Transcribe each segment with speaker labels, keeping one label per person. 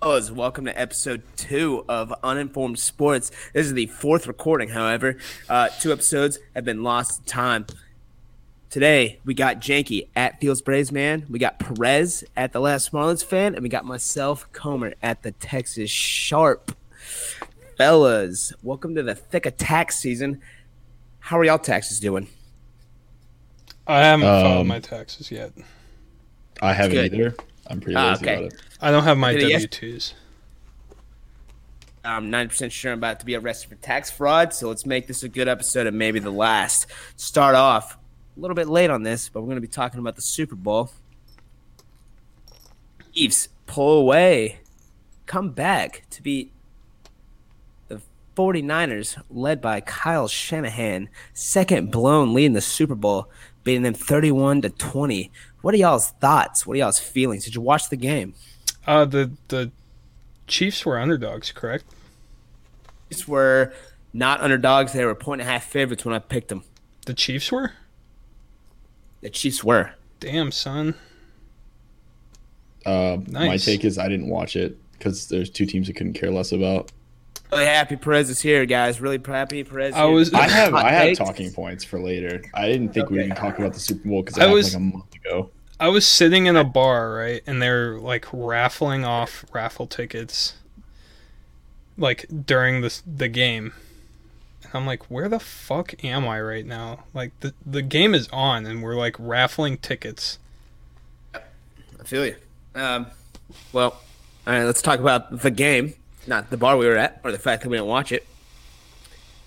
Speaker 1: fellas, welcome to episode two of Uninformed Sports. This is the fourth recording, however. Uh, two episodes have been lost to time. Today, we got Janky at Fields Braves Man. We got Perez at the Last Marlins Fan. And we got myself, Comer, at the Texas Sharp. Fellas, welcome to the thick of tax season. How are y'all taxes doing?
Speaker 2: I haven't filed
Speaker 3: Um,
Speaker 2: my taxes yet.
Speaker 3: I haven't
Speaker 1: good.
Speaker 3: either. I'm pretty
Speaker 1: Ah,
Speaker 3: lazy
Speaker 1: okay.
Speaker 3: about it.
Speaker 2: I don't have my
Speaker 1: Did it yes-
Speaker 2: W twos.
Speaker 1: I'm 90% sure I'm about to be arrested for tax fraud, so let's make this a good episode and maybe the last. Start off a little bit late on this, but we're going to be talking about the Super Bowl. Chiefs pull away, come back to beat the 49ers, led by Kyle Shanahan, second blown lead in the Super Bowl, beating them 31 to 20. What are y'all's thoughts? What are y'all's feelings? Did you watch the game?
Speaker 2: Uh, the the Chiefs were underdogs, correct?
Speaker 1: Chiefs were not underdogs. They were point and a half favorites when I picked them.
Speaker 2: The Chiefs were.
Speaker 1: The Chiefs were.
Speaker 2: Damn son.
Speaker 3: Uh, My
Speaker 2: Nice.
Speaker 3: take is I didn't watch it because there's two teams I couldn't care less about.
Speaker 1: Really happy Perez is here, guys. Really happy Perez.
Speaker 2: I
Speaker 1: here.
Speaker 2: was-
Speaker 3: I have
Speaker 1: Hot
Speaker 3: I have
Speaker 1: takes?
Speaker 3: talking points for later. I didn't think we
Speaker 1: Okay.
Speaker 3: would even talk about the Super Bowl because
Speaker 2: I
Speaker 3: I was
Speaker 2: was-
Speaker 3: like a month ago.
Speaker 2: I was sitting in a bar, right, and they're like raffling off raffle tickets, like during the the game. And I'm like, where the fuck am I right now? Like the the game is on, and we're like raffling tickets.
Speaker 1: I feel you. Um, well, all right. Let's talk about the game, not the bar we were at, or the fact that we didn't watch it.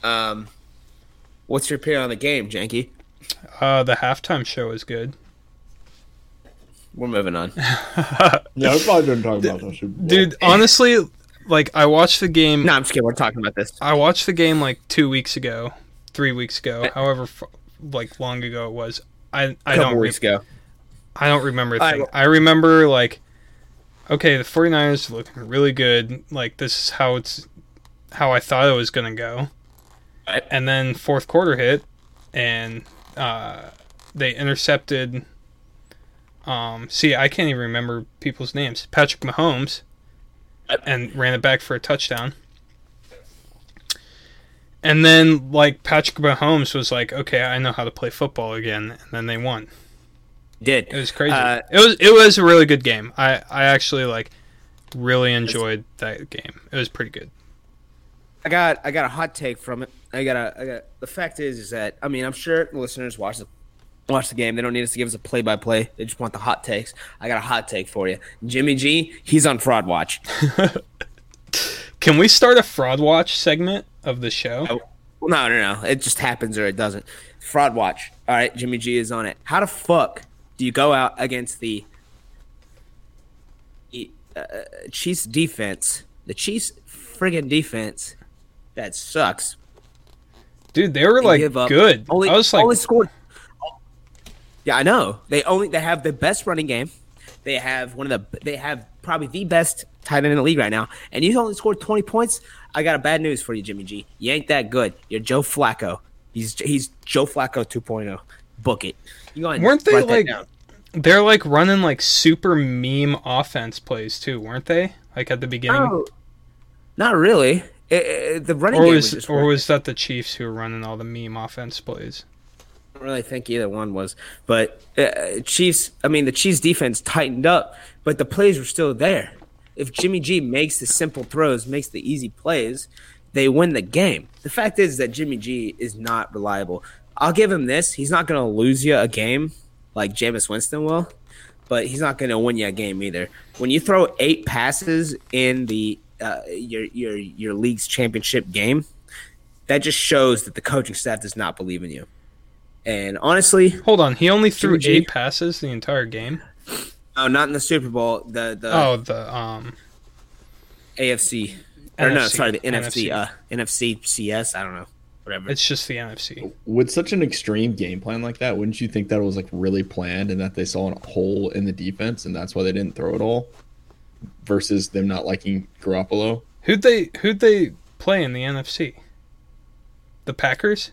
Speaker 1: Um, what's your opinion on the game, Janky?
Speaker 2: Uh, the halftime show is good.
Speaker 1: We're moving on.
Speaker 3: Yeah, I probably didn't talk about the Super Bowl.
Speaker 2: Dude, honestly, like I watched the game.
Speaker 1: no, I'm just kidding. We're talking about this.
Speaker 2: I watched the game like two weeks ago, three weeks ago, however, f- like long ago it was. I I
Speaker 1: A
Speaker 2: don't
Speaker 1: Eh. couple
Speaker 2: re-
Speaker 1: weeks ago.
Speaker 2: I don't remember. a
Speaker 1: I-
Speaker 2: Thing. I remember like, okay, the 49ers looking really good. Like this is how it's how I thought it was gonna go.
Speaker 1: Right.
Speaker 2: And then fourth quarter hit, and uh, they intercepted. Um, see, I can't even remember people's names. Patrick Mahomes,
Speaker 1: Right.
Speaker 2: and ran it back for a touchdown. And then, like Patrick Mahomes was like, "Okay, I know how to play football again," and then they won.
Speaker 1: Did
Speaker 2: It was crazy.
Speaker 1: Uh,
Speaker 2: it was it was a really good game. I, I actually like really enjoyed that game. It was pretty good.
Speaker 1: I got I got a hot take from it. I got a I got the fact is is that I mean I'm sure the listeners watch the watch the game. They don't need us to give us a play by play. They just want the hot takes. I got a hot take for you. Jimmy G, he's on fraud watch.
Speaker 2: Can we start a fraud watch segment of the show?
Speaker 1: Well, no, no, no. It just happens or it doesn't. Fraud watch. All right, Jimmy G is on it. How the fuck do you go out against the the, uh, Chiefs defense? The Chiefs friggin' defense that sucks.
Speaker 2: Dude, they were
Speaker 1: They
Speaker 2: like
Speaker 1: give up.
Speaker 2: good.
Speaker 1: Only,
Speaker 2: I was like
Speaker 1: only scored. Yeah, I know. They only they have the best running game. They have one of the they have probably the best tight end in the league right now. And you only scored twenty points. I got a bad news for you, Jimmy G. You ain't that good. You're Joe Flacco. He's he's Joe Flacco 2.0. Book it. You go ahead and
Speaker 2: Weren't they,
Speaker 1: write that
Speaker 2: like-
Speaker 1: down.
Speaker 2: they're like running like super meme offense plays too, weren't they? Like at the beginning,
Speaker 1: Oh, not really. It- it- the running
Speaker 2: or
Speaker 1: game
Speaker 2: was,
Speaker 1: was just
Speaker 2: or was that the Chiefs who were running all the meme offense plays?
Speaker 1: don't really think either one was, but uh, Chiefs. I mean, the Chiefs defense tightened up, but the plays were still there. If Jimmy G makes the simple throws, makes the easy plays, they win the game. The fact is that Jimmy G is not reliable. I'll give him this: he's not going to lose you a game like Jameis Winston will, but he's not going to win you a game either. When you throw eight passes in the uh, your your your league's championship game, that just shows that the coaching staff does not believe in you. And honestly,
Speaker 2: Hold on, he only threw
Speaker 1: Jimmy G.
Speaker 2: eight passes the entire game.
Speaker 1: no, not in the Super Bowl. The the
Speaker 2: Oh, the um,
Speaker 1: AFC or no,
Speaker 2: NFC.
Speaker 1: sorry, the NFC,
Speaker 2: NFC.
Speaker 1: uh, NFC CS. I don't know, whatever.
Speaker 2: it's just the NFC.
Speaker 3: with such an extreme game plan like that, wouldn't you think that it was like really planned and that they saw a hole in the defense and that's why they didn't throw it all? Versus them not liking Garoppolo.
Speaker 2: Who'd they who'd they play in the NFC? The Packers?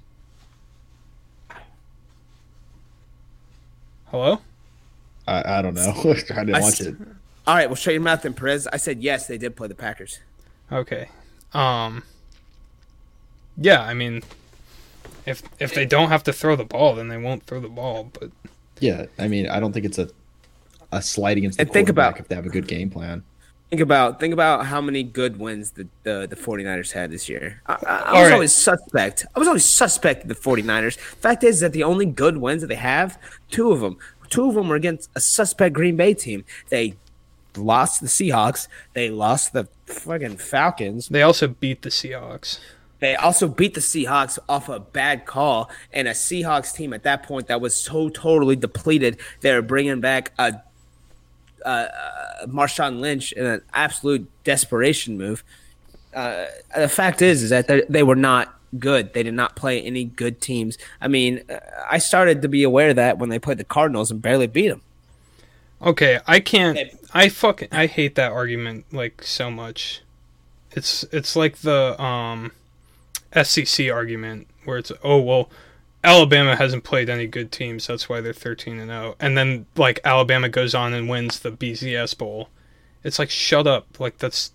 Speaker 2: Hello?
Speaker 3: I, I don't know. I didn't
Speaker 1: I
Speaker 3: watch
Speaker 1: s-
Speaker 3: it.
Speaker 1: All right, well, shut your mouth then, Perez. I said yes, they did play the Packers.
Speaker 2: Okay. Um Yeah, I mean if if they don't have to throw the ball, then they won't throw the ball, but
Speaker 4: Yeah, I mean, I don't think it's a a slight against the
Speaker 1: And think
Speaker 4: quarterback
Speaker 1: about-
Speaker 4: if they have a good game plan.
Speaker 1: Think about think about how many good wins the the, the 49ers had this year. I, I, I
Speaker 2: All
Speaker 1: was
Speaker 2: right.
Speaker 1: always suspect. I was always suspect of the 49ers. Fact is that the only good wins that they have, two of them, two of them were against a suspect Green Bay team. They lost to the Seahawks. They lost to the fucking Falcons.
Speaker 2: they also beat the Seahawks.
Speaker 1: They also beat the Seahawks off a bad call and a Seahawks team at that point that was so totally depleted. They're bringing back a, a, a Marshawn Lynch in an absolute desperation move. Uh, the fact is, is that they, they were not good. They did not play any good teams. I mean, uh, I started to be aware of that when they played the Cardinals and barely beat them.
Speaker 2: Okay, I can't
Speaker 1: Hey.
Speaker 2: I fucking I hate that argument like so much. It's it's like the um SEC argument where it's oh well Alabama hasn't played any good teams, that's why they're 13 and 0. And then like Alabama goes on and wins the BCS bowl. It's like shut up. Like that's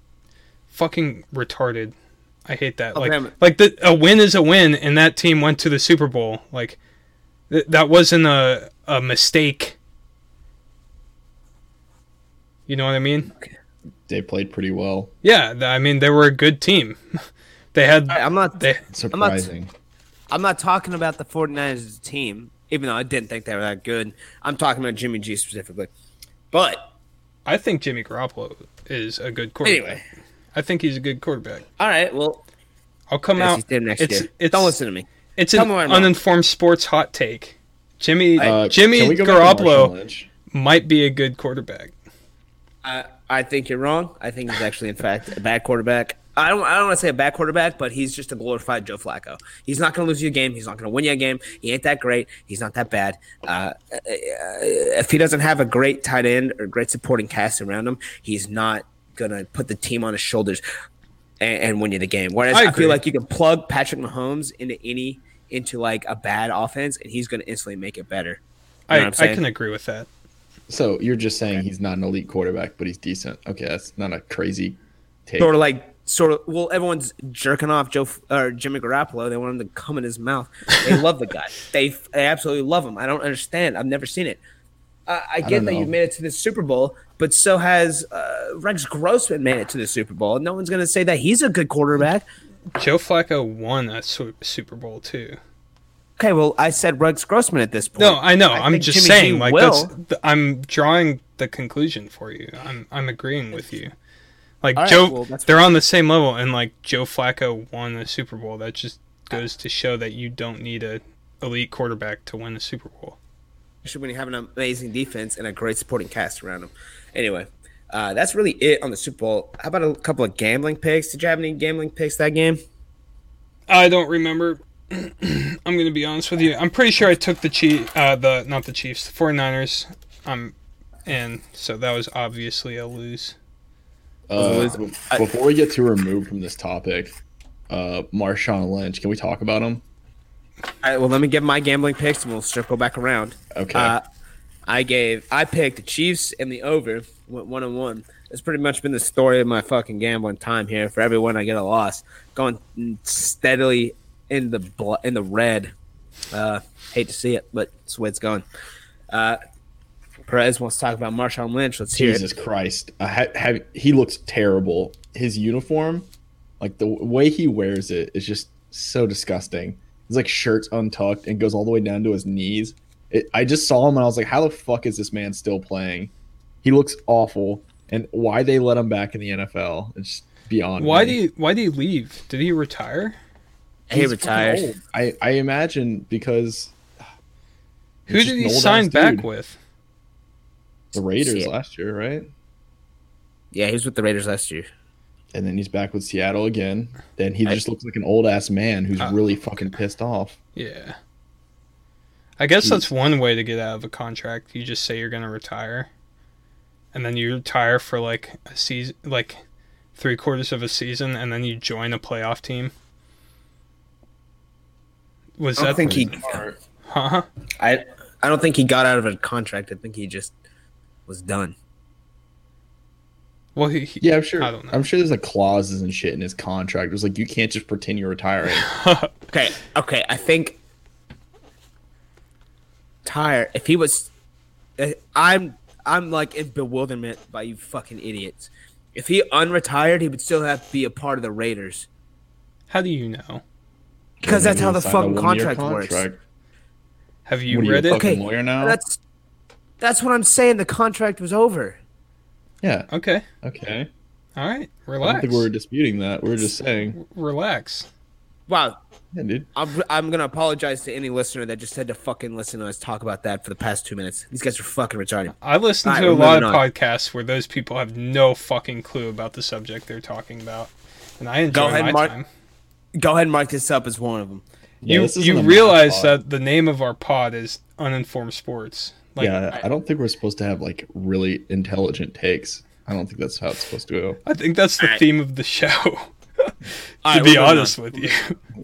Speaker 2: fucking retarded. I hate that.
Speaker 1: Alabama-
Speaker 2: Like like the a win is a win and that team went to the Super Bowl. Like th- that wasn't a a mistake. You know what I mean?
Speaker 4: They played pretty well.
Speaker 2: Yeah, th- I mean they were a good team. they had
Speaker 1: I'm not.
Speaker 2: they
Speaker 1: not-
Speaker 4: Surprising.
Speaker 1: I'm not talking about the 49ers as a team, even though I didn't think they were that good. I'm talking about Jimmy G specifically. But
Speaker 2: I think Jimmy Garoppolo is a good quarterback.
Speaker 1: anyway,
Speaker 2: I think he's a good quarterback.
Speaker 1: all right. Well,
Speaker 2: I'll come
Speaker 1: that's
Speaker 2: out
Speaker 1: his team next
Speaker 2: it's,
Speaker 1: year.
Speaker 2: It's,
Speaker 1: Don't listen to me.
Speaker 2: It's
Speaker 1: Tell
Speaker 2: an
Speaker 1: me where I'm wrong.
Speaker 2: uninformed sports hot take. Jimmy
Speaker 4: Uh, can
Speaker 2: Jimmy
Speaker 4: we go back to Marshawn
Speaker 2: Garoppolo
Speaker 4: Lynch?
Speaker 2: might be a good quarterback.
Speaker 1: I, I think you're wrong. I think he's actually, in fact, a bad quarterback. I don't. I don't want to say a bad quarterback, but he's just a glorified Joe Flacco. He's not going to lose you a game. He's not going to win you a game. He ain't that great. He's not that bad. Uh, uh, if he doesn't have a great tight end or great supporting cast around him, he's not going to put the team on his shoulders and, and win you the game. Whereas
Speaker 2: I
Speaker 1: I,
Speaker 2: agree.
Speaker 1: feel like you can plug Patrick Mahomes into any into like a bad offense, and he's going to instantly make it better. You know what I'm
Speaker 2: I, I
Speaker 1: saying?
Speaker 2: can agree with that.
Speaker 4: So you're just saying he's not an elite quarterback, but he's decent. Okay, that's not a crazy take.
Speaker 1: sort of like sort of well everyone's jerking off joe F- or jimmy garoppolo they want him to come in his mouth they love the guy they, they absolutely love him i don't understand i've never seen it uh, i get
Speaker 4: don't
Speaker 1: that
Speaker 4: know.
Speaker 1: you've made it to the super bowl but so has uh, rex grossman made it to the super bowl no one's going to say that he's a good quarterback
Speaker 2: Joe Flacco won a Su- Super Bowl too.
Speaker 1: okay well i said rex grossman at this point
Speaker 2: No, I know.
Speaker 1: I
Speaker 2: I am
Speaker 1: think
Speaker 2: just
Speaker 1: Jimmy G
Speaker 2: saying, like
Speaker 1: will.
Speaker 2: that's. Th- I'm drawing the conclusion for you. I'm I'm agreeing with you. Like
Speaker 1: All right,
Speaker 2: Joe,
Speaker 1: well, that's-
Speaker 2: they're on the same level, and like Joe Flacco won the Super Bowl. That just goes to show that you don't need a elite quarterback to win a Super Bowl.
Speaker 1: especially when you have an amazing defense and a great supporting cast around them. Anyway, uh, that's really it on the Super Bowl. How about a couple of gambling picks? Did you have any gambling picks that game?
Speaker 2: I don't remember. I'm gonna be honest with you. I'm pretty sure I took the chief, uh, the not the Chiefs, the 49ers. Um, and so that was obviously a lose.
Speaker 4: Uh,
Speaker 1: Liz-
Speaker 4: be- before we get too removed from this topic, uh, Marshawn Lynch, can we talk about him?
Speaker 1: All right, well, let me give my gambling picks and we'll circle back around.
Speaker 4: Okay.
Speaker 1: Uh, I gave, I picked the Chiefs and the over, went one on one. It's pretty much been the story of my fucking gambling time here. For everyone, I get a loss, going steadily in the bl- in the red. Uh, hate to see it, but it's the way it's going. Uh, Perez wants to talk about Marshawn Lynch. Let's hear it.
Speaker 4: Jesus Christ, I ha- have, he looks terrible. His uniform, like the way he wears it, is just so disgusting. His like shirt's untucked and goes all the way down to his knees. It, I just saw him and I was like, how the fuck is this man still playing? He looks awful. And why they let him back in the NFL? It's just beyond.
Speaker 2: Why
Speaker 4: me.
Speaker 2: do you? Why do you leave? Did he retire?
Speaker 1: He
Speaker 4: He's fucking
Speaker 1: retired.
Speaker 4: old. I I imagine because
Speaker 2: Who
Speaker 4: He's
Speaker 2: did
Speaker 4: just
Speaker 2: he
Speaker 4: an old-ass
Speaker 2: sign back
Speaker 4: dude.
Speaker 2: with?
Speaker 4: the Raiders
Speaker 1: Shit.
Speaker 4: last year, right?
Speaker 1: Yeah, he was with the Raiders last year.
Speaker 4: And then he's back with Seattle again. Then he
Speaker 1: I-
Speaker 4: just looks like an old ass man who's
Speaker 2: Uh,
Speaker 4: really fucking pissed off.
Speaker 2: Yeah. I
Speaker 1: Hmm.
Speaker 2: guess that's one way to get out of a contract. You just say you're going to retire. And then you retire for like a season, like three quarters of a season, and then you join a playoff team. Was
Speaker 1: I
Speaker 2: that
Speaker 1: don't think he.
Speaker 2: Huh?
Speaker 1: I I don't think he got out of a contract. I think he just was done.
Speaker 2: Well, he, he-
Speaker 3: Yeah, I'm sure.
Speaker 2: I don't know.
Speaker 3: I'm sure there's like clauses and shit in his contract. It was like you can't just pretend you're retiring.
Speaker 1: Okay, okay. I think tired. If he was, eh, I'm I'm like in bewilderment by you fucking idiots. If he unretired, he would still have to be a part of the Raiders
Speaker 2: How do you know?
Speaker 1: because that's how the
Speaker 3: Sign a
Speaker 1: fucking
Speaker 3: one-year
Speaker 1: contract, works.
Speaker 2: Have you
Speaker 3: What are
Speaker 2: read
Speaker 3: you, a
Speaker 2: it?
Speaker 3: fucking
Speaker 1: Okay,
Speaker 3: lawyer now?
Speaker 1: That's that's what I'm saying. The contract was over.
Speaker 3: yeah.
Speaker 2: Okay.
Speaker 3: Okay.
Speaker 2: All right.
Speaker 3: I
Speaker 2: Relax.
Speaker 3: don't think we were disputing that. We are just saying,
Speaker 2: Relax.
Speaker 1: Wow.
Speaker 3: yeah, dude.
Speaker 1: I'm, I'm gonna apologize to any listener that just had to fucking listen to us talk about that for the past two minutes. These guys are fucking retarded.
Speaker 2: I listen
Speaker 1: All right,
Speaker 2: to a
Speaker 1: we're
Speaker 2: lot of
Speaker 1: moving on.
Speaker 2: podcasts where those people have no fucking clue about the subject they're talking about, and I enjoy
Speaker 1: Go ahead,
Speaker 2: my
Speaker 1: Mark.
Speaker 2: time.
Speaker 1: Go ahead and mark this up as one of them.
Speaker 3: Yeah,
Speaker 2: you
Speaker 3: this isn't
Speaker 2: you
Speaker 3: a
Speaker 2: realize
Speaker 3: pod.
Speaker 2: that the name of our pod is Uninformed Sports. Like,
Speaker 3: yeah, I, don't think we're supposed to have like really intelligent takes. I don't think that's how it's supposed to go.
Speaker 2: I think that's the
Speaker 1: Alright.
Speaker 2: theme of the show. to
Speaker 1: Alright,
Speaker 2: be
Speaker 1: we're moving
Speaker 2: honest
Speaker 1: on.
Speaker 2: with you.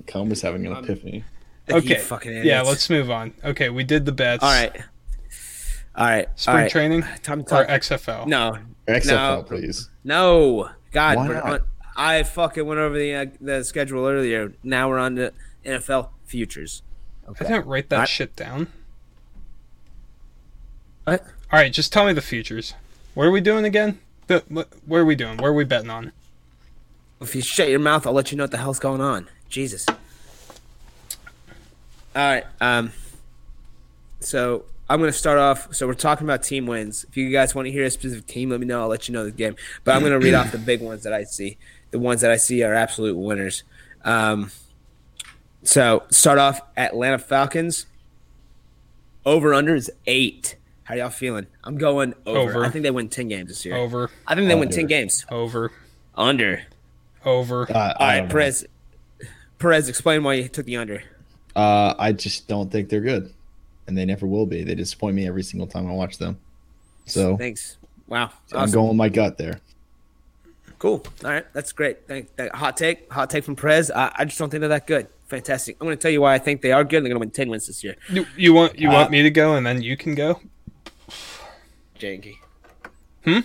Speaker 3: Calmer's having
Speaker 1: Um,
Speaker 3: an epiphany.
Speaker 1: You
Speaker 2: Okay.
Speaker 1: fucking
Speaker 2: yeah,
Speaker 1: idiots.
Speaker 2: let's move on. Okay, we did the bets.
Speaker 1: All right. All right.
Speaker 2: Spring
Speaker 1: all right.
Speaker 2: training
Speaker 1: Time to
Speaker 2: or
Speaker 1: talk.
Speaker 2: XFL?
Speaker 1: No.
Speaker 3: XFL,
Speaker 1: No.
Speaker 3: please.
Speaker 1: No. God,
Speaker 3: Why
Speaker 1: we're
Speaker 3: not?
Speaker 1: on- I fucking went over the uh, the schedule earlier. Now we're on to NFL futures.
Speaker 2: I didn't write that
Speaker 1: I-
Speaker 2: shit down.
Speaker 1: What?
Speaker 2: All right, just tell me the futures. What are we doing again? The, what, what are we doing? Where are we betting on?
Speaker 1: If you shut your mouth, I'll let you know what the hell's going on. Jesus. All right. Um. So I'm gonna start off. So we're talking about team wins. If you guys want to hear a specific team, let me know. I'll let you know the game. But I'm gonna read off the big ones that I see. The ones that I see are absolute winners. Um. So start off Atlanta Falcons. Over under is eight. How y'all feeling? I'm going over.
Speaker 2: Over.
Speaker 1: I think they win ten games this year.
Speaker 2: Over,
Speaker 1: I think they win
Speaker 3: Under.
Speaker 1: ten games.
Speaker 2: over,
Speaker 1: Under.
Speaker 2: over.
Speaker 3: Uh,
Speaker 1: All
Speaker 3: I
Speaker 1: right,
Speaker 3: don't know.
Speaker 1: Perez. Perez, explain why you took the under.
Speaker 3: Uh, I just don't think they're good, and they never will be. They disappoint me every single time I watch them. So
Speaker 1: Thanks. Wow.
Speaker 3: I'm
Speaker 1: Awesome.
Speaker 3: going with my gut there.
Speaker 1: Cool. All right. That's great. Thank, that hot take. Hot take from Perez. I, I just don't think they're that good. Fantastic. I'm going to tell you why I think they are good. and They're going to win 10 wins this year.
Speaker 2: You, you want you
Speaker 3: Uh,
Speaker 2: want me to go and then you can go?
Speaker 1: Janky.
Speaker 2: Hmm?
Speaker 1: All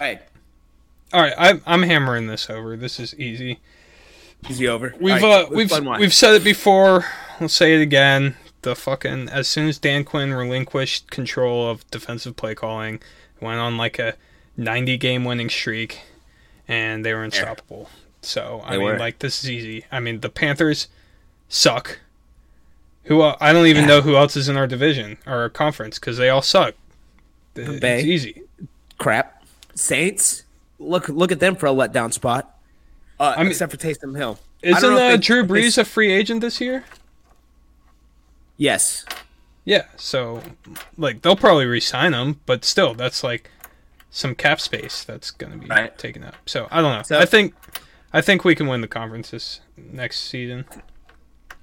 Speaker 1: right.
Speaker 2: All right, I'm I'm hammering this over. This is easy.
Speaker 1: Easy over.
Speaker 2: We've
Speaker 1: All right,
Speaker 2: uh
Speaker 1: with
Speaker 2: we've
Speaker 1: fun one.
Speaker 2: we've said it before. Let's say it again. The fucking as soon as Dan Quinn relinquished control of defensive play calling, went on like a 90 game winning streak, and they were unstoppable. So I
Speaker 1: They
Speaker 2: mean,
Speaker 1: were.
Speaker 2: like this is easy. I mean, the Panthers suck. Who el- I don't even know who else is in our division or our conference because they all suck.
Speaker 1: Bay.
Speaker 2: It's easy.
Speaker 1: Crap. Saints. Look look at them for a letdown spot. Uh,
Speaker 2: mean-
Speaker 1: except for Taysom Hill. I don't
Speaker 2: Isn't
Speaker 1: know if
Speaker 2: uh,
Speaker 1: they-
Speaker 2: Drew
Speaker 1: if they-
Speaker 2: Brees a free agent this year?
Speaker 1: Yes.
Speaker 2: Yeah, so like they'll probably re-sign him, but still, that's like some cap space that's going to be
Speaker 1: Right.
Speaker 2: taken up. So I don't know.
Speaker 1: So-
Speaker 2: I think I think we can win the conference this next season.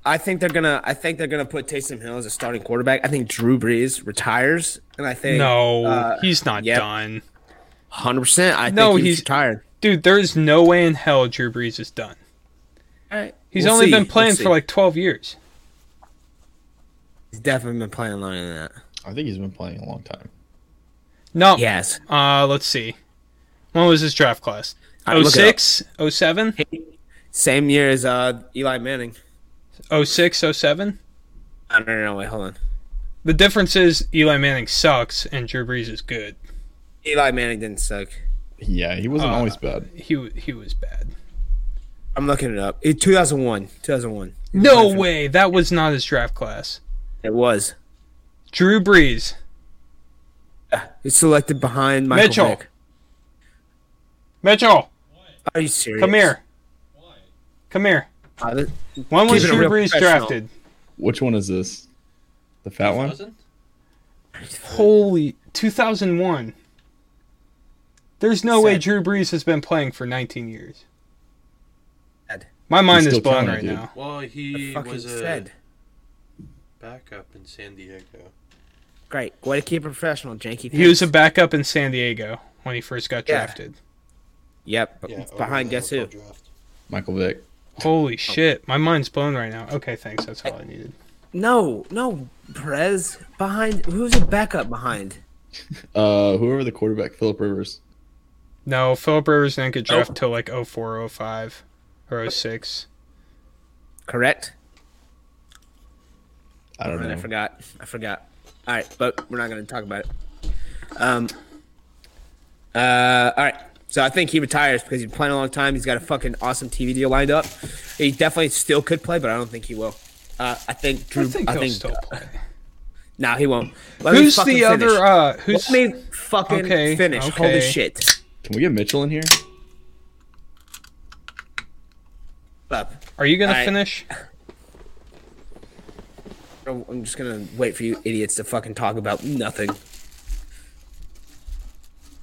Speaker 1: I think they're gonna. I think they're gonna put Taysom Hill as a starting quarterback. I think Drew Brees retires, and I think
Speaker 2: No,
Speaker 1: uh,
Speaker 2: he's not
Speaker 1: yep.
Speaker 2: done,
Speaker 1: hundred percent. I
Speaker 2: No,
Speaker 1: think he's,
Speaker 2: he's-
Speaker 1: retired.
Speaker 2: dude. There is no way in hell Drew Brees is done. He's
Speaker 1: We'll
Speaker 2: only
Speaker 1: see.
Speaker 2: been playing
Speaker 1: We'll see.
Speaker 2: for like twelve years.
Speaker 1: He's definitely been playing longer than that.
Speaker 3: I think he's been playing a long time.
Speaker 2: No,
Speaker 1: Yes,
Speaker 2: Uh, let's see. When was his draft class?
Speaker 1: All right, look it up.
Speaker 2: 06, 07,
Speaker 1: same year as uh, Eli Manning.
Speaker 2: 06, 07?
Speaker 1: I don't know. Wait, hold on.
Speaker 2: The difference is Eli Manning sucks and Drew Brees is good.
Speaker 1: Eli Manning didn't suck.
Speaker 3: Yeah, he wasn't
Speaker 2: Uh,
Speaker 3: always bad.
Speaker 2: He wa- he was bad.
Speaker 1: I'm looking it up. It, 2001, 2001.
Speaker 2: No way. That was not his draft class.
Speaker 1: It was.
Speaker 2: Drew Brees,
Speaker 1: He's selected behind Michael
Speaker 2: Mitchell.
Speaker 1: Vick.
Speaker 2: Mitchell,
Speaker 1: Are you serious?
Speaker 2: come here. Come here.
Speaker 1: Uh, th-
Speaker 2: When was
Speaker 1: Keep it a real
Speaker 2: Drew Brees
Speaker 1: professional.
Speaker 2: drafted?
Speaker 3: Which one is this? The fat one?
Speaker 2: Holy, 2001. There's no way
Speaker 1: Sad.
Speaker 2: Drew Brees has been playing for 19 years.
Speaker 1: Sad.
Speaker 2: My mind
Speaker 3: He's
Speaker 2: is
Speaker 3: still
Speaker 2: blown
Speaker 3: counting,
Speaker 2: right
Speaker 3: dude.
Speaker 2: now.
Speaker 5: Well, he
Speaker 1: fucking
Speaker 5: was a
Speaker 1: said.
Speaker 5: backup in San Diego.
Speaker 1: Great. Way to keep it professional, Janky.
Speaker 2: He was a backup in San Diego when he first got
Speaker 1: Yeah.
Speaker 2: drafted.
Speaker 1: Yep. but
Speaker 5: Yeah,
Speaker 1: it's behind guess who?
Speaker 3: Michael Vick.
Speaker 1: Oh.
Speaker 2: Holy shit. My mind's blown right now. Okay, thanks. That's all I needed.
Speaker 1: No, no, Perez. Behind who's a backup behind?
Speaker 3: Uh, whoever the quarterback, Philip Rivers.
Speaker 2: No, Philip Rivers didn't get drafted till like 04, 05, or 06.
Speaker 1: Correct?
Speaker 3: I don't
Speaker 1: Right, I
Speaker 3: know.
Speaker 1: forgot. I forgot. All right, but we're not going to talk about it. Um. Uh. All right. So I think he retires because he's playing a long time. He's got a fucking awesome TV deal lined up. He definitely still could play, but I don't think he will. Uh, I think Drew.
Speaker 2: I think he'll still play.
Speaker 1: nah, he won't. Let
Speaker 2: Who's the
Speaker 1: fucking finish.
Speaker 2: other? Uh, who's
Speaker 1: Let me fucking
Speaker 2: Okay,
Speaker 1: finish. Holy
Speaker 2: okay.
Speaker 1: shit!
Speaker 3: Can we get Mitchell in here?
Speaker 1: Up.
Speaker 2: Are you gonna
Speaker 1: I-
Speaker 2: finish?
Speaker 1: I'm just gonna wait for you idiots to fucking talk about nothing.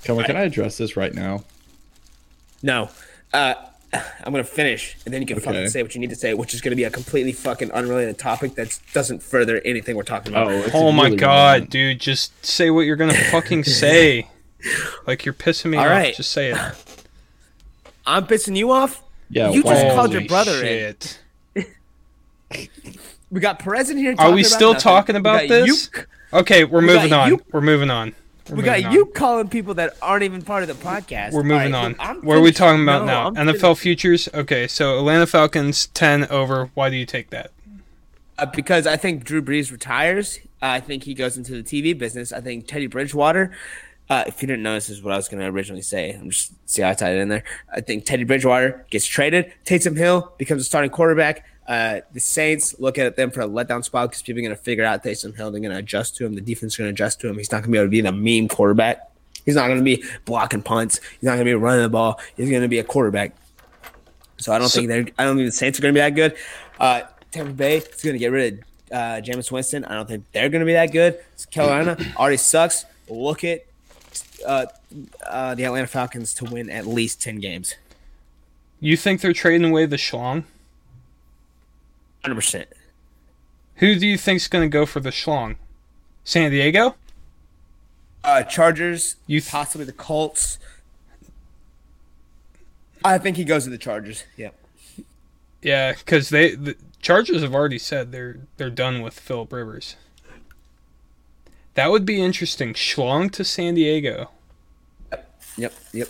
Speaker 3: Come on, can I address this right now?
Speaker 1: No. Uh, I'm going to finish, and then you can fucking
Speaker 3: Okay.
Speaker 1: say what you need to say, which is going to be a completely fucking unrelated topic that doesn't further anything we're talking about.
Speaker 3: it's
Speaker 2: Oh my
Speaker 3: really
Speaker 2: god,
Speaker 3: relevant.
Speaker 2: dude! Just say what you're gonna fucking say. Like you're pissing me
Speaker 1: All
Speaker 2: off.
Speaker 1: right.
Speaker 2: Just say it.
Speaker 1: I'm pissing you off?
Speaker 3: Yeah,
Speaker 1: You just
Speaker 3: wow.
Speaker 1: called your brother in.
Speaker 2: shit.
Speaker 1: We got Perez in here.
Speaker 2: Are we
Speaker 1: talking about
Speaker 2: still
Speaker 1: nothing.
Speaker 2: talking
Speaker 1: We
Speaker 2: about
Speaker 1: got
Speaker 2: this?
Speaker 1: You,
Speaker 2: Okay, we're
Speaker 1: got
Speaker 2: moving on.
Speaker 1: you-
Speaker 2: We're moving on. We're
Speaker 1: we got
Speaker 2: moving on.
Speaker 1: you calling people that aren't even part of the podcast.
Speaker 2: We're
Speaker 1: All right,
Speaker 2: moving
Speaker 1: look,
Speaker 2: on.
Speaker 1: I'm
Speaker 2: What are we
Speaker 1: finished.
Speaker 2: talking about
Speaker 1: No,
Speaker 2: now?
Speaker 1: I'm
Speaker 2: NFL
Speaker 1: finished.
Speaker 2: futures. Okay, so Atlanta Falcons ten over. Why do you take that?
Speaker 1: Uh, because I think Drew Brees retires. uh, I think he goes into the TV business. I think Teddy Bridgewater. Uh, if you didn't notice, this is what I was going to originally say. I'm just see how I tied it in there. I think Teddy Bridgewater gets traded. Taysom Hill becomes a starting quarterback. Uh, the Saints look at them for a letdown spot because people are going to figure out Taysom Hill. They're going to adjust to him. The defense is going to adjust to him. He's not going to be able to be the mean quarterback. He's not going to be blocking punts. He's not going to be running the ball. He's going to be a quarterback. So I don't think they're. I don't think the Saints are going to be that good. Uh, Tampa Bay is going to get rid of uh, Jameis Winston. I don't think they're going to be that good. Carolina already sucks. Look at uh, uh, the Atlanta Falcons to win at least ten games.
Speaker 2: You think they're trading away the schlong?
Speaker 1: Hundred percent.
Speaker 2: Who do you think's gonna go for the schlong? San Diego?
Speaker 1: Uh, Chargers,
Speaker 2: You th-
Speaker 1: possibly the Colts. I think he goes to the Chargers. Yeah.
Speaker 2: Yeah, because they the Chargers have already said they're they're done with Philip Rivers. That would be interesting. Schlong to San Diego.
Speaker 1: Yep. Yep.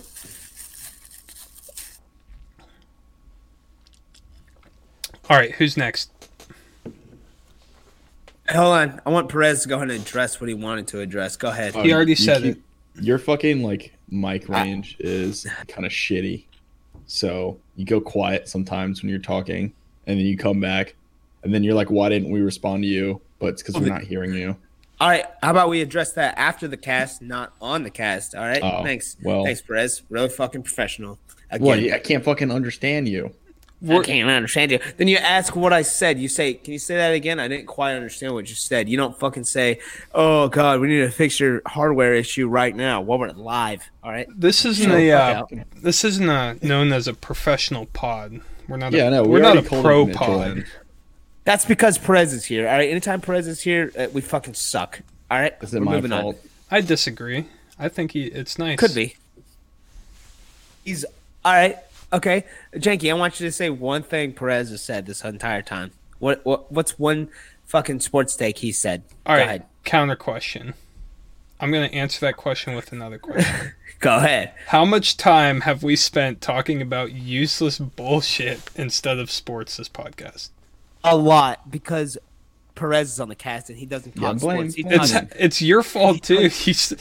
Speaker 2: All right, who's next?
Speaker 1: Hold on. I want Perez to go ahead and address what he wanted to address. Go ahead.
Speaker 3: Oh,
Speaker 2: He already
Speaker 3: you
Speaker 2: said
Speaker 3: keep- Your fucking like mic range is kind of shitty, so you go quiet sometimes when you're talking, and then you come back, and then you're like, "Why didn't we respond to you?" But it's because we're not hearing you.
Speaker 1: All right. How about we address that after the cast, not on the cast? All right.
Speaker 3: Oh,
Speaker 1: Thanks.
Speaker 3: well.
Speaker 1: Thanks, Perez. Really fucking professional. Again,
Speaker 3: Well, yeah, I can't fucking understand you.
Speaker 1: I can't understand you. Then you ask what I said. You say, "Can you say that again?" I didn't quite understand what you said. You don't fucking say, "Oh God, we need to fix your hardware issue right now." While we're live. All right.
Speaker 2: This isn't
Speaker 1: the
Speaker 2: a
Speaker 1: fuck
Speaker 2: uh,
Speaker 1: out.
Speaker 2: this isn't a, known as a professional pod. We're not.
Speaker 3: Yeah,
Speaker 2: a,
Speaker 3: no, we
Speaker 2: we're not a
Speaker 3: already called
Speaker 2: pro
Speaker 3: it Mitchell
Speaker 2: pod.
Speaker 3: in.
Speaker 1: That's because Perez is here. All right. Anytime Perez is here, uh, we fucking suck. All right.
Speaker 3: Is it
Speaker 1: We're
Speaker 3: my
Speaker 1: moving on.
Speaker 3: fault?
Speaker 2: I disagree. I think he, it's nice.
Speaker 1: Could be. He's all right. Okay, Janky, I want you to say one thing Perez has said this entire time. What what what's one fucking sports take he said?
Speaker 2: All
Speaker 1: Go
Speaker 2: right.
Speaker 1: ahead.
Speaker 2: Counter question. I'm gonna answer that question with another question.
Speaker 1: Go ahead.
Speaker 2: How much time have we spent talking about useless bullshit instead of sports this podcast?
Speaker 1: A lot because Perez is on the cast and he doesn't talk
Speaker 3: Yeah, blame-
Speaker 1: sports. He
Speaker 3: blame
Speaker 1: talks,
Speaker 2: It's
Speaker 3: him.
Speaker 2: it's your fault too. He's,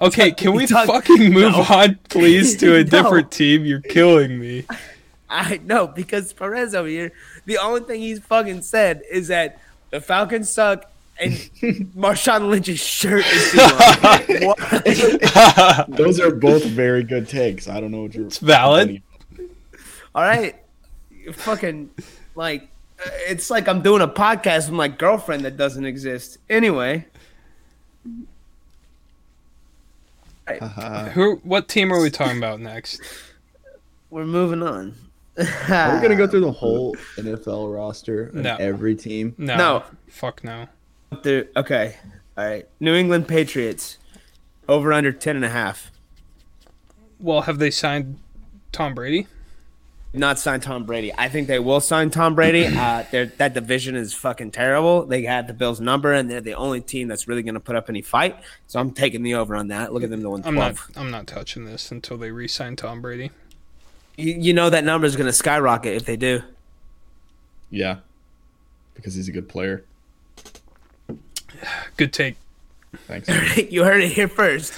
Speaker 2: okay, can we
Speaker 1: he talk-
Speaker 2: fucking move
Speaker 1: No.
Speaker 2: on, please, to a
Speaker 1: No.
Speaker 2: different team? You're killing me.
Speaker 1: I know because Perez over here, the only thing he's fucking said is that the Falcons suck and Marshawn Lynch's shirt is too long. What?
Speaker 3: Those are both very good takes. I don't know what you're. It's
Speaker 2: valid.
Speaker 1: all right fucking like uh, it's like i'm doing a podcast with my girlfriend that doesn't exist anyway Uh.
Speaker 2: Who? What team are we talking about next?
Speaker 1: we're moving on
Speaker 3: Are we gonna go through
Speaker 4: Uh,
Speaker 3: the whole NFL roster and
Speaker 2: No.
Speaker 3: every team?
Speaker 2: No.
Speaker 1: No.
Speaker 2: Fuck no.
Speaker 1: through okay all right new england patriots over under 10 and a half
Speaker 2: Well, have they signed Tom Brady?
Speaker 1: not sign Tom Brady. I think they will sign Tom Brady. Uh, they're- that division is fucking terrible. They had the Bills' number, and they're the only team that's really going to put up any fight. So I'm taking the over on that. Look at them, the one
Speaker 2: I'm not.
Speaker 1: twelve.
Speaker 2: I'm not touching this until they re-sign Tom Brady.
Speaker 1: You, you know that number is going to skyrocket if they do.
Speaker 3: Yeah, because he's a good player.
Speaker 2: Good take.
Speaker 3: Thanks.
Speaker 1: you heard it here first.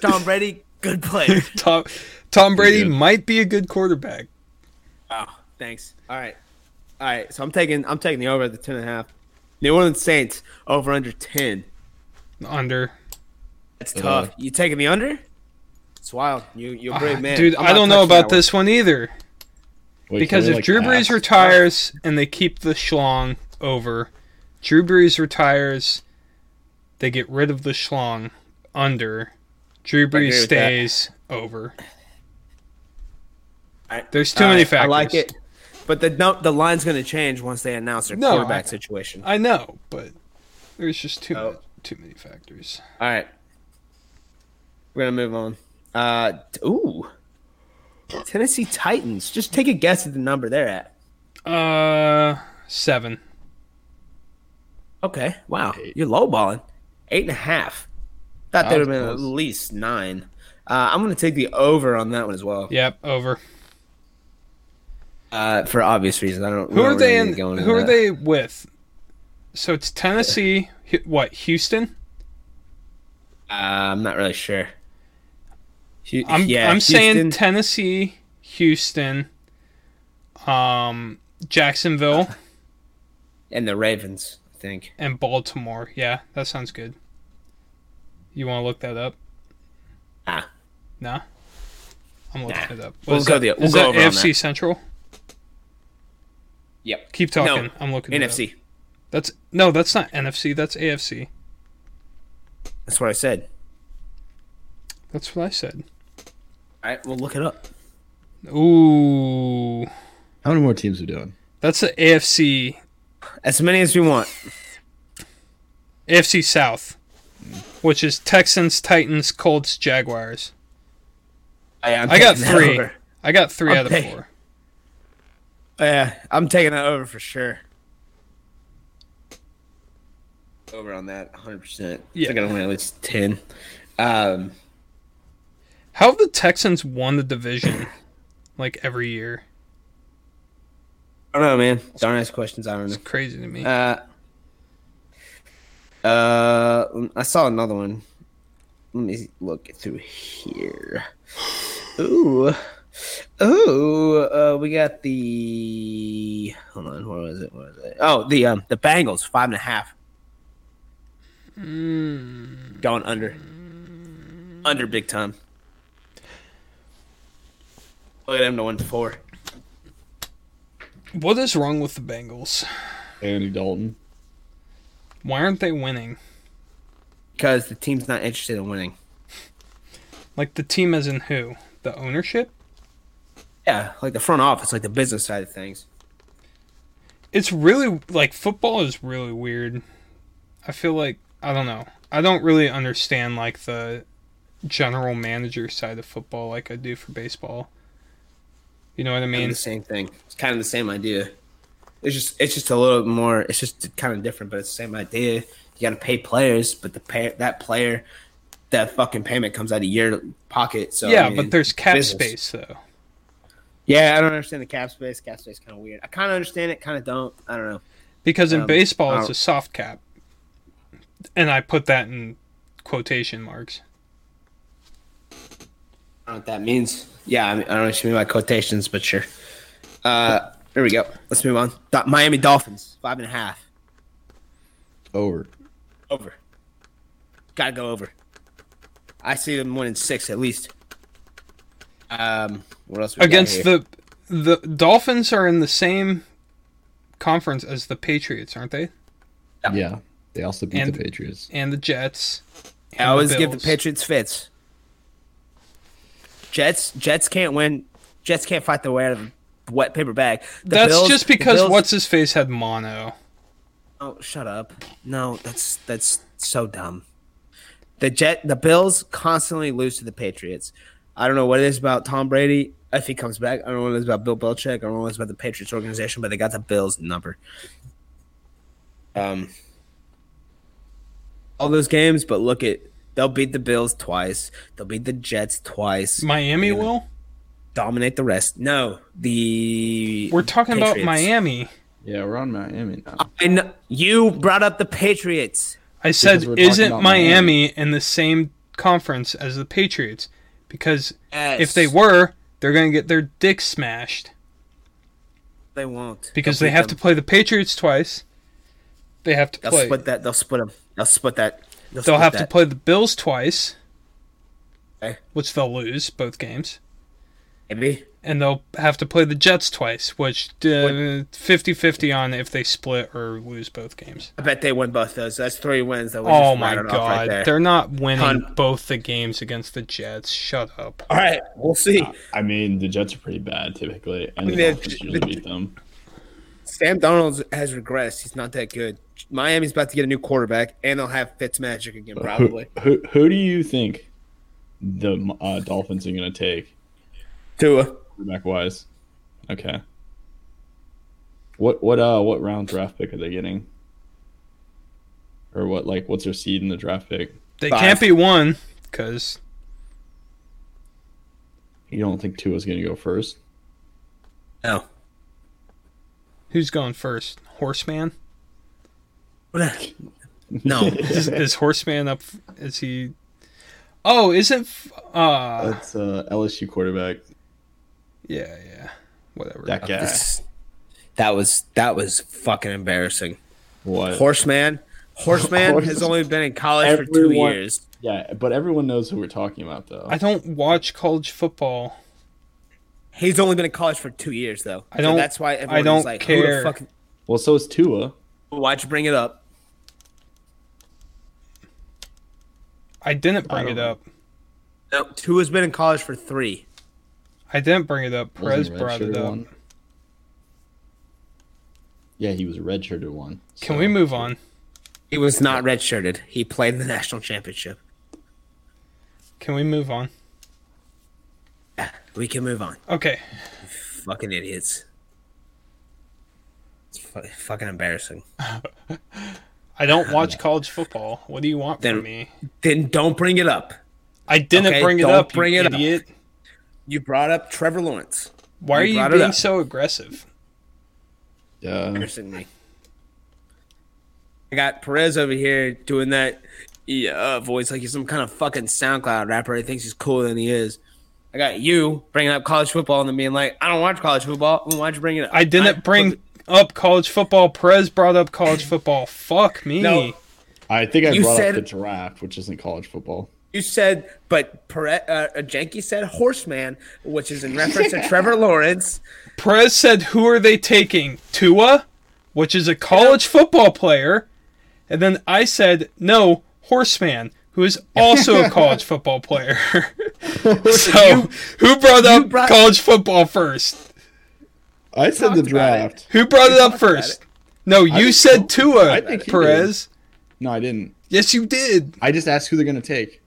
Speaker 1: Tom Brady, good player.
Speaker 2: Tom Tom Brady
Speaker 3: good.
Speaker 2: might be a good quarterback.
Speaker 1: Wow. Thanks. All right. All right. So I'm taking I'm taking the over at the ten and a half. New Orleans Saints over under ten.
Speaker 2: Under.
Speaker 1: That's tough. you taking the under? It's wild. You you're a brave man.
Speaker 2: Dude,
Speaker 1: I'm
Speaker 2: I
Speaker 1: not
Speaker 2: don't know
Speaker 1: touching
Speaker 2: about
Speaker 1: that one.
Speaker 2: this one either.
Speaker 3: Wait,
Speaker 2: Because
Speaker 3: can we,
Speaker 2: if
Speaker 3: like,
Speaker 2: Drew Brees
Speaker 3: ask-
Speaker 2: retires and they keep the schlong over, Drew Brees retires, they get rid of the schlong under, Drew
Speaker 1: agree
Speaker 2: Brees
Speaker 1: with that.
Speaker 2: stays over.
Speaker 1: I-
Speaker 2: There's too
Speaker 1: All
Speaker 2: many
Speaker 1: right,
Speaker 2: factors.
Speaker 1: I like it. But the no, the line's going to change once they announce their
Speaker 2: No,
Speaker 1: quarterback
Speaker 2: I-
Speaker 1: situation.
Speaker 2: I know, but there's just too
Speaker 1: Oh.
Speaker 2: many, too many factors.
Speaker 1: All right. We're going to move on. Uh t- ooh. Tennessee Titans. Just take a guess at the number they're at.
Speaker 2: Uh, seven.
Speaker 1: Okay. Wow.
Speaker 3: Eight.
Speaker 1: You're lowballing. Eight and a half. Thought they
Speaker 3: That was
Speaker 1: would have been at
Speaker 3: close.
Speaker 1: least nine. Uh, I'm going to take the over on that one as well.
Speaker 2: Yep, over.
Speaker 1: Uh, for obvious reasons. I don't. we
Speaker 2: Who are
Speaker 1: don't
Speaker 2: they
Speaker 1: really need
Speaker 2: in?
Speaker 1: to go into
Speaker 2: Who are
Speaker 1: that.
Speaker 2: they with? So it's Tennessee. Hu- What Houston?
Speaker 1: Uh, I'm not really sure. Hu-
Speaker 2: I'm
Speaker 1: yeah,
Speaker 2: I'm saying
Speaker 1: Houston.
Speaker 2: Tennessee, Houston, um, Jacksonville,
Speaker 1: and the Ravens. I think.
Speaker 2: and Baltimore. Yeah, that sounds good. You want to look that up?
Speaker 1: Ah.
Speaker 2: Nah. I'm looking
Speaker 1: Nah.
Speaker 2: it up.
Speaker 1: We'll
Speaker 2: is
Speaker 1: go
Speaker 2: that-
Speaker 1: the- we'll
Speaker 2: is
Speaker 1: go
Speaker 2: that
Speaker 1: over on
Speaker 2: AFC
Speaker 1: that.
Speaker 2: Central.
Speaker 1: Yep.
Speaker 2: Keep talking. I'm looking. it up.
Speaker 1: NFC.
Speaker 2: That's no. That's not NFC. That's AFC.
Speaker 1: That's what I said.
Speaker 2: That's what I said.
Speaker 1: All right. Well, look it up.
Speaker 2: Ooh,
Speaker 3: How many more teams are doing?
Speaker 2: that's the AFC.
Speaker 1: As many as we want.
Speaker 2: AFC South, which is Texans, Titans, Colts, Jaguars.
Speaker 1: I, I'm
Speaker 2: I got
Speaker 1: taking that
Speaker 2: three.
Speaker 1: over.
Speaker 2: I got 3 out of
Speaker 1: Okay.
Speaker 2: four.
Speaker 1: Yeah, I'm taking that over for sure. Over on that, 100. percent
Speaker 2: Yeah.
Speaker 1: They're gonna win at least 10. Um,
Speaker 2: How have the Texans won the division like every year?
Speaker 1: I don't know, man. Don't ask questions. I don't
Speaker 2: It's crazy to me.
Speaker 1: know. Uh, uh, I saw another one. Let me look through here. Ooh, ooh. Uh, we got the. Hold on. Where was it? Where was it? Oh, the um, the Bengals five and a half.
Speaker 2: Mm,
Speaker 1: Going under. Under big time. Look at him to win four.
Speaker 2: what is wrong with the Bengals?
Speaker 3: Andy Dalton.
Speaker 2: Why aren't they winning?
Speaker 1: Because the team's not interested in winning.
Speaker 2: Like the team as in who? The ownership?
Speaker 1: Yeah, like the front office, like the business side of things.
Speaker 2: It's really like football is really weird. I feel like I don't know. I don't really understand like the general manager side of football like I do for baseball. You know what I
Speaker 1: Kind of
Speaker 2: mean?
Speaker 1: the same thing. It's kind of the same idea. It's just it's just a little bit more. It's just kind of different, but it's the same idea. You got to pay players, but the pay, that player, that fucking payment comes out of your pocket. So I
Speaker 2: yeah,
Speaker 1: mean,
Speaker 2: but there's cap
Speaker 1: business.
Speaker 2: space though.
Speaker 1: Yeah, I don't understand the cap space. Cap space kind of weird. I kind of understand it, kind of don't. I don't know.
Speaker 2: Because in
Speaker 1: Um,
Speaker 2: baseball, it's
Speaker 1: I'll-
Speaker 2: a soft cap. And I put that in quotation marks.
Speaker 1: I don't know what that means. Yeah, I, mean, I don't know what you mean by quotations, but sure. Uh, here we go. Let's move on. Do- Miami Dolphins, five and a half.
Speaker 3: Over.
Speaker 1: Over. Gotta go over. I see them winning six at least. Um, what else? We
Speaker 2: Against the the Dolphins are in the same conference as the Patriots, aren't they?
Speaker 3: Yeah. They also beat
Speaker 2: And-
Speaker 3: the Patriots.
Speaker 2: And the Jets.
Speaker 1: I
Speaker 2: and
Speaker 1: always give the
Speaker 2: Bills.
Speaker 1: Patriots fits. Jets, Jets can't win. Jets can't fight their way out of a wet paper bag. The
Speaker 2: That's
Speaker 1: Bills-
Speaker 2: just
Speaker 1: the
Speaker 2: because
Speaker 1: Bills-
Speaker 2: what's his face had mono.
Speaker 1: Oh, shut up! No, that's that's so dumb. The Jet, the Bills constantly lose to the Patriots. I don't know what it is about Tom Brady. if he comes back. I don't know if it's about Bill Belichick. I don't know if it's about the Patriots organization, but they got the Bills number. Um, all those games, but look at they'll beat the Bills twice. They'll beat the Jets twice.
Speaker 2: Miami will.
Speaker 1: Dominate the rest. No, the
Speaker 2: We're talking about
Speaker 1: Patriots.
Speaker 2: Miami.
Speaker 4: Yeah, we're on Miami now.
Speaker 1: I kn- you brought up the Patriots.
Speaker 2: I said,
Speaker 4: we're talking
Speaker 2: isn't
Speaker 4: about
Speaker 2: Miami,
Speaker 4: Miami.
Speaker 2: in the same conference as the Patriots? Because
Speaker 1: Yes.
Speaker 2: if they were, they're going to get their dick smashed
Speaker 1: they won't
Speaker 2: because
Speaker 1: They'll
Speaker 2: they
Speaker 1: beat
Speaker 2: have
Speaker 1: them.
Speaker 2: to play the Patriots twice. They have to
Speaker 1: They'll
Speaker 2: play.
Speaker 1: split that. They'll split them. They'll split that. They'll,
Speaker 2: They'll
Speaker 1: split
Speaker 2: have to
Speaker 1: that.
Speaker 2: play the Bills twice,
Speaker 1: Okay.
Speaker 2: which they'll lose both games,
Speaker 1: Maybe.
Speaker 2: and they'll have to play the Jets twice, which 50 50 on if they split or lose both games.
Speaker 1: I bet they win both those. That's three wins. That we
Speaker 2: Oh
Speaker 1: just
Speaker 2: my
Speaker 1: rattled off right
Speaker 2: god,
Speaker 1: there.
Speaker 2: they're not winning
Speaker 1: Hun-
Speaker 2: both the games against the Jets. Shut up.
Speaker 1: All right, we'll see.
Speaker 4: I mean, the Jets are pretty bad typically, and
Speaker 1: mean,
Speaker 4: the
Speaker 1: they're-
Speaker 4: Dolphins usually beat them.
Speaker 1: Sam Donald has regressed. He's not that good. Miami's about to get a new quarterback, and they'll have Fitzmagic again probably.
Speaker 4: Who, who, who do you think the uh, Dolphins are going to take
Speaker 1: Tua.
Speaker 4: quarterback wise? Okay. What what uh what round draft pick are they getting? Or what like what's their seed in the draft pick?
Speaker 2: They can
Speaker 1: Five.
Speaker 2: can't be one because
Speaker 4: You don't think Tua's going to go first?
Speaker 1: No.
Speaker 2: who's going first? Horseman?
Speaker 1: No.
Speaker 2: Is, is Horseman up? Is he? Oh, isn't? f- Uh,
Speaker 4: That's uh LSU quarterback.
Speaker 2: yeah, yeah, whatever.
Speaker 4: That guy.
Speaker 1: This- that was that was fucking embarrassing.
Speaker 4: What?
Speaker 1: Horseman. Horseman
Speaker 4: Horse-
Speaker 1: has only been in college for two
Speaker 4: Everyone-
Speaker 1: years.
Speaker 4: yeah, but everyone knows who we're talking about though.
Speaker 2: I don't watch college football.
Speaker 1: He's only been in college for two years though.
Speaker 2: I don't-
Speaker 1: So that's why
Speaker 2: I
Speaker 1: everyone's
Speaker 2: don't
Speaker 1: like, Who the
Speaker 2: care.
Speaker 1: fuck,
Speaker 4: well, so is Tua.
Speaker 1: why'd you bring it up?
Speaker 2: I didn't bring
Speaker 4: I
Speaker 2: it
Speaker 4: don't-
Speaker 2: up.
Speaker 1: No, Tua's been in college for three.
Speaker 2: I didn't bring it up. Perez
Speaker 4: Wasn't a
Speaker 2: brought it
Speaker 4: redshirted
Speaker 2: up.
Speaker 4: one. Yeah, he was a redshirted one.
Speaker 2: Can
Speaker 4: so-
Speaker 2: we move on?
Speaker 1: He was not redshirted. He played in the national championship.
Speaker 2: Can we move on?
Speaker 1: We can move on.
Speaker 2: Okay.
Speaker 1: Fucking idiots. It's fu- fucking embarrassing.
Speaker 2: I don't watch college football. What do you want
Speaker 1: Then-
Speaker 2: from me?
Speaker 1: Then don't bring it up.
Speaker 2: I didn't
Speaker 1: okay,
Speaker 2: bring it
Speaker 1: don't
Speaker 2: up,
Speaker 1: bring
Speaker 2: you
Speaker 1: it up.
Speaker 2: idiot.
Speaker 1: You brought up Trevor Lawrence.
Speaker 2: Why
Speaker 1: You
Speaker 2: are you
Speaker 1: brought it
Speaker 2: being
Speaker 1: up.
Speaker 2: so aggressive?
Speaker 4: Yeah.
Speaker 1: Embarrassing me. I got Perez over here doing that yeah voice like he's some kind of fucking SoundCloud rapper. He thinks he's cooler than he is. I got you bringing up college football and then being like, I don't watch college football. Well, Why'd you bring it up?
Speaker 2: I didn't bring up college football. Perez brought up college football. Fuck me.
Speaker 1: No.
Speaker 4: I think I
Speaker 1: You
Speaker 4: brought
Speaker 1: said-
Speaker 4: up the draft, which isn't college football.
Speaker 1: You said, but Pere- uh, Jenke said horseman, which is in reference to Trevor Lawrence.
Speaker 2: Perez said, "Who are they taking? Tua, which is a college football player," and then I said, "No, Horseman, who is also a college football player." so, who brought up
Speaker 1: brought-
Speaker 2: college football first?
Speaker 4: I said the draft.
Speaker 2: Who brought it up first? No, you said Tua,
Speaker 4: I think he
Speaker 2: Perez.
Speaker 4: No, I didn't.
Speaker 2: Yes, you did.
Speaker 4: I just asked who they're gonna take.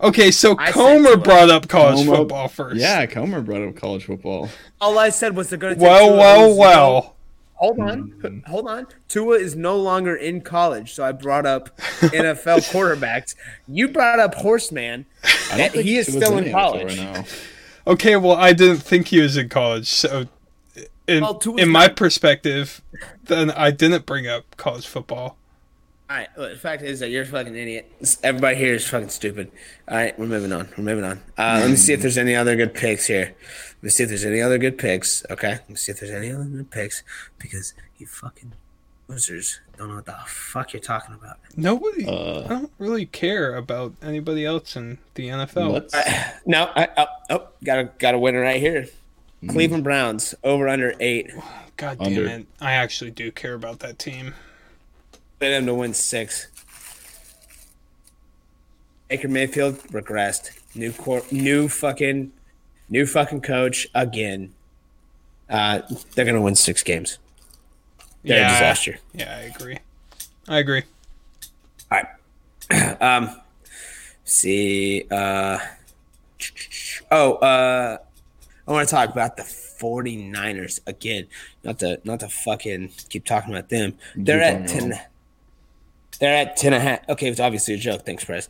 Speaker 2: Okay, so
Speaker 1: I said
Speaker 2: Comer
Speaker 1: Tua.
Speaker 2: brought up college
Speaker 4: Como-
Speaker 2: football first.
Speaker 4: Yeah, Comer brought up college football.
Speaker 1: All I said was they're going to.
Speaker 2: Well, well, well.
Speaker 1: Hold on, hold on. Tua is no longer in college, so I brought up NFL quarterbacks. You brought up horseman.
Speaker 4: I don't think
Speaker 1: he is
Speaker 4: Tua's
Speaker 1: still in
Speaker 4: NFL
Speaker 1: college.
Speaker 4: now.
Speaker 2: Okay, well, I didn't think he was in college, so in,
Speaker 1: Well, Tua's
Speaker 2: in my
Speaker 1: not-
Speaker 2: perspective, then I didn't bring up college football.
Speaker 1: All right. Look, the fact is that you're a fucking idiot. Everybody here is fucking stupid. All right, we're moving on. We're moving on. Uh, let me see if there's any other good picks here. Let me see if there's any other good picks. Okay. Let me see if there's any other good picks because you fucking losers don't know what the fuck you're talking about.
Speaker 2: Nobody,
Speaker 4: Uh.
Speaker 2: I don't really care about anybody else in the NFL.
Speaker 4: Let's-
Speaker 1: No, I, oh, oh, got a got a winner right here. Cleveland Browns over under eight.
Speaker 2: God
Speaker 4: Under.
Speaker 2: damn it, I actually do care about that team.
Speaker 1: Bet them to win six. Baker Mayfield regressed. New cor- new fucking new fucking coach again. Uh, they're gonna win six games. They're
Speaker 2: yeah,
Speaker 1: a disaster.
Speaker 2: yeah, I agree. I agree.
Speaker 1: All right. um, see. Uh, oh, uh, I I want to talk about the 49ers again. Not to not to fucking keep talking about them. They're at
Speaker 4: talking about
Speaker 1: ten. They're at ten and a half. Okay, it's obviously a joke. Thanks, Press.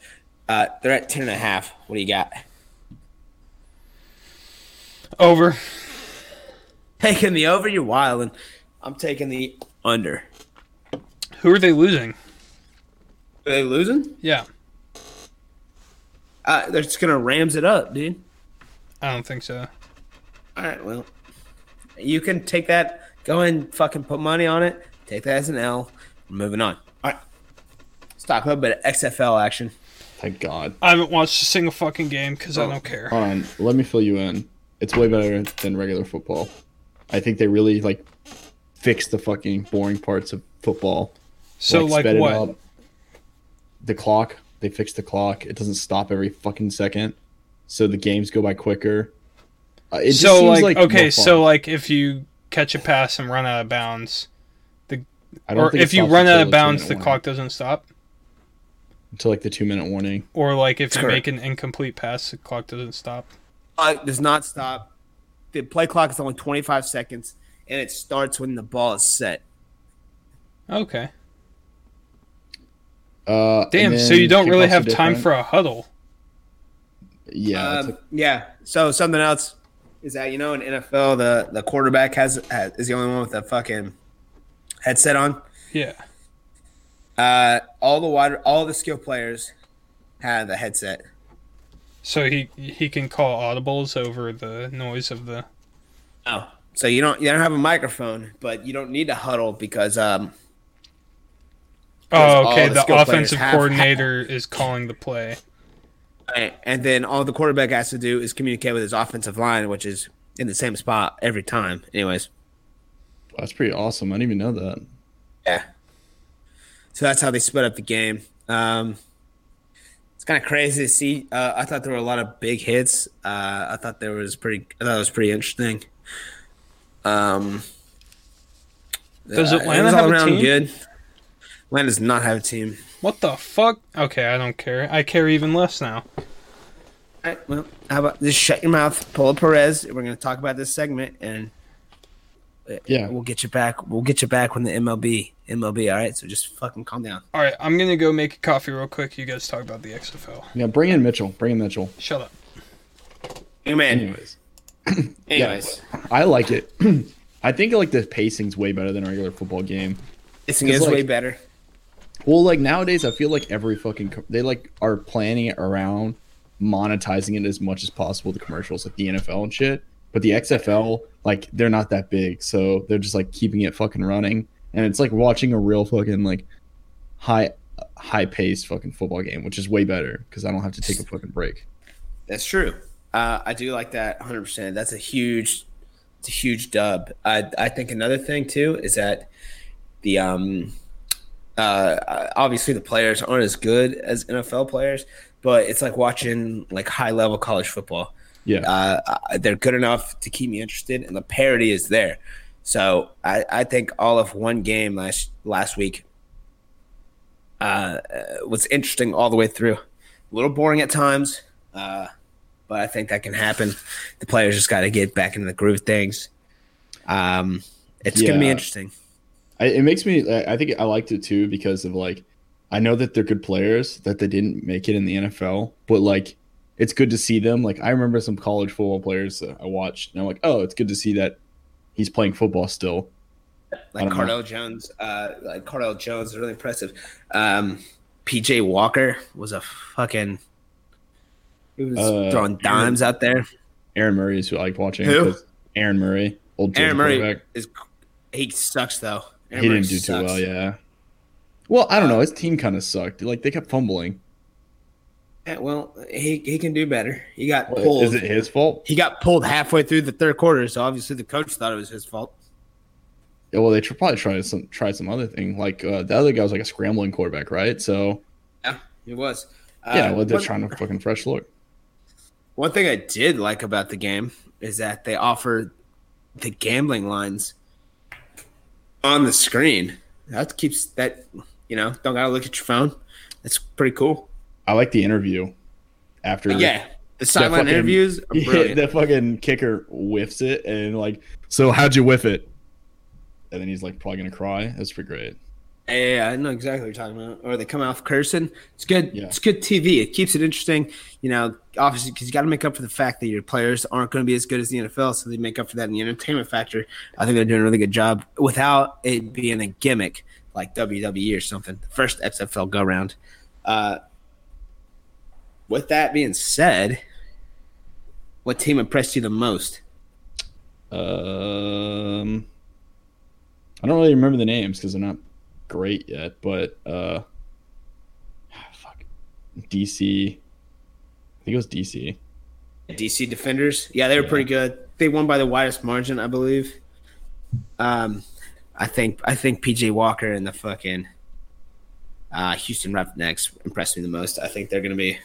Speaker 1: Uh, they're at ten and a half. What do you got?
Speaker 2: Over.
Speaker 1: Taking the over, you're wild, and I'm taking the under.
Speaker 2: Who are they losing?
Speaker 1: Are they losing?
Speaker 2: Yeah.
Speaker 1: Uh, they're just gonna Rams it up, dude.
Speaker 2: I don't think so.
Speaker 1: All right, well, you can take that. Go and fucking put money on it. Take that as an L. We're moving on. All right. Let's talk a little bit of XFL action.
Speaker 4: Thank God.
Speaker 2: I haven't watched a single fucking game because I don't care.
Speaker 4: Hold on, let me fill you in. It's way better than regular football. I think they really like fix the fucking boring parts of football.
Speaker 2: So like,
Speaker 4: sped it
Speaker 2: what?
Speaker 4: up. The clock. They fixed the clock. It doesn't stop every fucking second, so the games go by quicker. Uh, it just
Speaker 2: So
Speaker 4: seems
Speaker 2: like, okay,
Speaker 4: more
Speaker 2: so
Speaker 4: fun.
Speaker 2: like if you catch a pass and run out of bounds,
Speaker 4: I
Speaker 2: or
Speaker 4: think it
Speaker 2: if you
Speaker 4: stops
Speaker 2: run
Speaker 4: until
Speaker 2: out of
Speaker 4: two-minute
Speaker 2: bounds, the
Speaker 4: warning.
Speaker 2: clock doesn't stop.
Speaker 4: until like the two minute warning.
Speaker 2: Or like if you
Speaker 1: Correct.
Speaker 2: make an incomplete pass, the clock doesn't stop.
Speaker 1: Clock Uh, does not stop. The play clock is only 25 seconds, and it starts when the ball is set.
Speaker 2: Okay.
Speaker 4: Uh, and
Speaker 2: Damn. So
Speaker 4: then
Speaker 2: you don't really
Speaker 4: kickoffs are
Speaker 2: have time
Speaker 4: different.
Speaker 2: for a huddle.
Speaker 4: yeah.
Speaker 1: Um,
Speaker 4: it's like-
Speaker 1: yeah. So something else is that you know in NFL the the quarterback has, has is the only one with a fucking headset on.
Speaker 2: Yeah.
Speaker 1: Uh, all the wide, all the skill players have a headset.
Speaker 2: So he he can call audibles over the noise of the.
Speaker 1: Oh, so you don't you don't have a microphone, but you don't need to huddle because um all
Speaker 2: Oh, okay.
Speaker 1: the
Speaker 2: The,
Speaker 1: skill players
Speaker 2: offensive
Speaker 1: have-
Speaker 2: coordinator is calling the play.
Speaker 1: and then all the quarterback has to do is communicate with his offensive line, which is in the same spot every time. Anyways,
Speaker 4: that's pretty awesome. I didn't even know that.
Speaker 1: yeah. So that's how they split up the game. Um, it's kind of crazy to see. Uh, I thought there were a lot of big hits. Uh, I thought there was pretty. I thought it was pretty interesting. Um,
Speaker 2: Does
Speaker 1: uh, it
Speaker 2: Atlanta
Speaker 1: was all
Speaker 2: have a
Speaker 1: around
Speaker 2: team?
Speaker 1: Good. Atlanta does not have a team.
Speaker 2: What the fuck? Okay, I don't care. I care even less now.
Speaker 1: All right, well, how about just shut your mouth, pull up Perez. We're going to talk about this segment, and uh,
Speaker 4: Yeah.
Speaker 1: we'll get you back. We'll get you back when the MLB, MLB. All right, so just fucking calm down.
Speaker 2: All right, I'm gonna go make a coffee real quick. You guys talk about the XFL.
Speaker 4: Yeah, bring in Mitchell. Bring in Mitchell.
Speaker 2: Shut up.
Speaker 1: Hey, man.
Speaker 4: Anyways,
Speaker 1: Anyways,
Speaker 4: I like it. I think like the pacing's way better than a regular football game.
Speaker 1: this thing is
Speaker 4: like-
Speaker 1: way better.
Speaker 4: Well, like nowadays, I feel like every fucking co- they like are planning it around monetizing it as much as possible. The commercials, like the NFL and shit, but the XFL, like they're not that big, so they're just like keeping it fucking running, and it's like watching a real fucking like high high paced fucking football game, which is way better because I don't have to take a fucking break.
Speaker 1: That's true. Uh, I do like that 100%. That's a huge, it's a huge dub. I, I think another thing too is that the um, uh, obviously the players aren't as good as NFL players, but it's like watching like high level college football.
Speaker 4: Yeah,
Speaker 1: uh, I- they're good enough to keep me interested, and the parity is there. So I, I think all of one game last last week uh, uh, was interesting all the way through. A little boring at times, uh, but I think that can happen. The players just got to get back into the groove of things. Um, it's gonna be
Speaker 4: Yeah.
Speaker 1: interesting.
Speaker 4: I, it makes me. I I think I liked it too because of like, I know that they're good players that they didn't make it in the NFL, but like, it's good to see them. Like I remember some college football players that I watched, and I'm like, oh, it's good to see that he's playing football still.
Speaker 1: Like
Speaker 4: don't know.
Speaker 1: Cardell Jones, uh, like Cardell Jones is really impressive. Um, PJ Walker was a fucking. He was
Speaker 4: Uh,
Speaker 1: throwing dimes out there.
Speaker 4: Aaron Murray is who I like watching.
Speaker 1: Who?
Speaker 4: 'cause Aaron Murray, old Georgia
Speaker 1: Aaron Murray
Speaker 4: quarterback.
Speaker 1: is he sucks though. Aaron
Speaker 4: He
Speaker 1: Murray
Speaker 4: didn't do too
Speaker 1: sucks.
Speaker 4: well. Yeah. Well, I don't know. His team kind of sucked. Like they kept fumbling.
Speaker 1: Yeah, Eh, Well, he he can do better. He got
Speaker 4: What,
Speaker 1: pulled.
Speaker 4: Is it his fault?
Speaker 1: he got pulled halfway through the third quarter, so obviously the coach thought it was his fault.
Speaker 4: Yeah, well, they tr- probably tried some tried some other thing. Like uh, the other guy was like a scrambling quarterback, right? So
Speaker 1: Yeah, it was.
Speaker 4: yeah,
Speaker 1: Uh,
Speaker 4: well, they're
Speaker 1: one-
Speaker 4: trying to fucking fresh look.
Speaker 1: One thing I did like about the game is that they offered the gambling lines on the screen. That keeps that you know don't gotta look at your phone. That's pretty cool.
Speaker 4: I like the interview after.
Speaker 1: But yeah, The sideline
Speaker 4: fucking-
Speaker 1: interviews are
Speaker 4: Yeah,
Speaker 1: brilliant.
Speaker 4: the fucking kicker whiffs it and like, so how'd you whiff it? And then he's like probably gonna cry. That's pretty great.
Speaker 1: Yeah, yeah, yeah, I know exactly what you're talking about. Or they come off cursing. It's good.
Speaker 4: Yeah.
Speaker 1: It's good TV. It keeps it interesting. You know, obviously, because you got to make up for the fact that your players aren't going to be as good as the NFL, so they make up for that in the entertainment factor. I think they're doing a really good job without it being a gimmick like WWE or something. The first XFL go round. Uh, with that being said, what team impressed you the most?
Speaker 4: Um, I don't really remember the names because they're not great yet, but uh, fuck, DC. I think it was DC.
Speaker 1: DC Defenders. Yeah, they were pretty good. They won by the widest margin, I believe. Um, I think I think PJ Walker and the fucking uh, Houston Roughnecks impressed me the most. I think they're gonna be.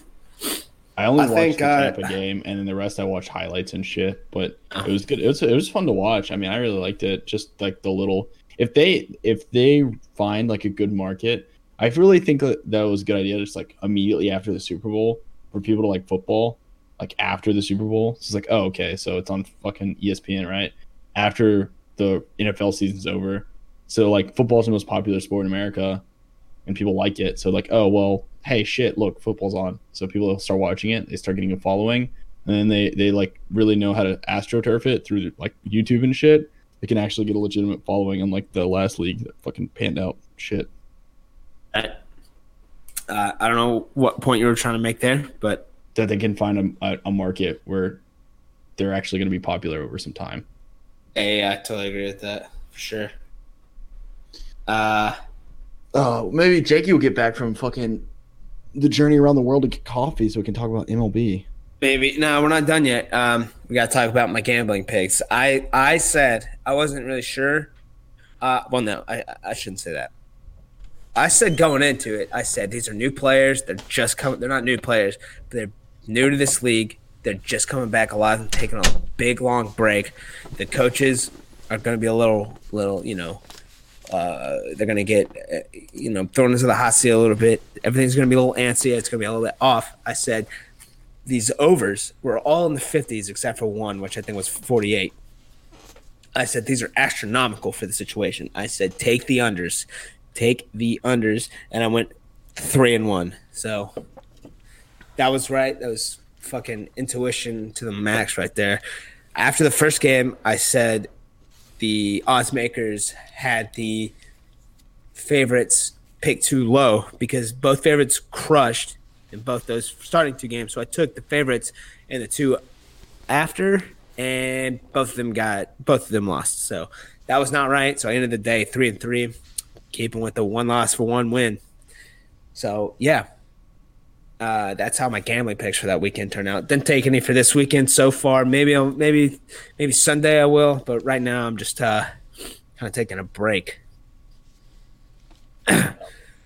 Speaker 4: I only
Speaker 1: I
Speaker 4: watched
Speaker 1: think,
Speaker 4: the
Speaker 1: uh,
Speaker 4: Tampa game, and then the rest I watched highlights and shit. But
Speaker 1: Uh.
Speaker 4: it was good. It was it was fun to watch. I mean, I really liked it. Just like the little if they if they find like a good market, I really think that that was a good idea. Just like immediately after the Super Bowl for people to like football, like after the Super Bowl, it's just like oh okay, so it's on fucking E ESPN right after the NFL season's over. So like football's the most popular sport in America and people like it. So like, oh well, hey shit, look, football's on. So people start watching it, they start getting a following, and then they they like really know how to astroturf it through like YouTube and shit. They can actually get a legitimate following, unlike the last league that fucking panned out shit.
Speaker 1: Uh, I don't know what point you were trying to make there, but
Speaker 4: That they can find a, a, a market where they're actually going to be popular over some time.
Speaker 1: yeah, I totally agree with that for sure. Uh,
Speaker 3: Oh, maybe Jakey will get back from fucking the journey around the world to get coffee, so we can talk about MLB.
Speaker 1: Maybe no, we're not done yet. Um, we got to talk about my gambling picks. I I said I wasn't really sure. Uh, well, no, I I shouldn't say that. I said going into it, I said these are new players. They're just coming. They're not new players, but they're new to this league. They're just coming back alive and taking a big long break. The coaches are going to be a little little, you know, uh, they're going to get, uh, you know, thrown into the hot seat a little bit. Everything's going to be a little antsy. It's going to be a little bit off. I said these overs were all in the 50s except for one, which I think was 48. I said these are astronomical for the situation. I said take the unders, take the unders, and I went three and one. So that was right. That was fucking intuition to the max right there. After the first game, I said the odds makers had the favorites picked too low because both favorites crushed in both those starting two games. So I took the favorites and the two after, and both of them got both of them lost. So that was not right. So I ended the day three and three, keeping with the one loss for one win. So yeah. Uh, that's how my gambling picks for that weekend turned out. Didn't take any for this weekend so far. Maybe I'll, maybe maybe Sunday I will, but right now I'm just uh, kind of taking a break.
Speaker 4: James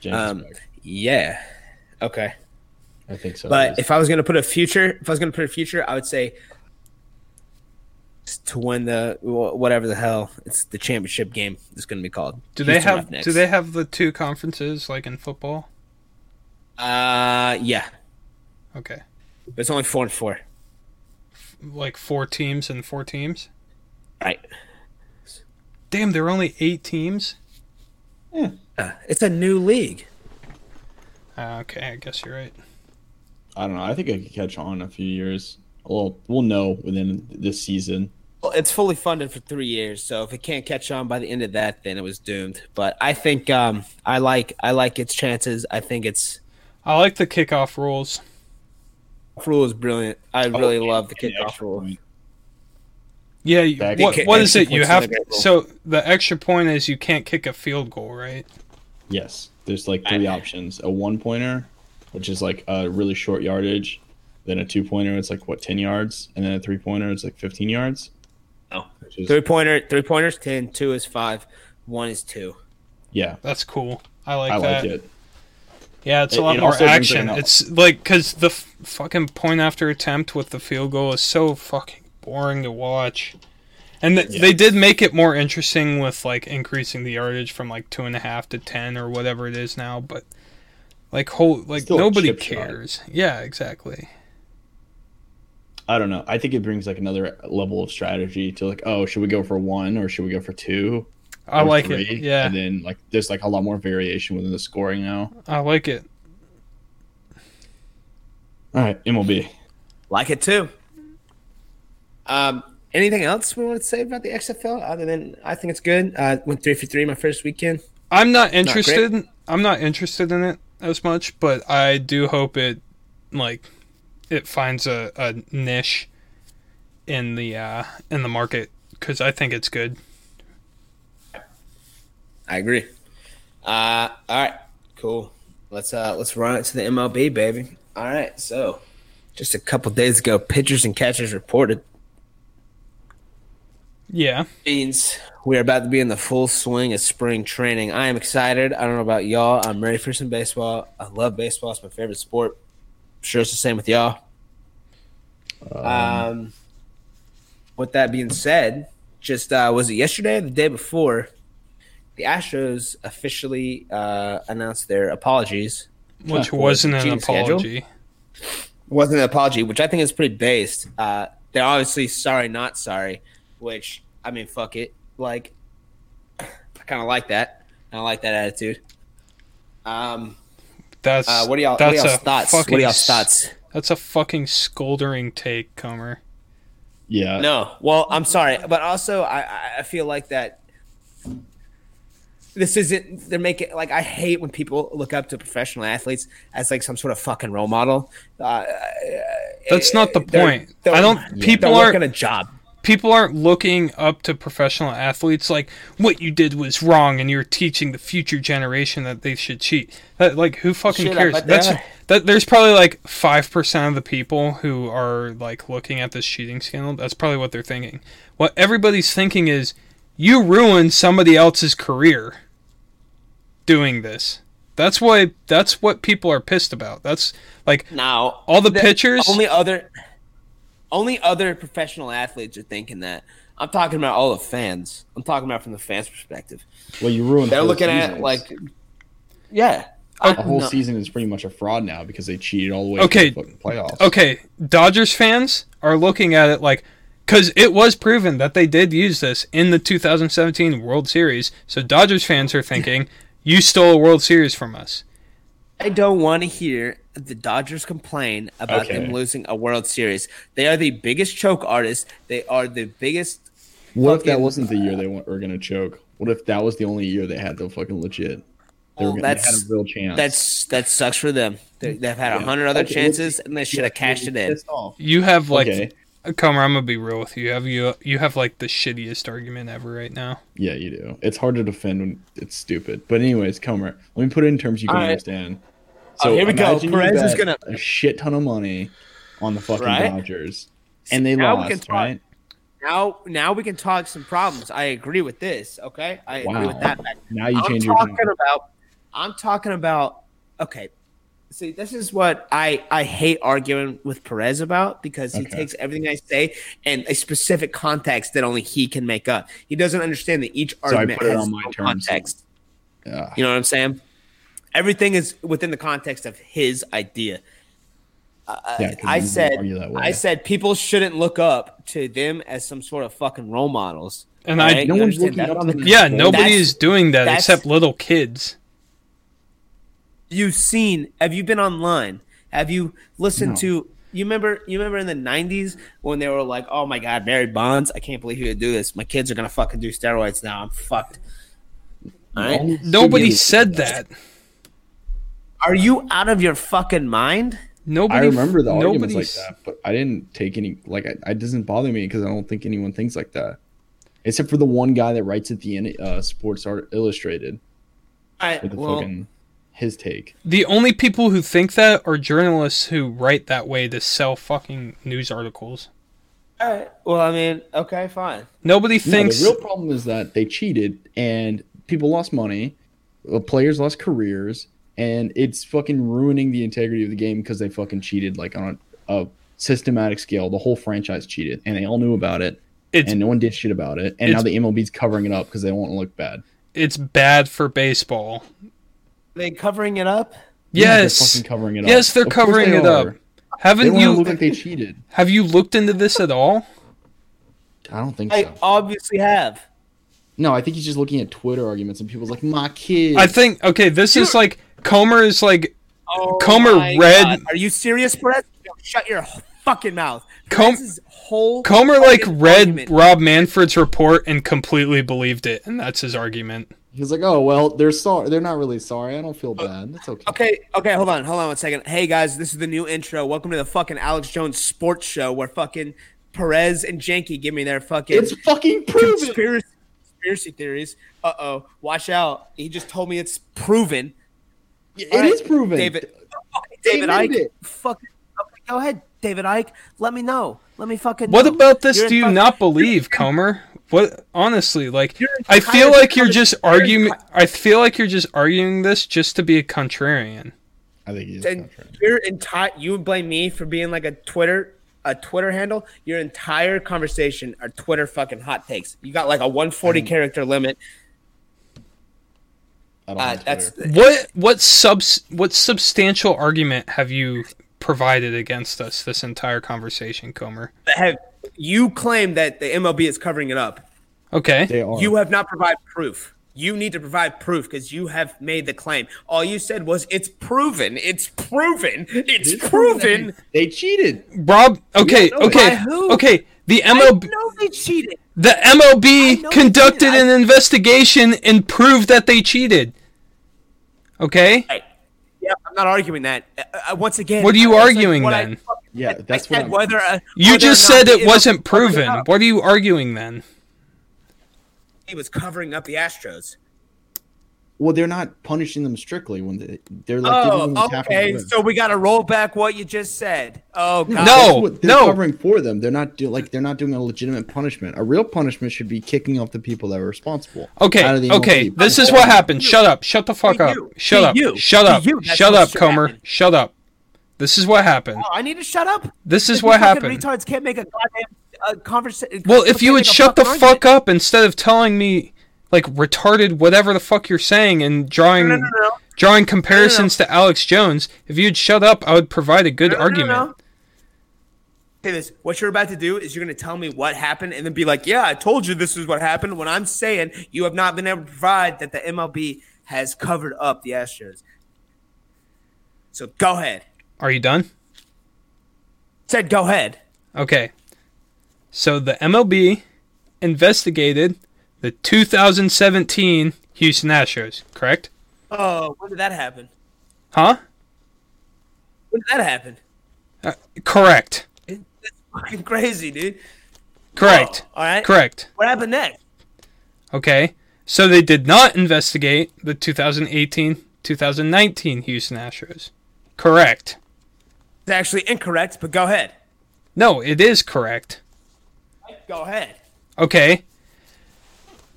Speaker 4: is
Speaker 1: Um,
Speaker 4: back.
Speaker 1: Yeah. Okay.
Speaker 4: I think so.
Speaker 1: But if I was going to put a future, if I was going to put a future, I would say to win the wh- whatever the hell it's the championship game is going to be called.
Speaker 2: Do they
Speaker 1: Houston
Speaker 2: have
Speaker 1: Roughnecks.
Speaker 2: do they have the two conferences like in football?
Speaker 1: Uh, yeah,
Speaker 2: Okay.
Speaker 1: but it's only four and four,
Speaker 2: Like four teams and four teams?
Speaker 1: right?
Speaker 2: Damn, there are only eight teams?
Speaker 1: Uh, it's a new league.
Speaker 2: Uh, okay, I guess you're right.
Speaker 4: I don't know. I think I could catch on in a few years. Well, we'll know within this season.
Speaker 1: Well, it's fully funded for three years, so if it can't catch on by the end of that, then it was doomed. But I think um, I like I like its chances. I think its
Speaker 2: I like the kickoff rules.
Speaker 1: rule is brilliant. I really
Speaker 4: and-
Speaker 1: love the
Speaker 4: and
Speaker 1: kickoff
Speaker 4: extra
Speaker 1: rule.
Speaker 4: point.
Speaker 2: Yeah, you-
Speaker 4: Back-
Speaker 2: what,
Speaker 1: Kick-
Speaker 2: what is
Speaker 1: extra
Speaker 2: it? You
Speaker 1: points
Speaker 2: have
Speaker 1: in the goal.
Speaker 2: so the extra point is you can't kick a field goal, right?
Speaker 4: Yes, there's like three options: a one pointer, which is like a really short yardage, then a two pointer, it's like what ten yards, and then a three pointer, it's like fifteen yards.
Speaker 1: Oh.
Speaker 4: Which is,
Speaker 1: Three pointer, three pointers ten, two is five, one is two.
Speaker 4: yeah,
Speaker 2: That's cool. I like
Speaker 4: I
Speaker 2: that.
Speaker 4: like it.
Speaker 2: Yeah, it's
Speaker 4: It-
Speaker 2: a lot
Speaker 4: it
Speaker 2: more
Speaker 4: also brings it
Speaker 2: action.
Speaker 4: up.
Speaker 2: It's like because the f- fucking point after attempt with the field goal is so fucking boring to watch. And th- they did make it more interesting with like increasing the yardage from like two and a half to ten or whatever it is now. But like whole like
Speaker 4: Still a
Speaker 2: nobody
Speaker 4: chip shot.
Speaker 2: cares. Yeah, exactly.
Speaker 4: I don't know. I think it brings like another level of strategy to like, oh, should we go for one or should we go for two?
Speaker 2: I
Speaker 4: or
Speaker 2: like
Speaker 4: three?
Speaker 2: it. Yeah,
Speaker 4: And then like there's like a lot more variation within the scoring now.
Speaker 2: I like it.
Speaker 4: All right, MLB.
Speaker 1: Like it too. Um, anything else we want to say about the XFL other than I think it's good. I went three for three my first weekend.
Speaker 2: I'm not
Speaker 1: great.
Speaker 2: interested. I'm not interested in it as much, but I do hope it like it finds a, a niche in the uh, in the market because I think it's good.
Speaker 1: I agree. Uh, all right, cool. Let's uh, let's run it to the MLB, baby. All right, so just a couple days ago, pitchers and catchers reported
Speaker 2: Yeah,
Speaker 1: means we are about to be in the full swing of spring training. I am excited. I don't know about y'all. I'm ready for some baseball. I love baseball. It's my favorite sport. I'm sure it's the same with y'all. Um, with that being said, just uh, was it yesterday or the day before? The Astros officially uh, announced their apologies.
Speaker 2: which
Speaker 4: Huh.
Speaker 2: wasn't an
Speaker 1: Gene schedule?
Speaker 2: apology.
Speaker 1: wasn't an apology, which I think is pretty based. Uh, they're obviously sorry, not sorry, which I mean, fuck it. Like, I kind of like that. I like that attitude. Um,
Speaker 2: That's
Speaker 1: uh, what are y'all? What are
Speaker 2: That's
Speaker 1: y'all's
Speaker 2: a
Speaker 1: thoughts? What
Speaker 2: fucking
Speaker 1: are y'all's thoughts?
Speaker 2: That's a fucking scoldering take, Comer.
Speaker 4: Yeah.
Speaker 2: uh,
Speaker 1: No, well, I'm sorry, but also I- I, I feel like that. This isn't. They're making like I hate when people look up to professional athletes as like some sort of fucking role model. Uh,
Speaker 2: That's not the
Speaker 1: Eh, they're-
Speaker 2: point.
Speaker 1: they're-
Speaker 2: I don't.
Speaker 1: they're
Speaker 2: People aren't.
Speaker 1: working a job.
Speaker 2: people aren't looking up to professional athletes like what you did was wrong and you're teaching the future generation that they should cheat that, like who fucking
Speaker 1: Shit, I
Speaker 2: cares
Speaker 1: bet they
Speaker 2: that's
Speaker 1: are.
Speaker 2: that there's probably like 5% of the people who are like looking at this cheating scandal that's probably what they're thinking what everybody's thinking is you ruined somebody else's career doing this that's why that's what people are pissed about that's like
Speaker 1: Now
Speaker 2: All the pitchers?
Speaker 1: only other, only other professional athletes are thinking that. I'm talking about all the fans. I'm talking about from the fans' perspective.
Speaker 4: Well, you ruined.
Speaker 1: They're
Speaker 4: whole
Speaker 1: looking at
Speaker 4: seasons.
Speaker 1: like, yeah,
Speaker 4: the whole
Speaker 1: no.
Speaker 4: season is pretty much a fraud now because they cheated all the way
Speaker 2: Okay.
Speaker 4: to the fucking playoffs.
Speaker 2: okay, Dodgers fans are looking at it like because it was proven that they did use this in the 2017 World Series. So Dodgers fans are thinking, "You stole a World Series from us."
Speaker 1: I don't want to hear the Dodgers complain about
Speaker 4: Okay.
Speaker 1: them losing a World Series. They are the biggest choke artists. They are the biggest.
Speaker 4: What if that
Speaker 1: fucking-
Speaker 4: wasn't the year they wa- were gonna choke? What if that was the only year they had the fucking legit? They, were
Speaker 1: Well,
Speaker 4: gonna, they had
Speaker 1: that's-
Speaker 4: a real chance.
Speaker 1: That's that sucks for them. They, they've had a
Speaker 4: Yeah.
Speaker 1: hundred other
Speaker 4: Okay,
Speaker 1: chances,
Speaker 4: let's-
Speaker 1: and they should have cashed it in.
Speaker 4: Pissed off.
Speaker 2: You have like,
Speaker 4: Okay.
Speaker 2: Comer, I'm gonna be real with you. You Have you you have like the shittiest argument ever right now?
Speaker 4: Yeah, you do. It's hard to defend when it's stupid. But anyways, Comer, let me put it in terms you can
Speaker 1: All right.
Speaker 4: understand.
Speaker 1: Oh, here we go.
Speaker 4: imagine you
Speaker 1: Perez is
Speaker 4: bet
Speaker 1: gonna-
Speaker 4: a shit ton of money on the fucking
Speaker 1: Right?
Speaker 4: Dodgers, and they
Speaker 1: Now we can
Speaker 4: lost,
Speaker 1: talk.
Speaker 4: right?
Speaker 1: Now, now we can talk some problems. I agree with this. Okay, I agree with
Speaker 4: Wow.
Speaker 1: that. Fact.
Speaker 4: Now you
Speaker 1: I'm
Speaker 4: change your
Speaker 1: talking
Speaker 4: mind.
Speaker 1: about. I'm talking about. Okay, see, this is what I I hate arguing with Perez about because he
Speaker 4: Okay.
Speaker 1: takes everything I say and a specific context that only he can make up. He doesn't understand that each
Speaker 4: I
Speaker 1: argument
Speaker 4: put it
Speaker 1: has
Speaker 4: on
Speaker 1: its
Speaker 4: my
Speaker 1: own
Speaker 4: terms.
Speaker 1: context.
Speaker 4: Yeah.
Speaker 1: You know what I'm saying? Everything is within the context of his idea.
Speaker 4: Yeah, 'cause
Speaker 1: I
Speaker 4: you
Speaker 1: said,
Speaker 4: argue that way.
Speaker 1: I said, people shouldn't look up to them as some sort of fucking role models.
Speaker 2: And
Speaker 1: All
Speaker 2: I-
Speaker 1: right?
Speaker 4: No
Speaker 1: You
Speaker 4: one's
Speaker 1: understand
Speaker 4: looking
Speaker 1: that?
Speaker 4: up to them.
Speaker 2: Yeah,
Speaker 4: Well,
Speaker 2: nobody
Speaker 1: that's-
Speaker 2: is doing that
Speaker 1: that's-
Speaker 2: except little kids.
Speaker 1: You've seen? Have you been online? Have you listened
Speaker 4: No.
Speaker 1: to? You remember? You remember in the '90s when they were like, "Oh my God, Barry Bonds! I can't believe he would do this. My kids are gonna fucking do steroids now. I'm fucked." All right.
Speaker 4: Only
Speaker 2: Nobody
Speaker 4: idiots do
Speaker 2: said that.
Speaker 1: Are you out of your fucking mind?
Speaker 2: Nobody.
Speaker 4: I remember the arguments like
Speaker 2: nobody's-
Speaker 4: that, but I didn't take any. Like, I, it doesn't bother me because I don't think anyone thinks like that, except for the one guy that writes at the end, uh, Sports Art Illustrated
Speaker 1: All right.
Speaker 4: with the
Speaker 1: Well,
Speaker 4: fucking his take.
Speaker 2: The only people who think that are journalists who write that way to sell fucking news articles.
Speaker 1: all right. Well, I mean, okay, fine.
Speaker 2: Nobody
Speaker 4: No,
Speaker 2: thinks
Speaker 4: the real problem is that they cheated and people lost money, uh, players lost careers, and it's fucking ruining the integrity of the game because they fucking cheated like on a, a systematic scale. The whole franchise cheated, and they all knew about it,
Speaker 2: It's-
Speaker 4: and no one did shit about it. And now
Speaker 2: it's-
Speaker 4: the MLB's covering it up because they don't want to look bad.
Speaker 2: it's bad for baseball.
Speaker 1: Are they covering it up?
Speaker 4: Yeah, they're
Speaker 2: Yes.
Speaker 4: fucking covering it up.
Speaker 2: Yes, they're
Speaker 4: Of course
Speaker 2: covering
Speaker 4: they
Speaker 2: it up.
Speaker 4: are. They don't
Speaker 2: Haven't
Speaker 4: want to
Speaker 2: you
Speaker 4: look like they cheated.
Speaker 2: have you looked into this at all?
Speaker 4: I don't think
Speaker 1: I
Speaker 4: so.
Speaker 1: obviously have.
Speaker 4: No, I think he's just looking at Twitter arguments and people's like, my kid.
Speaker 2: I think okay, this is like Comer is like
Speaker 1: Oh
Speaker 2: Comer
Speaker 1: my
Speaker 2: read-
Speaker 1: God. Are you serious, Perez? Yo, Shut your fucking mouth.
Speaker 2: Com-
Speaker 1: Perez's whole
Speaker 2: Comer like
Speaker 1: fucking
Speaker 2: read
Speaker 1: argument-
Speaker 2: Rob Manfred's report and completely believed it, and that's his argument.
Speaker 4: He's like, oh well, they're sorry. They're not really sorry. I don't feel bad. That's okay.
Speaker 1: Okay, okay, hold on, hold on one second. Hey guys, this is the new intro. Welcome to the fucking Alex Jones Sports Show, where fucking Perez and Janky give me their fucking
Speaker 4: It's fucking proven.
Speaker 1: conspiracy, conspiracy theories. Uh oh, watch out! He just told me it's proven.
Speaker 4: It
Speaker 1: All right,
Speaker 4: is proven.
Speaker 1: David. Fucking David
Speaker 4: They
Speaker 1: Ike.
Speaker 4: admitted it.
Speaker 1: Fucking okay, go ahead, David Ike. Let me know. Let me fucking.
Speaker 2: What
Speaker 1: know.
Speaker 2: about this
Speaker 1: You're
Speaker 2: do you
Speaker 1: fucking-
Speaker 2: not believe, Comer? What honestly, like
Speaker 1: Your
Speaker 2: I feel
Speaker 1: entire
Speaker 2: like you're
Speaker 1: fucking-
Speaker 2: just arguing I feel like you're just arguing this just to be a contrarian.
Speaker 4: I think he's.
Speaker 1: and your entire you would blame me for being like a Twitter a Twitter handle. Your entire conversation are Twitter fucking hot takes. You got like a 140 character limit.
Speaker 4: I don't
Speaker 1: Uh,
Speaker 4: know
Speaker 1: that's
Speaker 2: What what subs what substantial argument have you provided against us this entire conversation, Comer?
Speaker 1: have you claim that the MLB is covering it up.
Speaker 2: Okay.
Speaker 4: they are.
Speaker 1: You have not provided proof. You need to provide proof because you have made the claim. All you said was it's proven. It's proven. It's proven.
Speaker 4: they cheated.
Speaker 2: Rob okay,
Speaker 4: don't know
Speaker 1: by
Speaker 2: okay.
Speaker 1: who.
Speaker 2: Okay. The
Speaker 1: I
Speaker 2: MLB
Speaker 1: know they cheated.
Speaker 2: the
Speaker 1: I
Speaker 2: MLB
Speaker 1: know they
Speaker 2: conducted
Speaker 1: did.
Speaker 2: an investigation and proved that they cheated. Okay?
Speaker 1: Right. Yeah, I'm not arguing that. Uh, uh, once again,
Speaker 2: What are you
Speaker 1: I said
Speaker 2: arguing
Speaker 1: what I
Speaker 2: then?
Speaker 1: fucking
Speaker 4: Yeah,
Speaker 1: said.
Speaker 4: that's
Speaker 1: I
Speaker 4: what
Speaker 1: said
Speaker 4: I'm-
Speaker 1: whether, uh,
Speaker 2: You
Speaker 1: whether
Speaker 2: just
Speaker 1: or not
Speaker 2: said
Speaker 1: the
Speaker 2: it
Speaker 1: NFL
Speaker 2: wasn't
Speaker 1: covered it
Speaker 2: proven.
Speaker 1: up.
Speaker 2: What are you arguing then?
Speaker 1: He was covering up the Astros.
Speaker 4: Well, they're not punishing them strictly when they, they're like giving them
Speaker 1: oh,
Speaker 4: half of the
Speaker 1: okay.
Speaker 4: win.
Speaker 1: So we got to roll back what you just said. Oh, God.
Speaker 2: No.
Speaker 4: That's what they're
Speaker 2: no.
Speaker 4: covering for them. They're not do, like they're not doing a legitimate punishment. A real punishment should be kicking off the people that are responsible. out of
Speaker 2: Okay,
Speaker 4: the
Speaker 2: okay.
Speaker 4: MLB.
Speaker 2: This is what happened. Shut up. Shut the fuck
Speaker 1: To
Speaker 2: up.
Speaker 1: you.
Speaker 2: Shut
Speaker 1: To
Speaker 2: up.
Speaker 1: you.
Speaker 2: Shut
Speaker 1: To
Speaker 2: up.
Speaker 1: you. That's
Speaker 2: Shut
Speaker 1: what
Speaker 2: up,
Speaker 1: should
Speaker 2: Comer.
Speaker 1: happen.
Speaker 2: Shut up. This is what happened.
Speaker 1: I need to shut up.
Speaker 2: This is
Speaker 1: You
Speaker 2: what
Speaker 1: fucking
Speaker 2: happened.
Speaker 1: Retards can't make a goddamn uh, conversation.
Speaker 2: Well, if you would shut the fuck up instead of telling me like retarded whatever the fuck you're saying and drawing
Speaker 1: No, no, no, no.
Speaker 2: drawing comparisons to Alex Jones, if you'd shut up, I would provide a good
Speaker 1: No, no, no,
Speaker 2: argument.
Speaker 1: no. Okay, this. What you're about to do is you're going to tell me what happened and then be like, yeah, I told you this is what happened when I'm saying you have not been able to provide that the MLB has covered up the Astros. So go ahead.
Speaker 2: Are you done?
Speaker 1: Said go ahead.
Speaker 2: Okay. So the MLB investigated the 2017 Houston Astros, correct?
Speaker 1: Oh, when did that happen?
Speaker 2: Huh? Uh,
Speaker 1: When did that happen?
Speaker 2: Correct.
Speaker 1: It- That's fucking crazy, dude.
Speaker 2: Correct.
Speaker 1: All right.
Speaker 2: Correct.
Speaker 1: What happened next?
Speaker 2: Okay. So they did not investigate the 2018 2019 Houston Astros. Correct.
Speaker 1: It's actually incorrect, but go ahead.
Speaker 2: No, it is correct.
Speaker 1: Go ahead.
Speaker 2: Okay.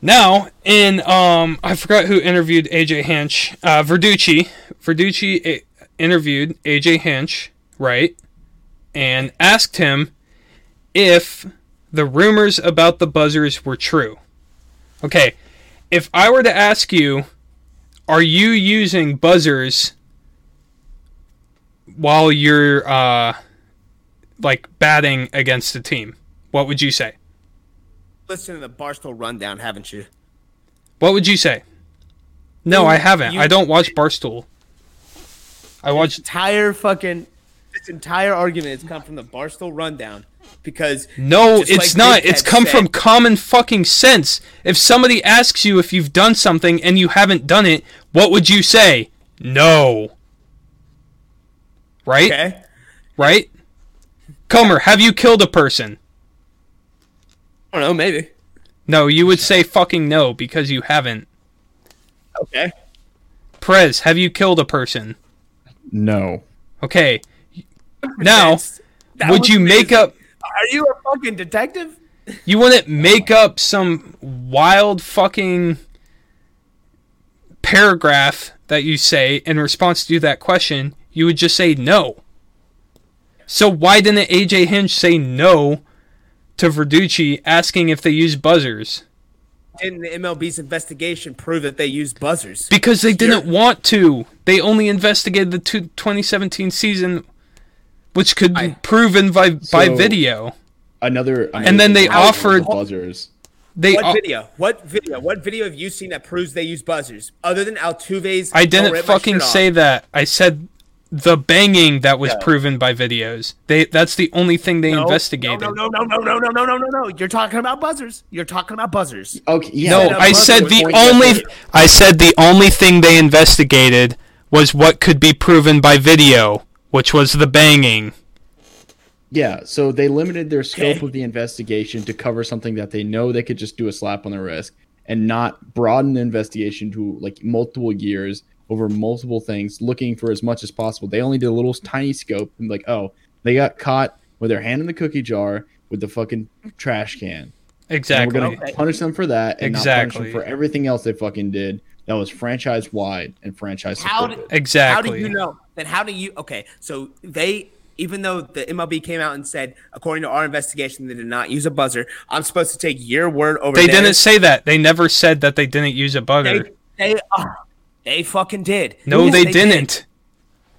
Speaker 2: Now, in um, I forgot who interviewed AJ Hinch. Uh, Verducci. Verducci eh, interviewed AJ Hinch, right? And asked him if the rumors about the buzzers were true. Okay. If I were to ask you, are you using buzzers while you're uh, like batting against a team? What would you say?
Speaker 1: Listen to the Barstool rundown, haven't you?
Speaker 2: What would you say? No, I haven't.
Speaker 1: you-
Speaker 2: I don't watch Barstool. I watch.
Speaker 1: entire fucking this entire argument has come from the Barstool rundown because
Speaker 2: No,
Speaker 1: just
Speaker 2: it's
Speaker 1: like
Speaker 2: not.
Speaker 1: Big
Speaker 2: It's
Speaker 1: Ted
Speaker 2: come
Speaker 1: said,
Speaker 2: from common fucking sense. If somebody asks you if you've done something and you haven't done it, what would you say? No. Right?
Speaker 1: okay.
Speaker 2: Right? Comer, have you killed a person?
Speaker 1: I don't know, maybe.
Speaker 2: No, you would say fucking no because you haven't.
Speaker 1: Okay.
Speaker 2: Prez, have you killed a person?
Speaker 4: no.
Speaker 2: Okay. Now,
Speaker 1: That
Speaker 2: would
Speaker 1: was
Speaker 2: you make
Speaker 1: amazing.
Speaker 2: up
Speaker 1: Are you a fucking detective?
Speaker 2: You wouldn't make up some wild fucking paragraph that you say in response to that question. You would just say no. So why didn't AJ Hinch say no to Verducci asking if they use buzzers?
Speaker 1: Didn't the MLB's investigation prove that they used buzzers?
Speaker 2: Because they didn't want to. They only investigated the two- 2017 season which could be
Speaker 1: I-
Speaker 2: proven by by
Speaker 4: So-
Speaker 2: video.
Speaker 4: Another,
Speaker 2: And then they offered-
Speaker 4: buzzers.
Speaker 2: They
Speaker 1: What
Speaker 2: o-
Speaker 1: video? What video? What video have you seen that proves they use buzzers other than Altuve's?
Speaker 2: I
Speaker 1: "Don't
Speaker 2: didn't
Speaker 1: rip my
Speaker 2: fucking
Speaker 1: shirt Oh, off"?
Speaker 2: say that. I said the banging that was proven by videos. They that's the only thing they
Speaker 1: No,
Speaker 2: investigated.
Speaker 1: No, no, no, no, no, no, no, no, no, no. You're talking about buzzers. You're talking about buzzers.
Speaker 4: Okay, yeah.
Speaker 2: No,
Speaker 1: that
Speaker 2: Oh, I
Speaker 1: buzzer
Speaker 2: said
Speaker 1: was
Speaker 2: the
Speaker 1: pointing at
Speaker 2: only
Speaker 1: the-
Speaker 2: I said the only thing they investigated was what could be proven by video, which was the banging.
Speaker 4: Yeah, so they limited their scope
Speaker 1: Okay.
Speaker 4: of the investigation to cover something that they know they could just do a slap on the wrist and not broaden the investigation to like multiple years over multiple things, looking for as much as possible. They only did a little tiny scope and like, oh, they got caught with their hand in the cookie jar with the fucking trash can. And
Speaker 2: Exactly.
Speaker 4: we're gonna
Speaker 1: Okay.
Speaker 4: punish them for that and not
Speaker 2: Exactly.
Speaker 4: punish them for everything else they fucking did that was franchise wide and franchise
Speaker 1: How
Speaker 4: supported.
Speaker 1: did-
Speaker 2: Exactly.
Speaker 1: How do you know? Then how do you? Okay, so they, even though the MLB came out and said, according to our investigation, they did not use a buzzer. I'm supposed to take your word over.
Speaker 2: They
Speaker 1: theirs.
Speaker 2: didn't say that. They never said that they didn't use a bugger.
Speaker 1: They, they, uh, they fucking did.
Speaker 2: no,
Speaker 1: Yes,
Speaker 2: they,
Speaker 1: did.
Speaker 2: didn't.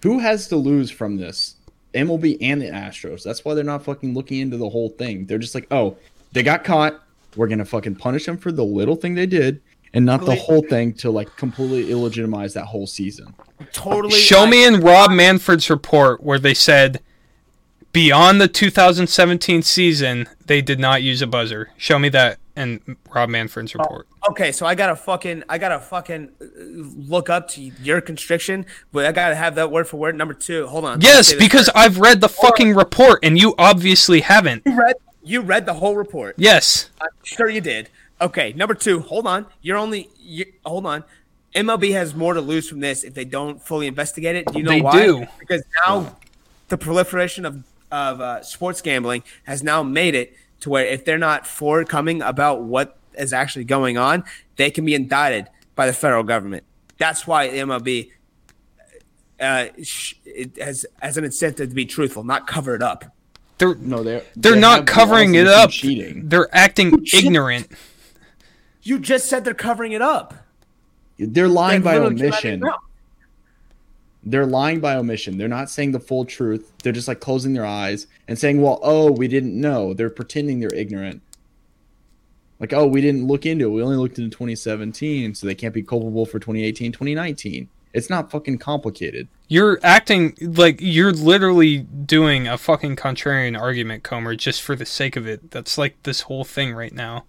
Speaker 4: Who has to lose from this? MLB and the Astros. That's why they're not fucking looking into the whole thing. They're just like, oh, they got caught. We're gonna fucking punish them for the little thing they did, and not the whole thing to like completely illegitimize that whole season.
Speaker 1: Totally.
Speaker 2: Show
Speaker 1: I-
Speaker 2: me in Rob Manfred's report where they said beyond the 2017 season they did not use a buzzer. Show me that in Rob Manfred's
Speaker 1: Oh,
Speaker 2: report.
Speaker 1: Okay, so I gotta fucking, I gotta fucking uh, look up to your constriction, but I gotta have that word for word. Number two, hold on.
Speaker 2: Yes,
Speaker 1: Let me say this
Speaker 2: because
Speaker 1: first.
Speaker 2: I've read the fucking report and you obviously haven't.
Speaker 1: you read, you read the whole report.
Speaker 2: Yes.
Speaker 1: I'm sure you did. Okay, number two. Hold on. You're only. You, hold on. MLB has more to lose from this if they don't fully investigate it. Do you know
Speaker 2: They
Speaker 1: why?
Speaker 2: do.
Speaker 1: Because now the proliferation of of uh, sports gambling has now made it to where if they're not forthcoming about what is actually going on, they can be indicted by the federal government. That's why the MLB uh, sh- it has as an incentive to be truthful, not cover it up.
Speaker 2: They're
Speaker 4: No, they're
Speaker 2: They're
Speaker 4: they
Speaker 2: not
Speaker 4: have
Speaker 2: covering
Speaker 4: laws
Speaker 2: it
Speaker 4: against
Speaker 2: up.
Speaker 4: Cheating.
Speaker 2: They're acting ignorant.
Speaker 1: You just said they're covering it up.
Speaker 4: They're lying by
Speaker 1: They're literally letting
Speaker 4: omission.
Speaker 1: it out.
Speaker 4: They're lying by omission. They're not saying the full truth. They're just like closing their eyes and saying, "Well, oh, we didn't know." They're pretending they're ignorant. Like, "Oh, we didn't look into it. We only looked into 2017, so they can't be culpable for 2018, 2019." It's not fucking complicated.
Speaker 2: You're acting like you're literally doing a fucking contrarian argument, Comer, just for the sake of it. That's like this whole thing right now.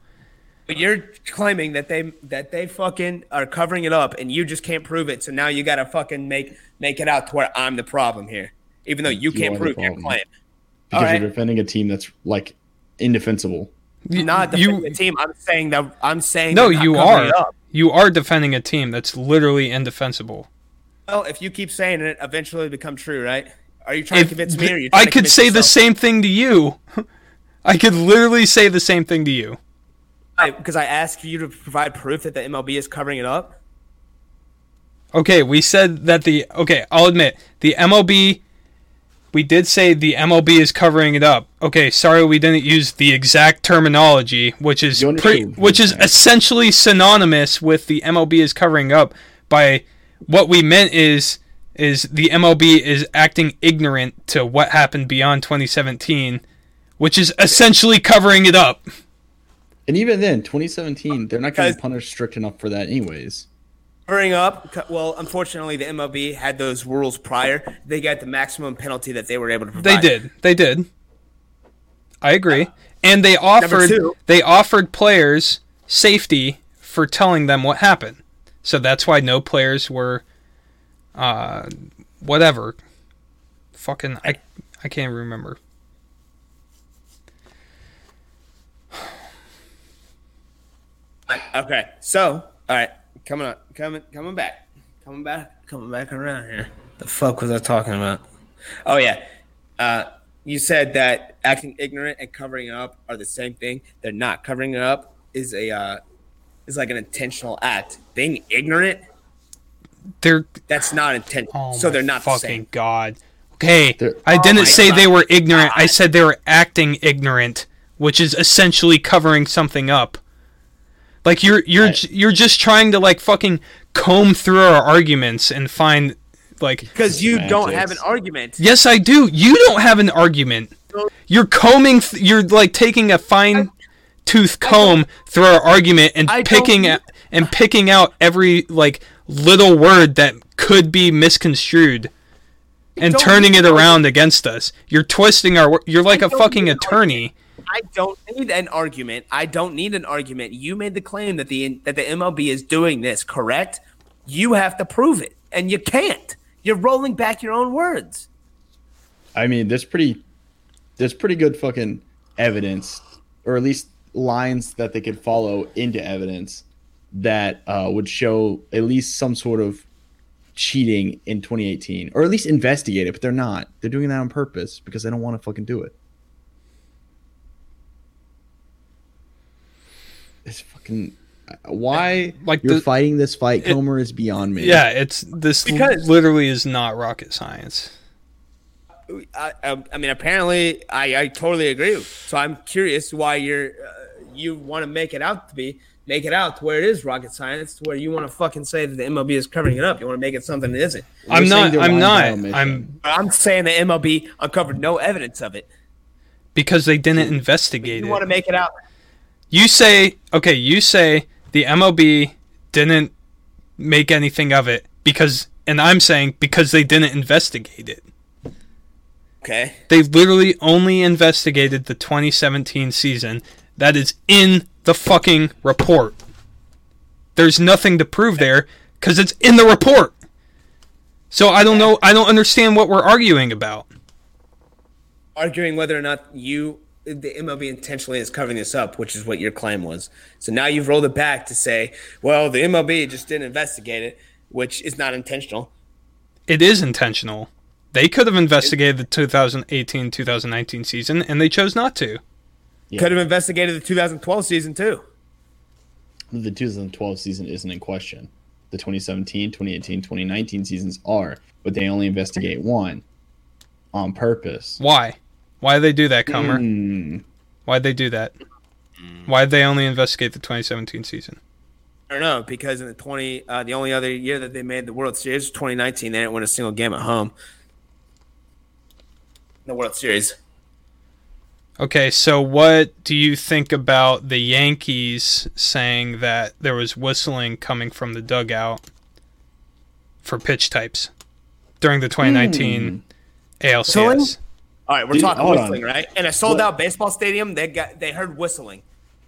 Speaker 1: But you're claiming that they that they fucking are covering it up, and you just can't prove it. So now you gotta fucking make make it out to where I'm the problem here, even though you,
Speaker 4: are
Speaker 1: can't
Speaker 4: the
Speaker 1: prove your
Speaker 4: problem.
Speaker 1: claim.
Speaker 4: Because
Speaker 1: Alright.
Speaker 4: you're defending a team that's like indefensible.
Speaker 2: You,
Speaker 1: Not defending
Speaker 2: you
Speaker 1: the team. I'm saying that I'm saying
Speaker 2: No,
Speaker 1: they're not
Speaker 2: you
Speaker 1: covering
Speaker 2: are.
Speaker 1: it up.
Speaker 2: You are defending a team that's literally indefensible.
Speaker 1: Well, if you keep saying it, eventually it'll become true, right? Are you trying
Speaker 2: If
Speaker 1: to convince me? Or are you trying
Speaker 2: I
Speaker 1: to
Speaker 2: could
Speaker 1: convince
Speaker 2: say the
Speaker 1: yourself?
Speaker 2: same thing to you. I could literally say the same thing to you.
Speaker 1: because I asked you to provide proof that the MLB is covering it up.
Speaker 2: Okay, we said that the okay, I'll admit, the MLB we did say the MLB is covering it up. Okay, sorry we didn't use the exact terminology, which is
Speaker 4: You
Speaker 2: pre,
Speaker 4: understand.
Speaker 2: which is essentially synonymous with the MLB is covering up by what we meant is is the MLB is acting ignorant to what happened beyond 2017, which is essentially covering it up.
Speaker 4: And even then, 2017, they're not going
Speaker 1: Because-
Speaker 4: to punish strict enough for that, anyways.
Speaker 1: Covering up. co- Well, unfortunately, the MLB had those rules prior. They got the maximum penalty that they were able to provide.
Speaker 2: They did. They did. I agree. And they offered
Speaker 1: two-
Speaker 2: they offered players safety for telling them what happened. So that's why no players were uh whatever. Fucking I I can't remember.
Speaker 1: Okay, so all right, coming up, coming, coming back, coming back, coming back around here. The fuck was I talking about? Oh yeah, uh, you said that acting ignorant and covering up are the same thing. They're not covering it up is a uh, is like an intentional act. Being ignorant
Speaker 2: They're
Speaker 1: that's not intentional,
Speaker 2: oh
Speaker 1: so
Speaker 2: my
Speaker 1: they're not the
Speaker 2: fucking
Speaker 1: same.
Speaker 2: god. Okay.
Speaker 4: They're-
Speaker 2: I
Speaker 1: my
Speaker 2: didn't say they
Speaker 1: God.
Speaker 2: were ignorant. I said they were acting ignorant, which is essentially covering something up. Like you're you're j- you're just trying to like fucking comb through our arguments and find Like,
Speaker 1: because you don't have an
Speaker 4: Semantics.
Speaker 1: argument.
Speaker 2: yes, I do. You don't have an argument. You're combing. Th- you're like taking a fine tooth comb through our argument and
Speaker 1: I don't-
Speaker 2: picking out and picking out every like little word that could be misconstrued and
Speaker 1: don't
Speaker 2: turning
Speaker 1: need
Speaker 2: it
Speaker 1: an
Speaker 2: around against us. You're twisting our. wor- You're like a
Speaker 1: don't
Speaker 2: fucking
Speaker 1: need an
Speaker 2: attorney.
Speaker 1: I don't need an argument. I don't need an argument. You made the claim that the that the MLB is doing this, correct? You have to prove it, and you can't. You're rolling back your own words.
Speaker 4: I mean, there's pretty, there's pretty good fucking evidence, or at least lines that they could follow into evidence that uh, would show at least some sort of cheating in 2018, or at least investigate it. But they're not. They're doing that on purpose because they don't want to fucking do it. It's fucking uh, why
Speaker 2: Like
Speaker 4: like you're
Speaker 2: the-
Speaker 4: fighting this fight, Comer, is beyond me.
Speaker 2: Yeah, it's this
Speaker 1: Because-
Speaker 2: literally is not rocket science.
Speaker 1: I, I, I mean, apparently, I, I totally agree. So I'm curious why you're uh, you want to make it out to be make it out to where it is rocket science, to where you want to fucking say that the MLB is covering it up. You want to make it something it isn't.
Speaker 2: I'm
Speaker 4: saying
Speaker 2: not.
Speaker 4: they're
Speaker 2: I'm
Speaker 4: lying
Speaker 2: not.
Speaker 4: about omission.
Speaker 2: I'm
Speaker 1: But I'm saying the MLB uncovered no evidence of it.
Speaker 2: because they didn't investigate
Speaker 1: You
Speaker 2: it.
Speaker 1: want to make it out?
Speaker 2: you say okay. You say the MLB didn't make anything of it because, and I'm saying because they didn't investigate it.
Speaker 1: Okay.
Speaker 2: They literally only investigated the 2017 season. That is in the fucking report. There's nothing to prove there because it's in the report. So I don't know. I don't understand what we're arguing about.
Speaker 1: arguing whether or not you the MLB intentionally is covering this up, which is what your claim was. So now you've rolled it back to say, well, the MLB just didn't investigate it, which is not intentional.
Speaker 2: it is intentional. They could have investigated the 2018 2019 season and they chose not to.
Speaker 1: Could have investigated the 2012 season too.
Speaker 4: the 2012 season isn't in question. The 2017, 2018, 2019 seasons are, but they only investigate one on purpose.
Speaker 2: Why? Why they do that, Comer?
Speaker 4: Hmm.
Speaker 2: Why'd they do that? Why'd they only investigate the 2017 season?
Speaker 1: I don't know because in the 20, uh, the only other year that they made the World Series was 2019. They didn't win a single game at home. The World Series.
Speaker 2: Okay, so what do you think about the Yankees saying that there was whistling coming from the dugout for pitch types during the
Speaker 4: Hmm.
Speaker 2: 2019 ALCS?
Speaker 1: Whistling? All right, we're
Speaker 4: Dude,
Speaker 1: talking
Speaker 4: hold on.
Speaker 1: whistling, right? In a sold-out baseball stadium, they got they heard whistling.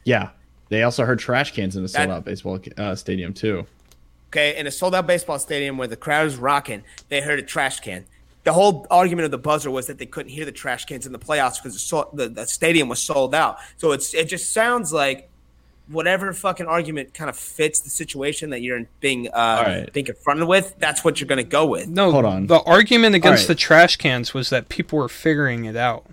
Speaker 4: Yeah. They also heard trash cans in a
Speaker 1: That-
Speaker 4: sold out baseball uh, stadium, too.
Speaker 1: okay, in a sold out baseball stadium where the crowd is rocking, they heard a trash can. The whole argument of the buzzer was that they couldn't hear the trash cans in the playoffs because the, so- the, the stadium was sold out. So it's it just sounds like whatever fucking argument kind of fits the situation that you're being uh,
Speaker 4: right.
Speaker 1: being confronted with. That's what you're gonna go with.
Speaker 2: No,
Speaker 4: Hold on.
Speaker 2: The argument against
Speaker 4: right.
Speaker 2: the trash cans was that people were figuring it out.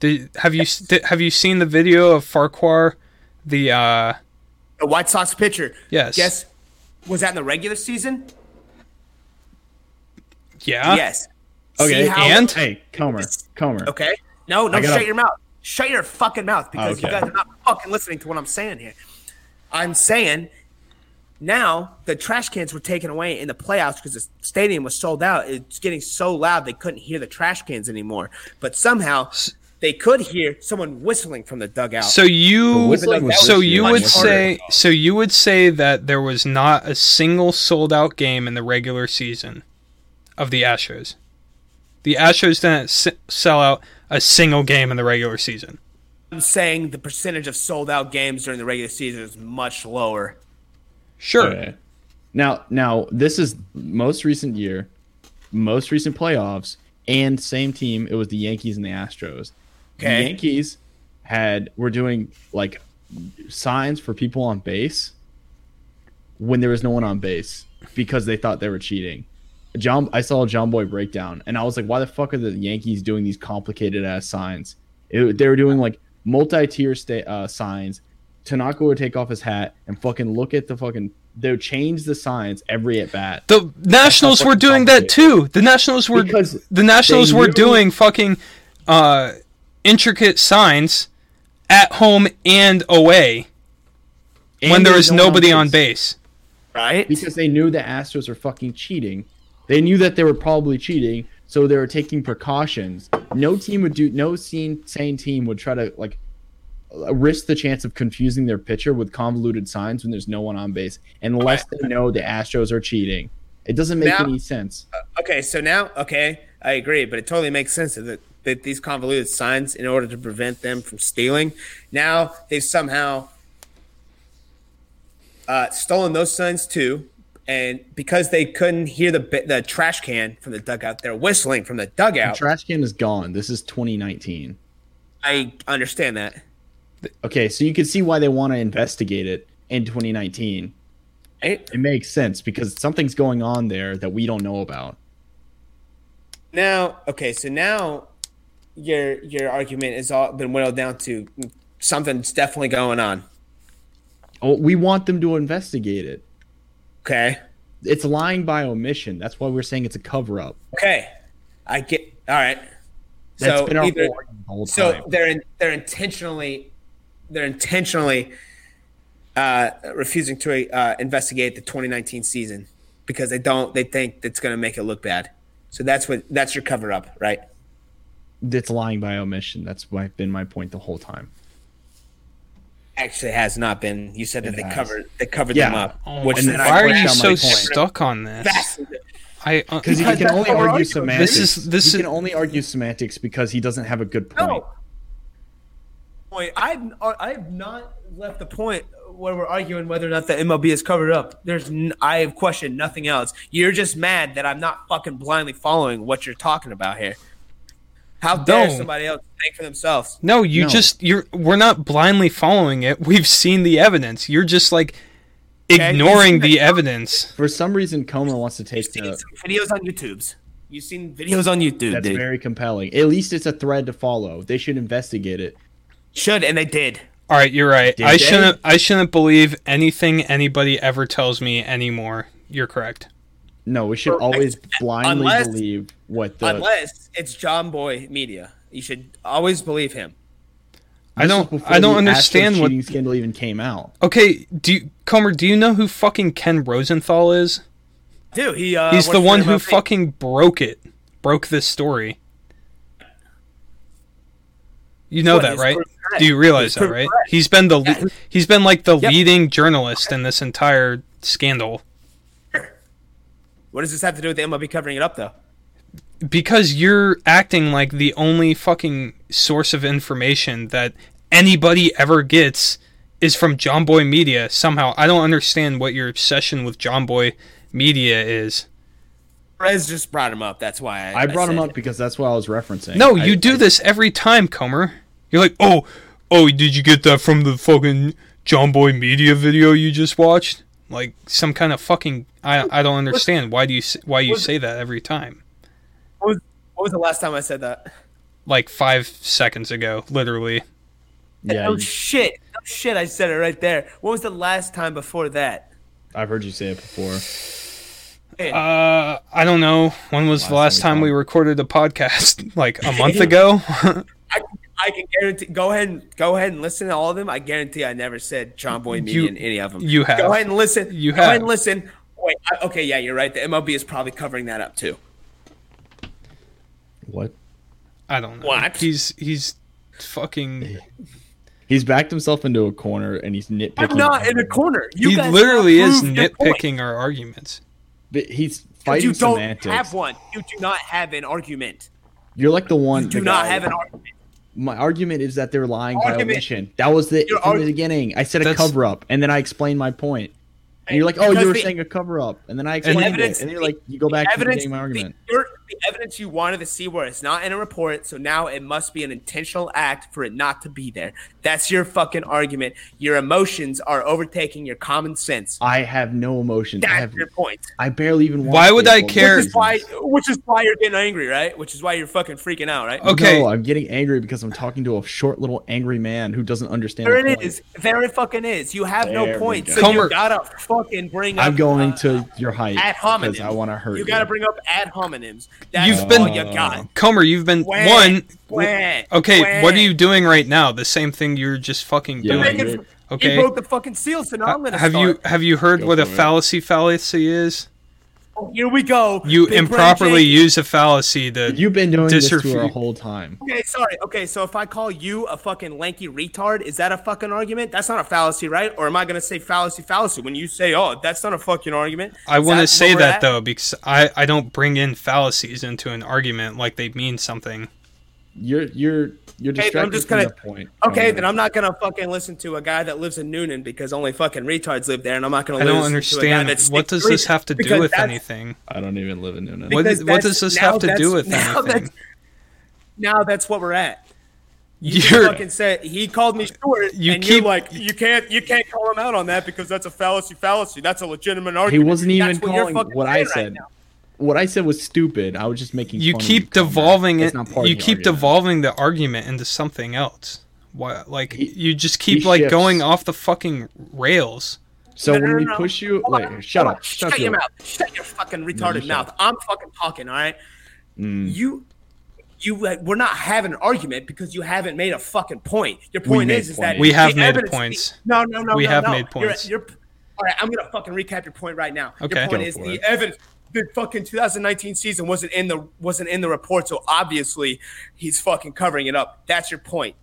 Speaker 2: Did, have you s- did, have you seen the video of Farquhar? The uh,
Speaker 1: The White Sox pitcher.
Speaker 2: Yes.
Speaker 1: Guess was that in the regular season?
Speaker 2: yeah,
Speaker 1: yes.
Speaker 4: Okay,
Speaker 1: See how-
Speaker 2: and-
Speaker 4: Hey, Comer. Comer.
Speaker 1: okay. No, no,
Speaker 4: I gotta-
Speaker 1: shut your mouth. Shut your fucking mouth because you
Speaker 4: Okay.
Speaker 1: guys are not fucking listening to what I'm saying here. I'm saying now the trash cans were taken away in the playoffs because the stadium was sold out. It's getting so loud they couldn't hear the trash cans anymore. But somehow they could hear someone whistling from the dugout.
Speaker 2: So
Speaker 4: The
Speaker 2: you
Speaker 4: whistling was
Speaker 2: so
Speaker 4: this year.
Speaker 2: you
Speaker 1: much
Speaker 2: would
Speaker 1: harder.
Speaker 2: say so you would say that there was not a single sold out game in the regular season of the Astros. The Astros didn't s- sell out a single game in the regular season.
Speaker 1: I'm saying the percentage of sold out games during the regular season is much lower.
Speaker 2: Sure,
Speaker 4: Okay. Now, now this is most recent year, most recent playoffs, and same team. It was the Yankees and the Astros.
Speaker 1: Okay.
Speaker 4: The Yankees had were doing like signs for people on base when there was no one on base because they thought they were cheating. John, I saw a John Boy breakdown, and I was like, "Why the fuck are the Yankees doing these complicated ass signs?" It, they were doing like multi-tier sta- uh, signs. Tanaka would take off his hat and fucking look at the fucking. They would change the signs every at bat.
Speaker 2: The Nationals were doing that too. The Nationals were
Speaker 4: Because
Speaker 2: the Nationals
Speaker 4: they
Speaker 2: were
Speaker 4: knew-
Speaker 2: doing fucking uh, intricate signs at home and away when there was nobody on base.
Speaker 1: Right?
Speaker 4: because they knew the Astros were fucking cheating, They knew that they were probably cheating, so they were taking precautions. No team would do no sane, sane team would try to like risk the chance of confusing their pitcher with convoluted signs when there's no one on base unless they know the Astros are cheating. It doesn't make
Speaker 1: Now-
Speaker 4: any sense.
Speaker 1: Okay, so now, okay, I agree, but it totally makes sense that that these convoluted signs, in order to prevent them from stealing, now they've somehow uh, stolen those signs too. And because they couldn't hear the bi- the trash can from the dugout, they're whistling from the
Speaker 4: The
Speaker 1: dugout.
Speaker 4: trash can is gone. This is 2019.
Speaker 1: I understand that.
Speaker 4: Okay, so you can see why they want to investigate it in 2019.
Speaker 1: Right?
Speaker 4: It makes sense because something's going on there that we don't know about.
Speaker 1: Now, okay, so now your your argument has all been whittled down to something's definitely going on.
Speaker 4: Oh, we want them to investigate it.
Speaker 1: Okay.
Speaker 4: It's lying by omission. That's why we're saying it's a cover up.
Speaker 1: Okay, I get. All right.
Speaker 4: That's
Speaker 1: so
Speaker 4: been our
Speaker 1: either,
Speaker 4: whole argument the whole
Speaker 1: so
Speaker 4: time.
Speaker 1: they're in, they're intentionally they're intentionally uh, refusing to uh, investigate the 2019 season because they don't they think that's going to make it look bad. So that's what that's your cover up, right?
Speaker 4: It's lying by omission. That's why been my point the whole time.
Speaker 1: Actually, has not been. You said that
Speaker 4: It
Speaker 1: they
Speaker 4: has.
Speaker 1: covered they covered them
Speaker 4: Yeah.
Speaker 1: up.
Speaker 2: Oh,
Speaker 1: which
Speaker 2: and
Speaker 1: then I
Speaker 2: why are
Speaker 1: pointed
Speaker 2: you
Speaker 1: out
Speaker 2: so
Speaker 1: my point.
Speaker 2: stuck on this?
Speaker 1: That's-
Speaker 2: I uh,
Speaker 4: Because he can only argue semantics.
Speaker 2: This is- this
Speaker 4: he
Speaker 2: is-
Speaker 4: can only argue semantics because he doesn't have a good point.
Speaker 1: No.
Speaker 2: Oh.
Speaker 1: Point. I've uh, I've not left the point where we're arguing whether or not the MLB is covered up. There's n- I have questioned nothing else. You're just mad that I'm not fucking blindly following what you're talking about here. How dare
Speaker 2: No.
Speaker 1: somebody else think for themselves?
Speaker 2: No, you
Speaker 4: No.
Speaker 2: just you're we're not blindly following it. We've seen the evidence. You're just like ignoring the evidence.
Speaker 4: For some reason, Coma wants to take
Speaker 1: You've seen
Speaker 4: the.
Speaker 1: some videos on YouTube's. You've seen videos on YouTube,
Speaker 4: That's
Speaker 1: dude.
Speaker 4: very compelling. At least it's a thread to follow. They should investigate it.
Speaker 1: Should and they did.
Speaker 2: All right, you're right. I
Speaker 4: they?
Speaker 2: shouldn't I shouldn't believe anything anybody ever tells me anymore. You're correct.
Speaker 4: No, we should always blindly
Speaker 1: Unless-
Speaker 4: believe what the.
Speaker 1: Unless it's John Boy Media, you should always believe him.
Speaker 2: I
Speaker 4: This
Speaker 2: don't
Speaker 4: was before
Speaker 2: I don't
Speaker 4: the
Speaker 2: understand
Speaker 4: Astros
Speaker 2: what
Speaker 4: cheating scandal even came out.
Speaker 2: Okay, do you, Comer, do you know who fucking Ken Rosenthal is?
Speaker 1: Dude, he uh, works
Speaker 2: He's the
Speaker 1: for
Speaker 2: one who
Speaker 1: MLB.
Speaker 2: fucking broke it. Broke this story. You know
Speaker 1: What,
Speaker 2: that,
Speaker 1: he's
Speaker 2: right?
Speaker 1: proven correct.
Speaker 2: Do you realize
Speaker 1: He's
Speaker 2: that,
Speaker 1: proven
Speaker 2: right?
Speaker 1: correct.
Speaker 2: He's been the le-
Speaker 1: Yeah.
Speaker 2: he's been like the leading journalist in this entire scandal
Speaker 1: What does this have to do with the MLB covering it up though?
Speaker 2: because you're acting like the only fucking source of information that anybody ever gets is from John Boy Media somehow. I don't understand what your obsession with John Boy Media is.
Speaker 1: Perez just brought him up. That's why I,
Speaker 4: I brought him
Speaker 1: said
Speaker 4: up because that's what I was referencing.
Speaker 2: No,
Speaker 4: I-
Speaker 2: you do
Speaker 4: I-
Speaker 2: this every time, Comer. You're like, oh, oh, did you get that from the fucking John Boy Media video you just watched? Like some kind of fucking. I I don't understand. Why do you s- why you say that every time?
Speaker 1: What was, what was the last time I said that?
Speaker 2: Like five seconds ago, literally.
Speaker 4: Yeah,
Speaker 1: oh
Speaker 4: you-
Speaker 1: shit! Oh shit! I said it right there. What was the last time before that?
Speaker 4: I've heard you say it before.
Speaker 2: Uh, I don't know. When was the last time we recorded a podcast? Like a month ago.
Speaker 1: I, I can guarantee. Go ahead and go ahead and listen to all of them. I guarantee I never said John Boy Media
Speaker 2: You-
Speaker 1: in any of them.
Speaker 2: you have.
Speaker 1: Go ahead and listen.
Speaker 2: You
Speaker 1: go ahead
Speaker 2: have.
Speaker 1: and listen. Wait. I, okay. Yeah, you're right. The MLB is probably covering that up too.
Speaker 4: What?
Speaker 2: I don't know.
Speaker 1: What?
Speaker 2: He's he's fucking.
Speaker 4: He's backed himself into a corner and he's nitpicking.
Speaker 1: I'm not in a corner. You
Speaker 2: he
Speaker 1: guys have
Speaker 2: literally is
Speaker 1: proved your point.
Speaker 2: nitpicking our arguments.
Speaker 4: But He's fighting
Speaker 1: You don't
Speaker 4: semantics.
Speaker 1: have one. You do not have an argument.
Speaker 4: You're like the one.
Speaker 1: Do
Speaker 4: the
Speaker 1: not
Speaker 4: guy-
Speaker 1: have an argument.
Speaker 4: My argument is that they're lying by
Speaker 1: Argument.
Speaker 4: omission. That was the
Speaker 1: Your
Speaker 4: from the
Speaker 1: argu-
Speaker 4: beginning. I said a
Speaker 2: That's-
Speaker 4: cover up, and then I explained my point. And you're like, oh,
Speaker 1: Because
Speaker 4: you were
Speaker 1: the-
Speaker 4: saying a cover up, and then I explained
Speaker 1: evidence-
Speaker 4: it, and you're like, you go back to the
Speaker 1: evidence,
Speaker 4: beginning of my argument.
Speaker 1: The, your- the evidence you wanted to see where it's not in a report, so now it must be an intentional act for it not to be there. That's your fucking argument. Your emotions are overtaking your common sense.
Speaker 4: I have no emotions. I
Speaker 1: That's
Speaker 4: have.
Speaker 1: your point.
Speaker 4: I barely even.
Speaker 2: Why
Speaker 4: watched
Speaker 2: would
Speaker 4: it
Speaker 2: I
Speaker 4: for those
Speaker 2: care?
Speaker 1: Which is
Speaker 4: reasons.
Speaker 1: why, which is why you're getting angry, right? Which is why you're fucking freaking out, right?
Speaker 2: Okay.
Speaker 4: No, I'm getting angry because I'm talking to a short little angry man who doesn't understand.
Speaker 1: There
Speaker 4: the
Speaker 1: it
Speaker 4: point.
Speaker 1: is. There it fucking is. You have
Speaker 4: There
Speaker 1: no
Speaker 4: we
Speaker 1: point,
Speaker 4: go.
Speaker 1: so
Speaker 2: Homer-
Speaker 1: you gotta fucking bring up.
Speaker 4: I'm going
Speaker 1: uh,
Speaker 4: to your height
Speaker 1: ad hominems.
Speaker 4: because I want to hurt you.
Speaker 1: You gotta bring up ad hominems. That's
Speaker 2: You've
Speaker 1: all
Speaker 2: been-
Speaker 1: you
Speaker 4: Uh,
Speaker 1: got.
Speaker 2: Comer, you've been
Speaker 1: Wah,
Speaker 2: one.
Speaker 1: wah,
Speaker 2: Okay, what
Speaker 1: wah.
Speaker 2: are you doing right now? The same thing you're just fucking
Speaker 4: Yeah,
Speaker 2: doing.
Speaker 1: Making-
Speaker 4: you're-
Speaker 2: Okay.
Speaker 1: He broke the fucking seal, so now I'm gonna
Speaker 2: Have
Speaker 1: start.
Speaker 2: you have you heard
Speaker 4: Go
Speaker 2: what a
Speaker 4: for it.
Speaker 2: fallacy fallacy is?
Speaker 6: Oh, here we go.
Speaker 2: You
Speaker 6: Big Brain
Speaker 2: improperly
Speaker 6: Jake.
Speaker 2: use a fallacy to
Speaker 4: You've been doing this to her
Speaker 2: Disrespect-
Speaker 4: a whole time.
Speaker 1: Okay, sorry. Okay, so if I call you a fucking lanky retard, is that a fucking argument? That's not a fallacy, right? Or am I gonna say fallacy, fallacy when you say, "Oh, that's not a fucking argument"?
Speaker 2: I
Speaker 1: Is
Speaker 2: want
Speaker 1: that
Speaker 2: to
Speaker 1: where
Speaker 2: say
Speaker 1: we're
Speaker 2: that
Speaker 1: at?
Speaker 2: though because I, I don't bring in fallacies into an argument like they mean something.
Speaker 4: You're you're you're
Speaker 1: Okay, then
Speaker 4: distracted
Speaker 1: I'm just
Speaker 4: from
Speaker 1: gonna.
Speaker 4: that point. Um,
Speaker 1: Okay, then I'm not gonna fucking listen to a guy that lives in Noonan because only fucking retards live there, and I'm not gonna.
Speaker 2: I don't
Speaker 1: listen To a guy
Speaker 2: understand
Speaker 1: that
Speaker 2: what
Speaker 1: sticks
Speaker 2: does
Speaker 1: to
Speaker 2: this
Speaker 1: it
Speaker 2: have to do
Speaker 1: because
Speaker 2: with
Speaker 1: that's-
Speaker 2: anything.
Speaker 4: I don't even live in Nuna.
Speaker 2: What,
Speaker 1: Because
Speaker 2: is, what
Speaker 1: that's-
Speaker 2: does this
Speaker 1: now
Speaker 2: have to do
Speaker 1: that's-
Speaker 2: with
Speaker 1: now
Speaker 2: anything?
Speaker 1: that's- Now that's what we're at.
Speaker 2: You're
Speaker 1: fucking said he called me short,
Speaker 2: You
Speaker 1: and
Speaker 2: keep-
Speaker 1: you're like, you can't, you can't call him out on that because that's a fallacy, fallacy. That's a legitimate
Speaker 4: He
Speaker 1: argument.
Speaker 4: wasn't even
Speaker 1: That's what you're
Speaker 4: calling
Speaker 1: fucking
Speaker 4: what I
Speaker 1: saying right
Speaker 4: said.
Speaker 1: now.
Speaker 4: what I said was stupid. I was just making.
Speaker 2: you
Speaker 4: fun of
Speaker 2: keep
Speaker 4: comment.
Speaker 2: devolving
Speaker 4: That's
Speaker 2: it.
Speaker 4: not part of
Speaker 2: You
Speaker 4: the
Speaker 2: keep
Speaker 4: argument.
Speaker 2: devolving the argument into something else. Why, like
Speaker 4: He-
Speaker 2: you just keep
Speaker 4: he
Speaker 2: like
Speaker 4: shifts.
Speaker 2: going off the fucking rails.
Speaker 4: So
Speaker 1: No, no,
Speaker 4: when
Speaker 1: no,
Speaker 4: we
Speaker 1: no.
Speaker 4: push you,
Speaker 1: Hold
Speaker 4: wait,
Speaker 1: on,
Speaker 4: shut
Speaker 1: hold
Speaker 4: up,
Speaker 1: on. Shut your mouth. Shut your fucking retarded
Speaker 4: shut Mm.
Speaker 1: mouth. I'm fucking talking. All right. You, you. uh, We're not having an argument because you haven't made a fucking point. Your point
Speaker 4: made
Speaker 1: is, is that
Speaker 4: points. We
Speaker 1: the
Speaker 2: have made
Speaker 1: evidence-
Speaker 2: points.
Speaker 1: No, no, no.
Speaker 2: We
Speaker 1: no,
Speaker 2: have
Speaker 1: no.
Speaker 2: made points.
Speaker 1: You're, you're, all right, I'm gonna fucking recap your point right now.
Speaker 2: Okay.
Speaker 1: Your point
Speaker 2: Go
Speaker 1: is
Speaker 4: for
Speaker 1: the
Speaker 4: it.
Speaker 1: evidence. The fucking 2019 season wasn't in the wasn't in the report, so obviously he's fucking covering it up. That's your point.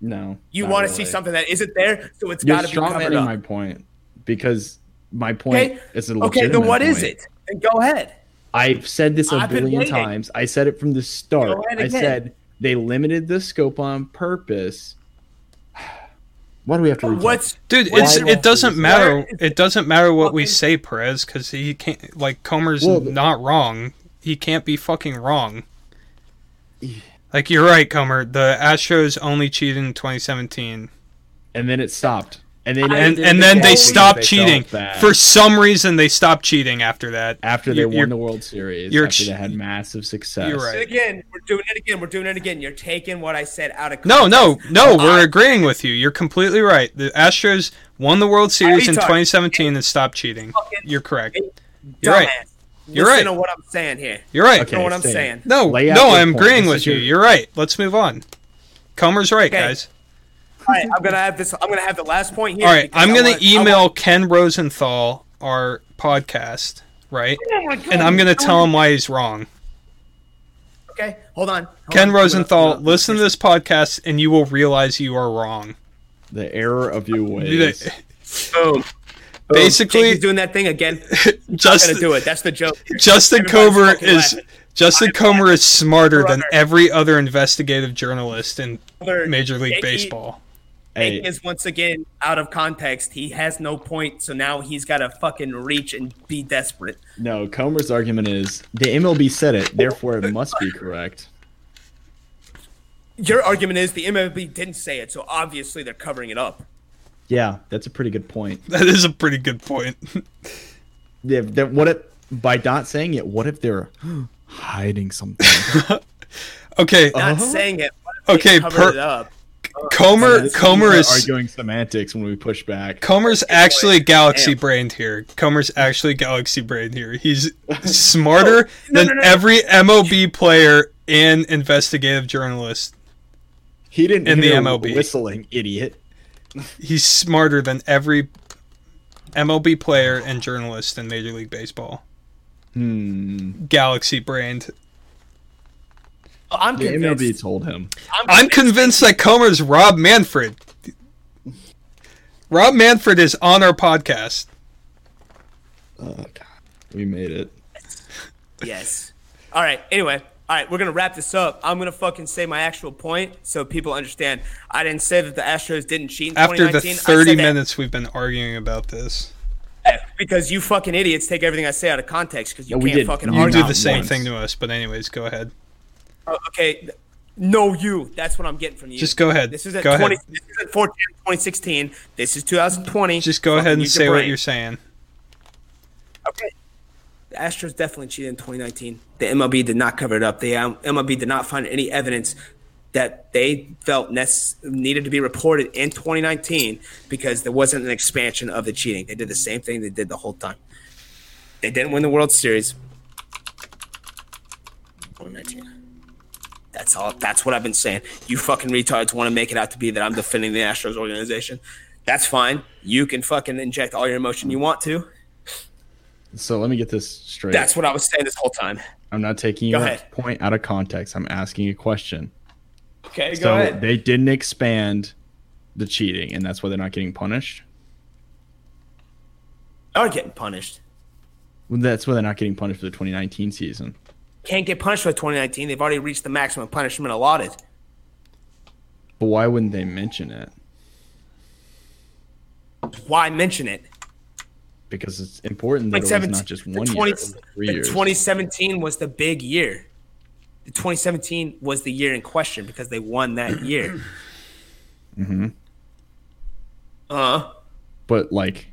Speaker 4: No,
Speaker 1: You
Speaker 4: not
Speaker 1: want to
Speaker 4: really.
Speaker 1: see something that isn't there, so it's
Speaker 4: You're
Speaker 1: got to be covered
Speaker 4: strawmanning
Speaker 1: up.
Speaker 4: my point because my point
Speaker 1: okay.
Speaker 4: is a
Speaker 1: okay.
Speaker 4: legitimate
Speaker 1: Then what
Speaker 4: point.
Speaker 1: is it? And go ahead.
Speaker 4: I've said this a
Speaker 1: I've been
Speaker 4: billion
Speaker 1: waiting.
Speaker 4: times. I said it from the start.
Speaker 1: Go ahead
Speaker 4: I
Speaker 1: again.
Speaker 4: said they limited the scope on purpose. Why do we have to? recap?
Speaker 1: What's
Speaker 2: Dude,
Speaker 1: Why
Speaker 2: it's,
Speaker 1: do I
Speaker 2: it doesn't
Speaker 1: lose?
Speaker 2: matter.
Speaker 1: Where is
Speaker 2: It doesn't matter what we
Speaker 1: fucking-
Speaker 2: say, Perez, because he can't. Like Comer's
Speaker 4: Well, the-
Speaker 2: not wrong. He can't be fucking wrong.
Speaker 4: E
Speaker 2: Like you're right, Comer. The Astros only cheated in 2017,
Speaker 4: And then it stopped. And then
Speaker 2: and and then they
Speaker 4: because
Speaker 2: stopped
Speaker 4: they
Speaker 2: cheating.
Speaker 4: felt bad
Speaker 2: For some reason, they stopped cheating after that.
Speaker 4: after they
Speaker 2: You- you're-
Speaker 4: won the World Series.
Speaker 2: you're
Speaker 4: after
Speaker 2: ch-
Speaker 4: they had massive success.
Speaker 2: You're right.
Speaker 1: again? We're doing it again. We're doing it again. You're taking what I said out of
Speaker 2: No, no, no. We're
Speaker 1: I-
Speaker 2: agreeing with you. You're completely right. The Astros won the World Series in
Speaker 1: retard.
Speaker 2: 2017 and stopped cheating.
Speaker 1: Fucking-
Speaker 2: You're correct.
Speaker 1: You're
Speaker 2: You're right. You're
Speaker 1: Listen
Speaker 2: right.
Speaker 1: to what I'm saying here.
Speaker 2: You're right.
Speaker 4: Okay.
Speaker 1: You know what I'm
Speaker 4: same.
Speaker 1: saying?
Speaker 2: No,
Speaker 4: Lay out
Speaker 2: no,
Speaker 4: your
Speaker 2: I'm
Speaker 4: point.
Speaker 2: agreeing
Speaker 4: This
Speaker 2: with
Speaker 4: is
Speaker 2: you.
Speaker 4: your-
Speaker 2: You're right. Let's move on. Comer's right,
Speaker 1: Okay.
Speaker 2: guys.
Speaker 1: All right, I'm gonna have this. I'm gonna have the last point here.
Speaker 2: All right,
Speaker 1: because
Speaker 2: I'm
Speaker 1: I
Speaker 2: gonna
Speaker 1: want- I want-
Speaker 2: email Ken Rosenthal our podcast, right? and I'm gonna tell him why he's wrong.
Speaker 1: okay, hold on. Hold on.
Speaker 2: Ken
Speaker 1: I'm gonna-
Speaker 2: Rosenthal,
Speaker 1: I'm gonna-
Speaker 2: listen to this podcast, and you will realize you are wrong.
Speaker 4: The error of your ways.
Speaker 1: Boom.
Speaker 2: Basically,
Speaker 1: He's doing that thing again.
Speaker 2: just
Speaker 1: gonna do it. That's the joke.
Speaker 2: Justin
Speaker 1: Everybody's
Speaker 2: Comer
Speaker 1: fucking
Speaker 2: is
Speaker 1: laughing.
Speaker 2: Justin Comer is smarter than
Speaker 1: Brother.
Speaker 2: every other investigative journalist in
Speaker 1: Brother,
Speaker 2: Major League
Speaker 1: Jakey-
Speaker 2: Baseball.
Speaker 4: Hey,
Speaker 1: Jake is once again out of context. He has no point, so now he's got to fucking reach and be desperate.
Speaker 4: no, Comer's argument is the MLB said it, therefore it must be correct.
Speaker 1: Your argument is the MLB didn't say it, so obviously they're covering it up.
Speaker 4: Yeah, that's a pretty good point.
Speaker 2: That is a pretty good point.
Speaker 4: Yeah, that what if by not saying it, what if they're hiding something?
Speaker 2: Okay,
Speaker 1: Not saying it. but
Speaker 2: Uh-huh. Okay,
Speaker 1: they covered
Speaker 2: per-
Speaker 1: it up.
Speaker 2: Comer Comer
Speaker 4: We're
Speaker 2: is
Speaker 4: arguing semantics when we push back.
Speaker 2: Comer's actually galaxy
Speaker 1: Damn.
Speaker 2: brained here. Comer's actually galaxy brained here. He's smarter
Speaker 1: No, no,
Speaker 2: than
Speaker 1: no, no.
Speaker 2: every MLB player and investigative journalist.
Speaker 4: He didn't
Speaker 2: In the
Speaker 4: hear
Speaker 2: MLB.
Speaker 4: whistling, idiot.
Speaker 2: He's smarter than every MLB player and journalist in Major League Baseball.
Speaker 4: Hmm.
Speaker 2: Galaxy brained.
Speaker 1: I'm
Speaker 4: The
Speaker 1: convinced.
Speaker 4: MLB told him.
Speaker 2: I'm convinced that Comer's Rob Manfred. Rob Manfred is on our podcast.
Speaker 4: Oh God, we made it.
Speaker 1: Yes. All right. Anyway, all right. We're gonna wrap this up. I'm gonna fucking say my actual point so people understand. I didn't say that the Astros didn't cheat in
Speaker 2: After the
Speaker 1: 2019. I said
Speaker 2: 30
Speaker 1: that-
Speaker 2: minutes we've been arguing about this,
Speaker 1: because you fucking idiots take everything I say out of context because you
Speaker 4: No, we
Speaker 1: can't
Speaker 4: didn't.
Speaker 1: fucking
Speaker 4: You
Speaker 2: you
Speaker 1: argue.
Speaker 2: do
Speaker 4: Not
Speaker 2: the same
Speaker 4: once.
Speaker 2: thing to us. But anyways, go ahead.
Speaker 1: Oh, okay. No, you. That's what I'm getting from you.
Speaker 2: Just go ahead.
Speaker 1: This is at
Speaker 2: Go
Speaker 1: 20,
Speaker 2: ahead.
Speaker 1: This is at 14, 2016. This is 2020.
Speaker 2: Just go
Speaker 1: Fucking
Speaker 2: ahead and
Speaker 1: use your
Speaker 2: say what
Speaker 1: brain.
Speaker 2: you're saying.
Speaker 1: Okay. The Astros definitely cheated in 2019. The MLB did not cover it up. The um, MLB did not find any evidence that they felt nece- needed to be reported in 2019 because there wasn't an expansion of the cheating. They did the same thing they did the whole time. They didn't win the World Series. 2019. That's all. That's what I've been saying. You fucking retards want to make it out to be that I'm defending the Astros organization. That's fine. You can fucking inject all your emotion you want to.
Speaker 4: So let me get this straight.
Speaker 1: That's what I was saying this whole time.
Speaker 4: I'm not taking
Speaker 1: Go
Speaker 4: your
Speaker 1: ahead.
Speaker 4: point out of context. I'm asking a question.
Speaker 1: Okay, go
Speaker 4: so
Speaker 1: ahead.
Speaker 4: they didn't expand the cheating, and that's why they're not getting punished.
Speaker 1: Are getting punished.
Speaker 4: Well, that's why they're not getting punished for the 2019 season.
Speaker 1: Can't get punished for 2019. They've already reached the maximum punishment allotted.
Speaker 4: But why wouldn't they mention it?
Speaker 1: Why mention it?
Speaker 4: Because it's important that it was
Speaker 1: 2017
Speaker 4: not just
Speaker 1: the
Speaker 4: one
Speaker 1: 20
Speaker 4: year, it was three
Speaker 1: the
Speaker 4: years.
Speaker 1: 2017 was the big year. The 2017 was the year in question because they won that year. mm-hmm. Uh,
Speaker 4: but like,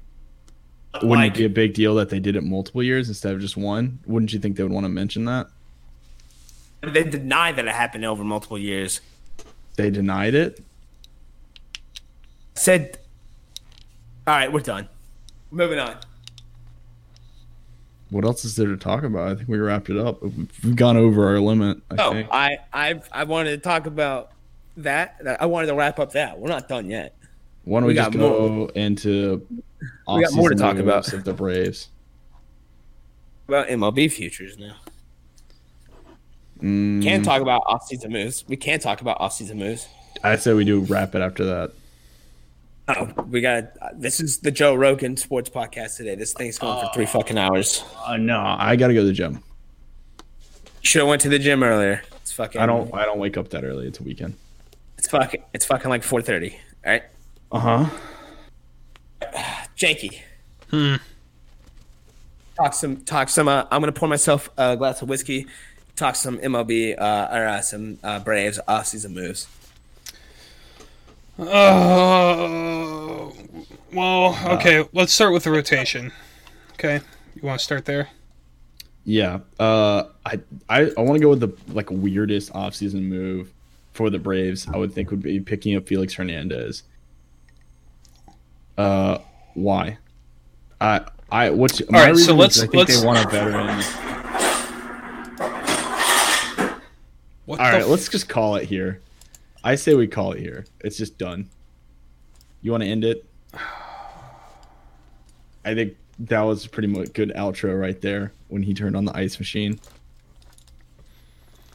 Speaker 4: wouldn't
Speaker 1: like
Speaker 4: it be a big deal that they did it multiple years instead of just one? Wouldn't you think they would want to mention that?
Speaker 1: they deny that it happened over multiple years.
Speaker 4: They denied it.
Speaker 1: Said, all right, we're done. Moving on.
Speaker 4: What else is there to talk about? I think we wrapped it up. We've gone over our limit. I
Speaker 1: Oh,
Speaker 4: think.
Speaker 1: I I I wanted to talk about that. That- I wanted to wrap up that. We're not done yet.
Speaker 4: Why don't we,
Speaker 1: we
Speaker 4: just
Speaker 1: got
Speaker 4: go into?
Speaker 1: We got more to
Speaker 4: off-season
Speaker 1: talk about.
Speaker 4: moves of the Braves.
Speaker 1: About MLB futures now.
Speaker 4: Mm,
Speaker 1: Can talk about off-season moves. We can talk about off-season moves.
Speaker 4: I say we do wrap it after that.
Speaker 1: Oh, we got this is the Joe Rogan Sports Podcast today. This thing's going for three fucking hours.
Speaker 4: Uh, no, I gotta go to the gym.
Speaker 1: Should have went to the gym earlier. It's fucking.
Speaker 4: I don't. I don't wake up that early. It's a weekend.
Speaker 1: It's fucking. It's fucking like four thirty. All right,
Speaker 4: Uh huh.
Speaker 1: Janky.
Speaker 2: Hmm.
Speaker 1: Talk some. Talk some. Uh, I'm gonna pour myself a glass of whiskey. Talk some MLB uh, or uh, some uh, Braves off-season moves.
Speaker 2: Oh, well, okay. let's start with the rotation. Okay, you want to start there?
Speaker 4: Yeah. Uh, I I, I want to go with the like weirdest offseason move for the Braves. I would think would be picking up Felix Hernandez. Uh, why? I I what's my
Speaker 2: right, so
Speaker 4: reason is
Speaker 2: let's-
Speaker 4: I think
Speaker 2: let's-
Speaker 4: they want a veteran.
Speaker 2: What
Speaker 4: All
Speaker 2: the
Speaker 4: right, let's just call it here. I say we call it here. It's just done. You want to end it? I think that was pretty much good outro right there when he turned on the ice machine.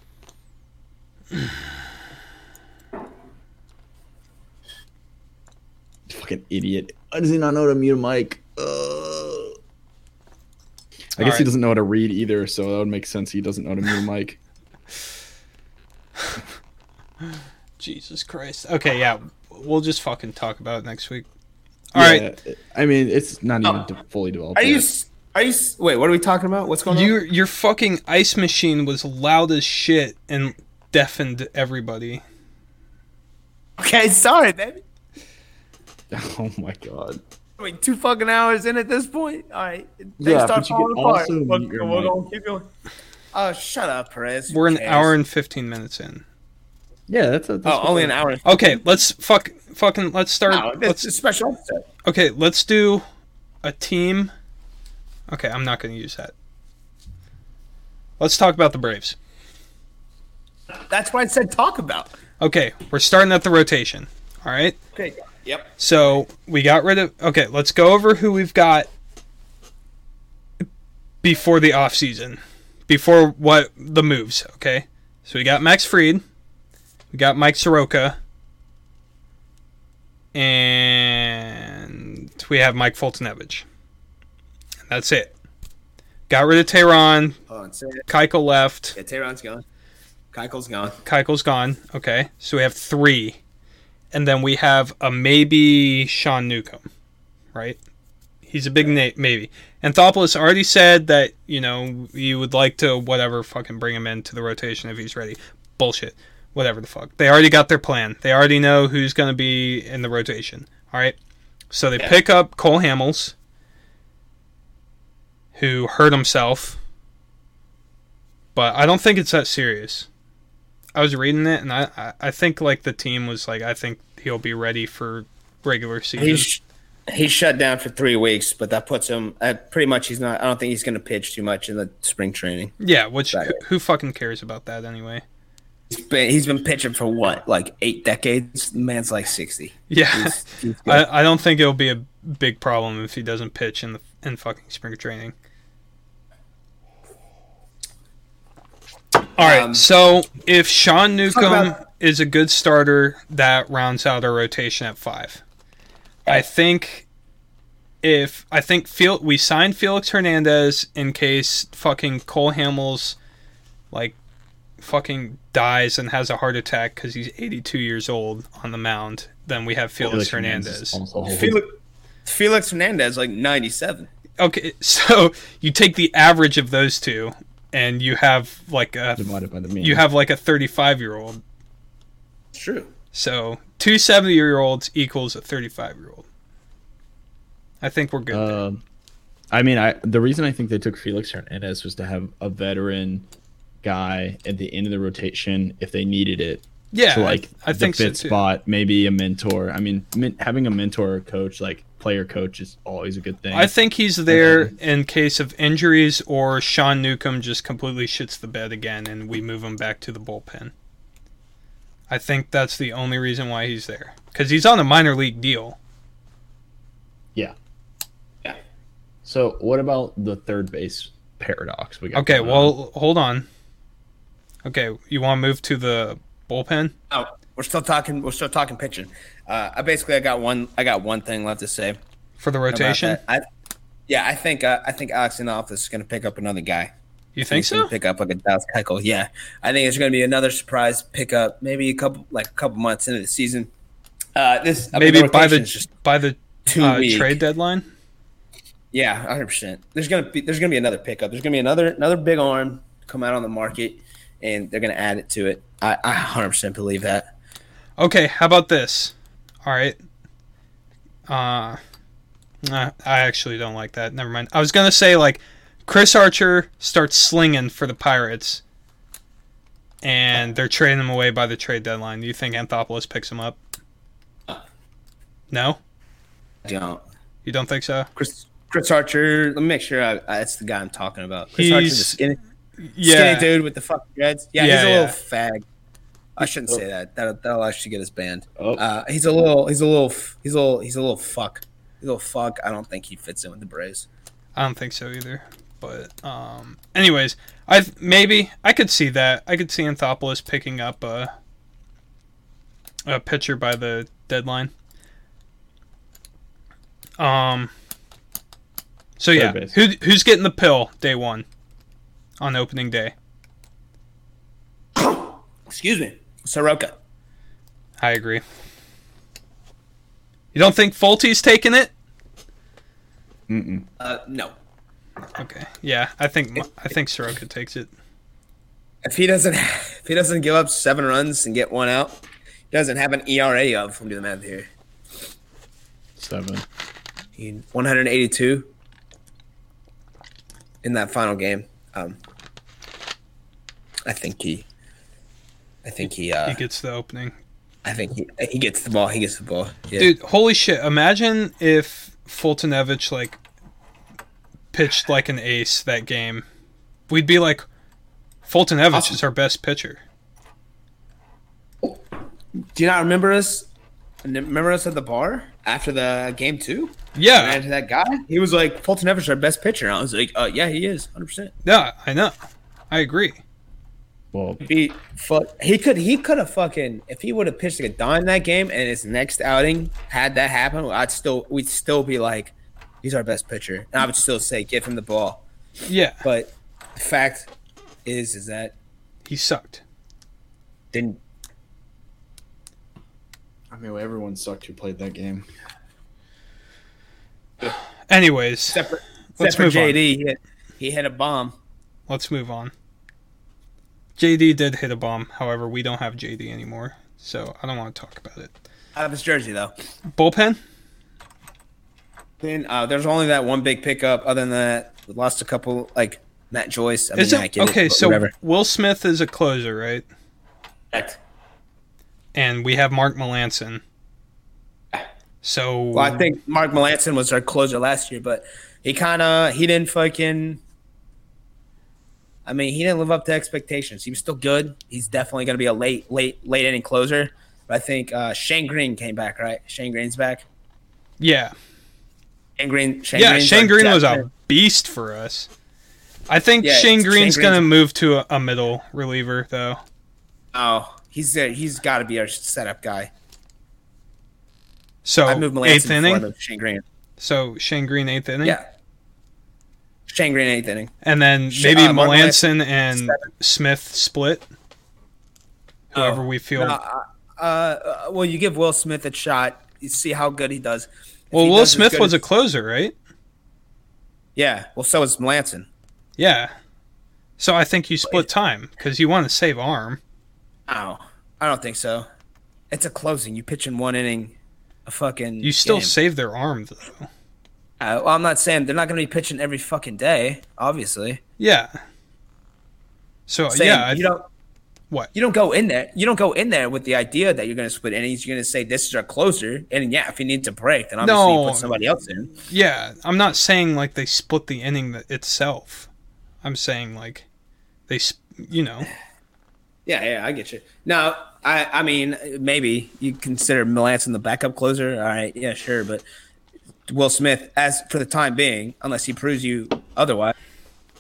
Speaker 4: Fucking idiot! Why does he not know how to mute a mic? Uh. Ugh. I guess
Speaker 2: Alright.
Speaker 4: he doesn't know how to read either, so that would make sense. He doesn't know how to mute a mic.
Speaker 2: Jesus Christ. Okay, yeah, we'll just fucking talk about it next week. All right, Oh.
Speaker 4: Yeah, I mean, it's not even de- fully developed.
Speaker 1: Are you?
Speaker 4: yet.
Speaker 1: s- Are you? s- Wait, what are we talking about? What's going on?
Speaker 2: your your fucking ice machine was loud as shit and deafened everybody.
Speaker 1: Okay, sorry, baby.
Speaker 4: Oh my god.
Speaker 1: I mean, two fucking hours in at this point. All right, things
Speaker 4: Yeah,
Speaker 1: start
Speaker 4: but you can
Speaker 1: falling apart.
Speaker 4: also
Speaker 1: We're-
Speaker 4: mute your
Speaker 1: we're
Speaker 4: mic.
Speaker 1: gonna keep going. Oh, shut up, Perez.
Speaker 2: We're an
Speaker 1: Who cares?
Speaker 2: hour and fifteen minutes in.
Speaker 4: Yeah, that's, a, that's
Speaker 1: Oh, only an hour. And-
Speaker 2: Okay, let's fuck fucking let's start.
Speaker 1: no,
Speaker 2: let's
Speaker 1: this is a special episode.
Speaker 2: okay, let's do a team. Okay, I'm not gonna use that. Let's talk about the Braves.
Speaker 1: That's what I said. Talk about.
Speaker 2: Okay, we're starting at the rotation. All right.
Speaker 1: Okay. Yep.
Speaker 2: So we got rid of. Okay, let's go over who we've got before the off season, before what the moves. Okay, so we got Max Freed, we got Mike Soroka, and we have Mike Fultonevich. That's it. Got rid of Tehran.
Speaker 1: Hold on. Say it.
Speaker 2: Keiko left.
Speaker 1: Yeah, Tehran's gone. Keuchel's gone.
Speaker 2: Keiko's gone. Okay, so we have three, and then we have a maybe Sean Newcomb, right? He's a big na- maybe. Anthopoulos already said that you know you would like to whatever fucking bring him into the rotation if he's ready. Bullshit. Whatever the fuck. They already got their plan. They already know who's going to be in the rotation. All right. So they pick up Cole Hamels, who hurt himself. But I don't think it's that serious. I was reading it, and I, I, I think like the team was like, I think he'll be ready for regular season.
Speaker 1: He's he's shut down for three weeks, but that puts him at pretty much. He's not. I don't think he's going to pitch too much in the spring training.
Speaker 2: yeah, which who,
Speaker 1: Right.
Speaker 2: who fucking cares about that anyway?
Speaker 1: He's been, he's been pitching for what, like eight decades. The man's like sixty.
Speaker 2: Yeah,
Speaker 1: He's- he's good.
Speaker 2: I, I don't think it'll be a big problem if he doesn't pitch in the in fucking spring training. All right.
Speaker 6: Um,
Speaker 2: so if Sean Newcomb
Speaker 1: about-
Speaker 2: is a good starter, that rounds out our rotation at five. I think if I think Fel- we signed Felix Hernandez in case fucking Cole Hamels like fucking dies and has a heart attack because he's 82 years old on the mound, then we have Felix, Hernandez.
Speaker 1: Felix, Felix Hernandez, like 97.
Speaker 2: Okay, so you take the average of those two, and you have like a
Speaker 4: divided by the mean.
Speaker 2: you have like a 35 year old
Speaker 1: It's true.
Speaker 2: So two 70 year olds equals a 35 year old. I think we're good. there.
Speaker 4: Um, I mean, I the reason I think they took Felix Hernandez was to have a veteran guy at the end of the rotation if they needed it.
Speaker 2: yeah,
Speaker 4: to like
Speaker 2: I, I
Speaker 4: the
Speaker 2: think so
Speaker 4: fit
Speaker 2: too.
Speaker 4: spot, maybe a mentor. I mean, men- having a mentor or coach, like player coach, is always a good thing.
Speaker 2: I think he's there in case of injuries or Sean Newcomb just completely shits the bed again and we move him back to the bullpen. I think that's the only reason why he's there because he's on a minor league deal.
Speaker 4: so. What about the third base paradox? We got
Speaker 2: Okay,
Speaker 4: going on?
Speaker 2: well, hold on. Okay, you want to move to the bullpen?
Speaker 1: Oh, we're still talking. We're still talking pitching. Uh, I basically, I got one. I got one thing left to say.
Speaker 2: For the
Speaker 1: about
Speaker 2: rotation,
Speaker 1: that. I, yeah, I think uh, I think Alex Inhofe is going to pick up another guy.
Speaker 2: you think
Speaker 1: He's gonna
Speaker 2: so?
Speaker 1: Pick up like a Dallas Keuchel. Yeah, I think it's going to be another surprise pickup. Maybe a couple, like a couple months into the season. Uh, this I mean,
Speaker 2: Maybe by the
Speaker 1: rotation's just
Speaker 2: by the
Speaker 1: too
Speaker 2: uh,
Speaker 1: weak.
Speaker 2: trade deadline.
Speaker 1: Yeah, hundred percent. There's gonna be there's gonna be another pickup. There's gonna be another another big arm come out on the market, and they're gonna add it to it. I I hundred percent believe that.
Speaker 2: Okay, how about this? All right. Uh, nah, I actually don't like that. Never mind. I was gonna say like Chris Archer starts slinging for the Pirates, and they're trading him away by the trade deadline. Do you think Anthopoulos picks him up? No,
Speaker 1: I don't
Speaker 2: you don't think so.
Speaker 1: Chris Chris Archer. Let me make sure I, I, that's the guy I'm talking about. Chris Archer, the
Speaker 2: He's-
Speaker 1: skinny,
Speaker 2: Yeah,
Speaker 1: skinny dude with the fucking dreads. Yeah, he's
Speaker 2: Yeah,
Speaker 1: a
Speaker 2: yeah.
Speaker 1: little fag. I shouldn't say that. That'll, that'll actually get us banned.
Speaker 3: Oh.
Speaker 1: Uh, he's a little. He's a little. f- He's a little. He's a little fuck. He's a little fuck. I don't think he fits in with the Braves.
Speaker 2: I don't think so either. But um, anyways, I th- maybe I could see that. I could see Anthopoulos picking up a a pitcher by the deadline. Um. So yeah,
Speaker 4: base.
Speaker 2: who who's getting the pill day one on opening day?
Speaker 1: Excuse me, Soroka.
Speaker 2: I agree. You don't think Folty's taking it?
Speaker 1: Uh, no,
Speaker 2: Okay. Yeah, I think I think Soroka takes it.
Speaker 1: if he doesn't if he doesn't give up seven runs and get one out, he doesn't have an ERA of. Let me do the math here.
Speaker 4: seven.
Speaker 1: He- 182 in that final game. Um, I think he. I think he.
Speaker 2: He
Speaker 1: Uh,
Speaker 2: gets the opening.
Speaker 1: I think he, he gets the ball. He gets the ball. Yeah.
Speaker 2: Dude, holy shit! Imagine if Fultonevich like pitched like an ace that game. We'd be like, Fultonevich is our best pitcher.
Speaker 1: do you not remember us? Remember us at the bar after the game two?
Speaker 2: Yeah,
Speaker 1: to that guy. He was like Fulton Evans, our best pitcher. And I was like, uh, yeah, he is, hundred percent.
Speaker 2: yeah, I know. I agree.
Speaker 4: Well,
Speaker 1: He fuck. He could. He could have fucking. If he would have pitched like a dime that game, and his next outing had that happen, I'd still. We'd still be like, he's our best pitcher, and I would still say give him the ball.
Speaker 2: Yeah,
Speaker 1: But the fact is, is that
Speaker 2: he sucked.
Speaker 1: didn't.
Speaker 3: I mean, everyone sucked who played that game.
Speaker 2: Anyways,
Speaker 1: Except for,
Speaker 2: Let's
Speaker 1: except for
Speaker 2: move on.
Speaker 1: JD, he hit, he hit a bomb.
Speaker 2: let's move on. JD did hit a bomb. However, we don't have JD anymore, so I don't want to talk about it.
Speaker 1: Out of his jersey though.
Speaker 2: Bullpen.
Speaker 1: Then uh, there's only that one big pickup. Other than that, we lost a couple like Matt Joyce. I
Speaker 2: Is
Speaker 1: mean, I
Speaker 2: it
Speaker 1: get
Speaker 2: okay?
Speaker 1: but
Speaker 2: So
Speaker 1: whatever.
Speaker 2: Will Smith is a closer, right?
Speaker 1: Correct.
Speaker 2: And we have Mark Melanson. So
Speaker 1: Well, I think Mark Melanson was our closer last year, but he kind of he didn't fucking. I mean, he didn't live up to expectations. He was still good. He's definitely going to be a late, late, late inning closer. But I think uh, Shane Green came back, right? Shane Green's back.
Speaker 2: Yeah.
Speaker 1: Shane Green. Shane
Speaker 2: yeah,
Speaker 1: Green's
Speaker 2: Shane
Speaker 1: our
Speaker 2: Green was
Speaker 1: depth-
Speaker 2: a beast for us. I think
Speaker 1: Yeah,
Speaker 2: Shane
Speaker 1: Shane Green's-
Speaker 2: Green's going to move to a, a middle reliever, though.
Speaker 1: Oh, he's there. He's got to be our setup guy.
Speaker 2: So
Speaker 1: I moved
Speaker 2: Oh, eighth
Speaker 1: Melanson in
Speaker 2: inning.
Speaker 1: front of Shane Green.
Speaker 2: So Shane Green eighth inning.
Speaker 1: Yeah. Shane Green eighth inning.
Speaker 2: And then
Speaker 1: Sh-
Speaker 2: maybe
Speaker 1: uh, Martin
Speaker 2: Melanson and
Speaker 1: seven.
Speaker 2: Smith split. Whoever we feel.
Speaker 1: Uh, uh, uh, well, you give Will Smith a shot. You see how good he does. If
Speaker 2: well,
Speaker 1: he
Speaker 2: Will
Speaker 1: does as
Speaker 2: Smith
Speaker 1: good
Speaker 2: was a
Speaker 1: as-
Speaker 2: closer, right?
Speaker 1: yeah. Well, so is Melanson.
Speaker 2: Yeah. So I think you split time because you want to save arm.
Speaker 1: Oh, I don't think so. It's a closing. You pitch in one inning. A fucking.
Speaker 2: You still
Speaker 1: game.
Speaker 2: save their arm though.
Speaker 1: Uh, well, I'm not saying they're not going to be pitching every fucking day. Obviously.
Speaker 2: Yeah. So
Speaker 1: Saying
Speaker 2: Uh, yeah, I-
Speaker 1: You don't.
Speaker 2: What?
Speaker 1: You don't go in there. You don't go in there with the idea that you're going to split innings. You're going to say this is our closer, and yeah, if he needs a break, then obviously you
Speaker 2: No.
Speaker 1: put somebody else in.
Speaker 2: yeah. I'm not saying like they split the inning th- itself. I'm saying like they, sp- you know,
Speaker 1: Yeah, yeah, I get you. No, I, I mean, maybe you consider Melanson the backup closer. All right, yeah, sure, but Will Smith, as for the time being, unless he proves you otherwise,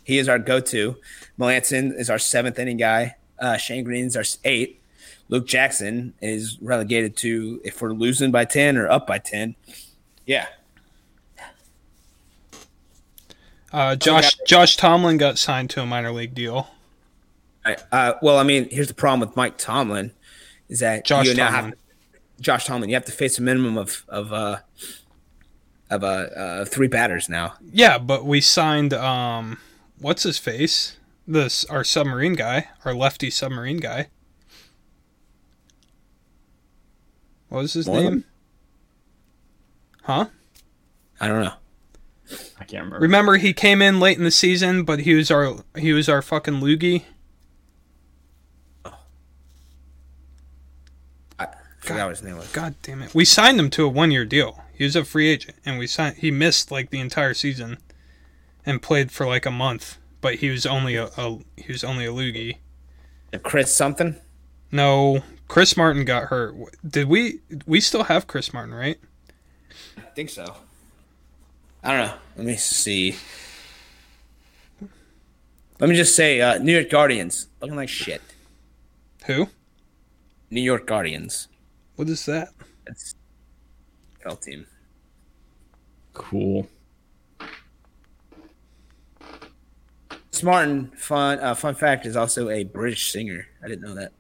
Speaker 1: he is our go-to. Melanson is our seventh inning guy. Uh, Shane Green is our s- eighth. Luke Jackson is relegated to if we're losing by ten or up by ten. Yeah,
Speaker 2: uh, Josh Josh Tomlin got signed to a minor league deal.
Speaker 1: I, uh, well, I mean, here's the problem with Mike Tomlin is that
Speaker 2: Josh
Speaker 1: you now
Speaker 2: Tomlin.
Speaker 1: have Josh Tomlin. You have to face a minimum of of uh, of uh, uh, three batters now.
Speaker 2: Yeah, but we signed um what's his face? This our submarine guy, our lefty submarine guy. What was his
Speaker 3: One of
Speaker 2: name? Huh?
Speaker 1: I don't know.
Speaker 4: I can't remember.
Speaker 2: Remember he came in late in the season, but he was our he was our fucking loogie.
Speaker 1: I forgot what his name was.
Speaker 2: God damn it. We signed him to a one year deal. He was a free agent and we signed he missed like the entire season and played for like a month, but he was only a, a he was only a loogie.
Speaker 1: Chris something.
Speaker 2: No, Chris Martin got hurt. W- Did we? We still have Chris Martin, right?
Speaker 1: I think so. I don't know. Let me see. Let me just say, uh, New York Guardians looking like shit.
Speaker 2: Who?
Speaker 1: New York Guardians.
Speaker 2: What is that?
Speaker 1: That's L team.
Speaker 4: Cool.
Speaker 1: Smartin, fun uh, fun fact, is also a British singer. I didn't know that.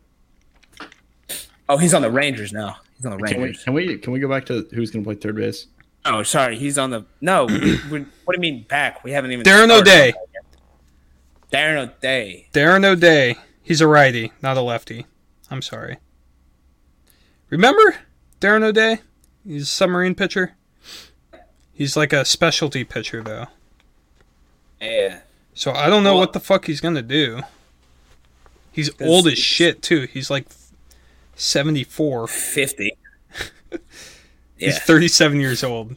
Speaker 1: Oh, he's on the Rangers now. He's on the
Speaker 4: Can we,
Speaker 1: Rangers.
Speaker 4: can we can we go back to who's gonna play third base?
Speaker 1: Oh, sorry, he's on the no. we, we- what do you mean back? We haven't even
Speaker 2: Darren
Speaker 1: started
Speaker 2: O'Day.
Speaker 1: on that yet. Darren O'Day.
Speaker 2: Darren O'Day. He's a righty, not a lefty. I'm sorry. Remember Darren O'Day? He's a submarine pitcher. He's like a specialty pitcher though.
Speaker 1: Yeah.
Speaker 2: So I don't know
Speaker 1: Well-
Speaker 2: what the fuck he's gonna do. He's old as
Speaker 1: it's-
Speaker 2: shit too. He's like 74.
Speaker 1: Fifty.
Speaker 2: He's
Speaker 1: Yeah.
Speaker 2: 37 years old.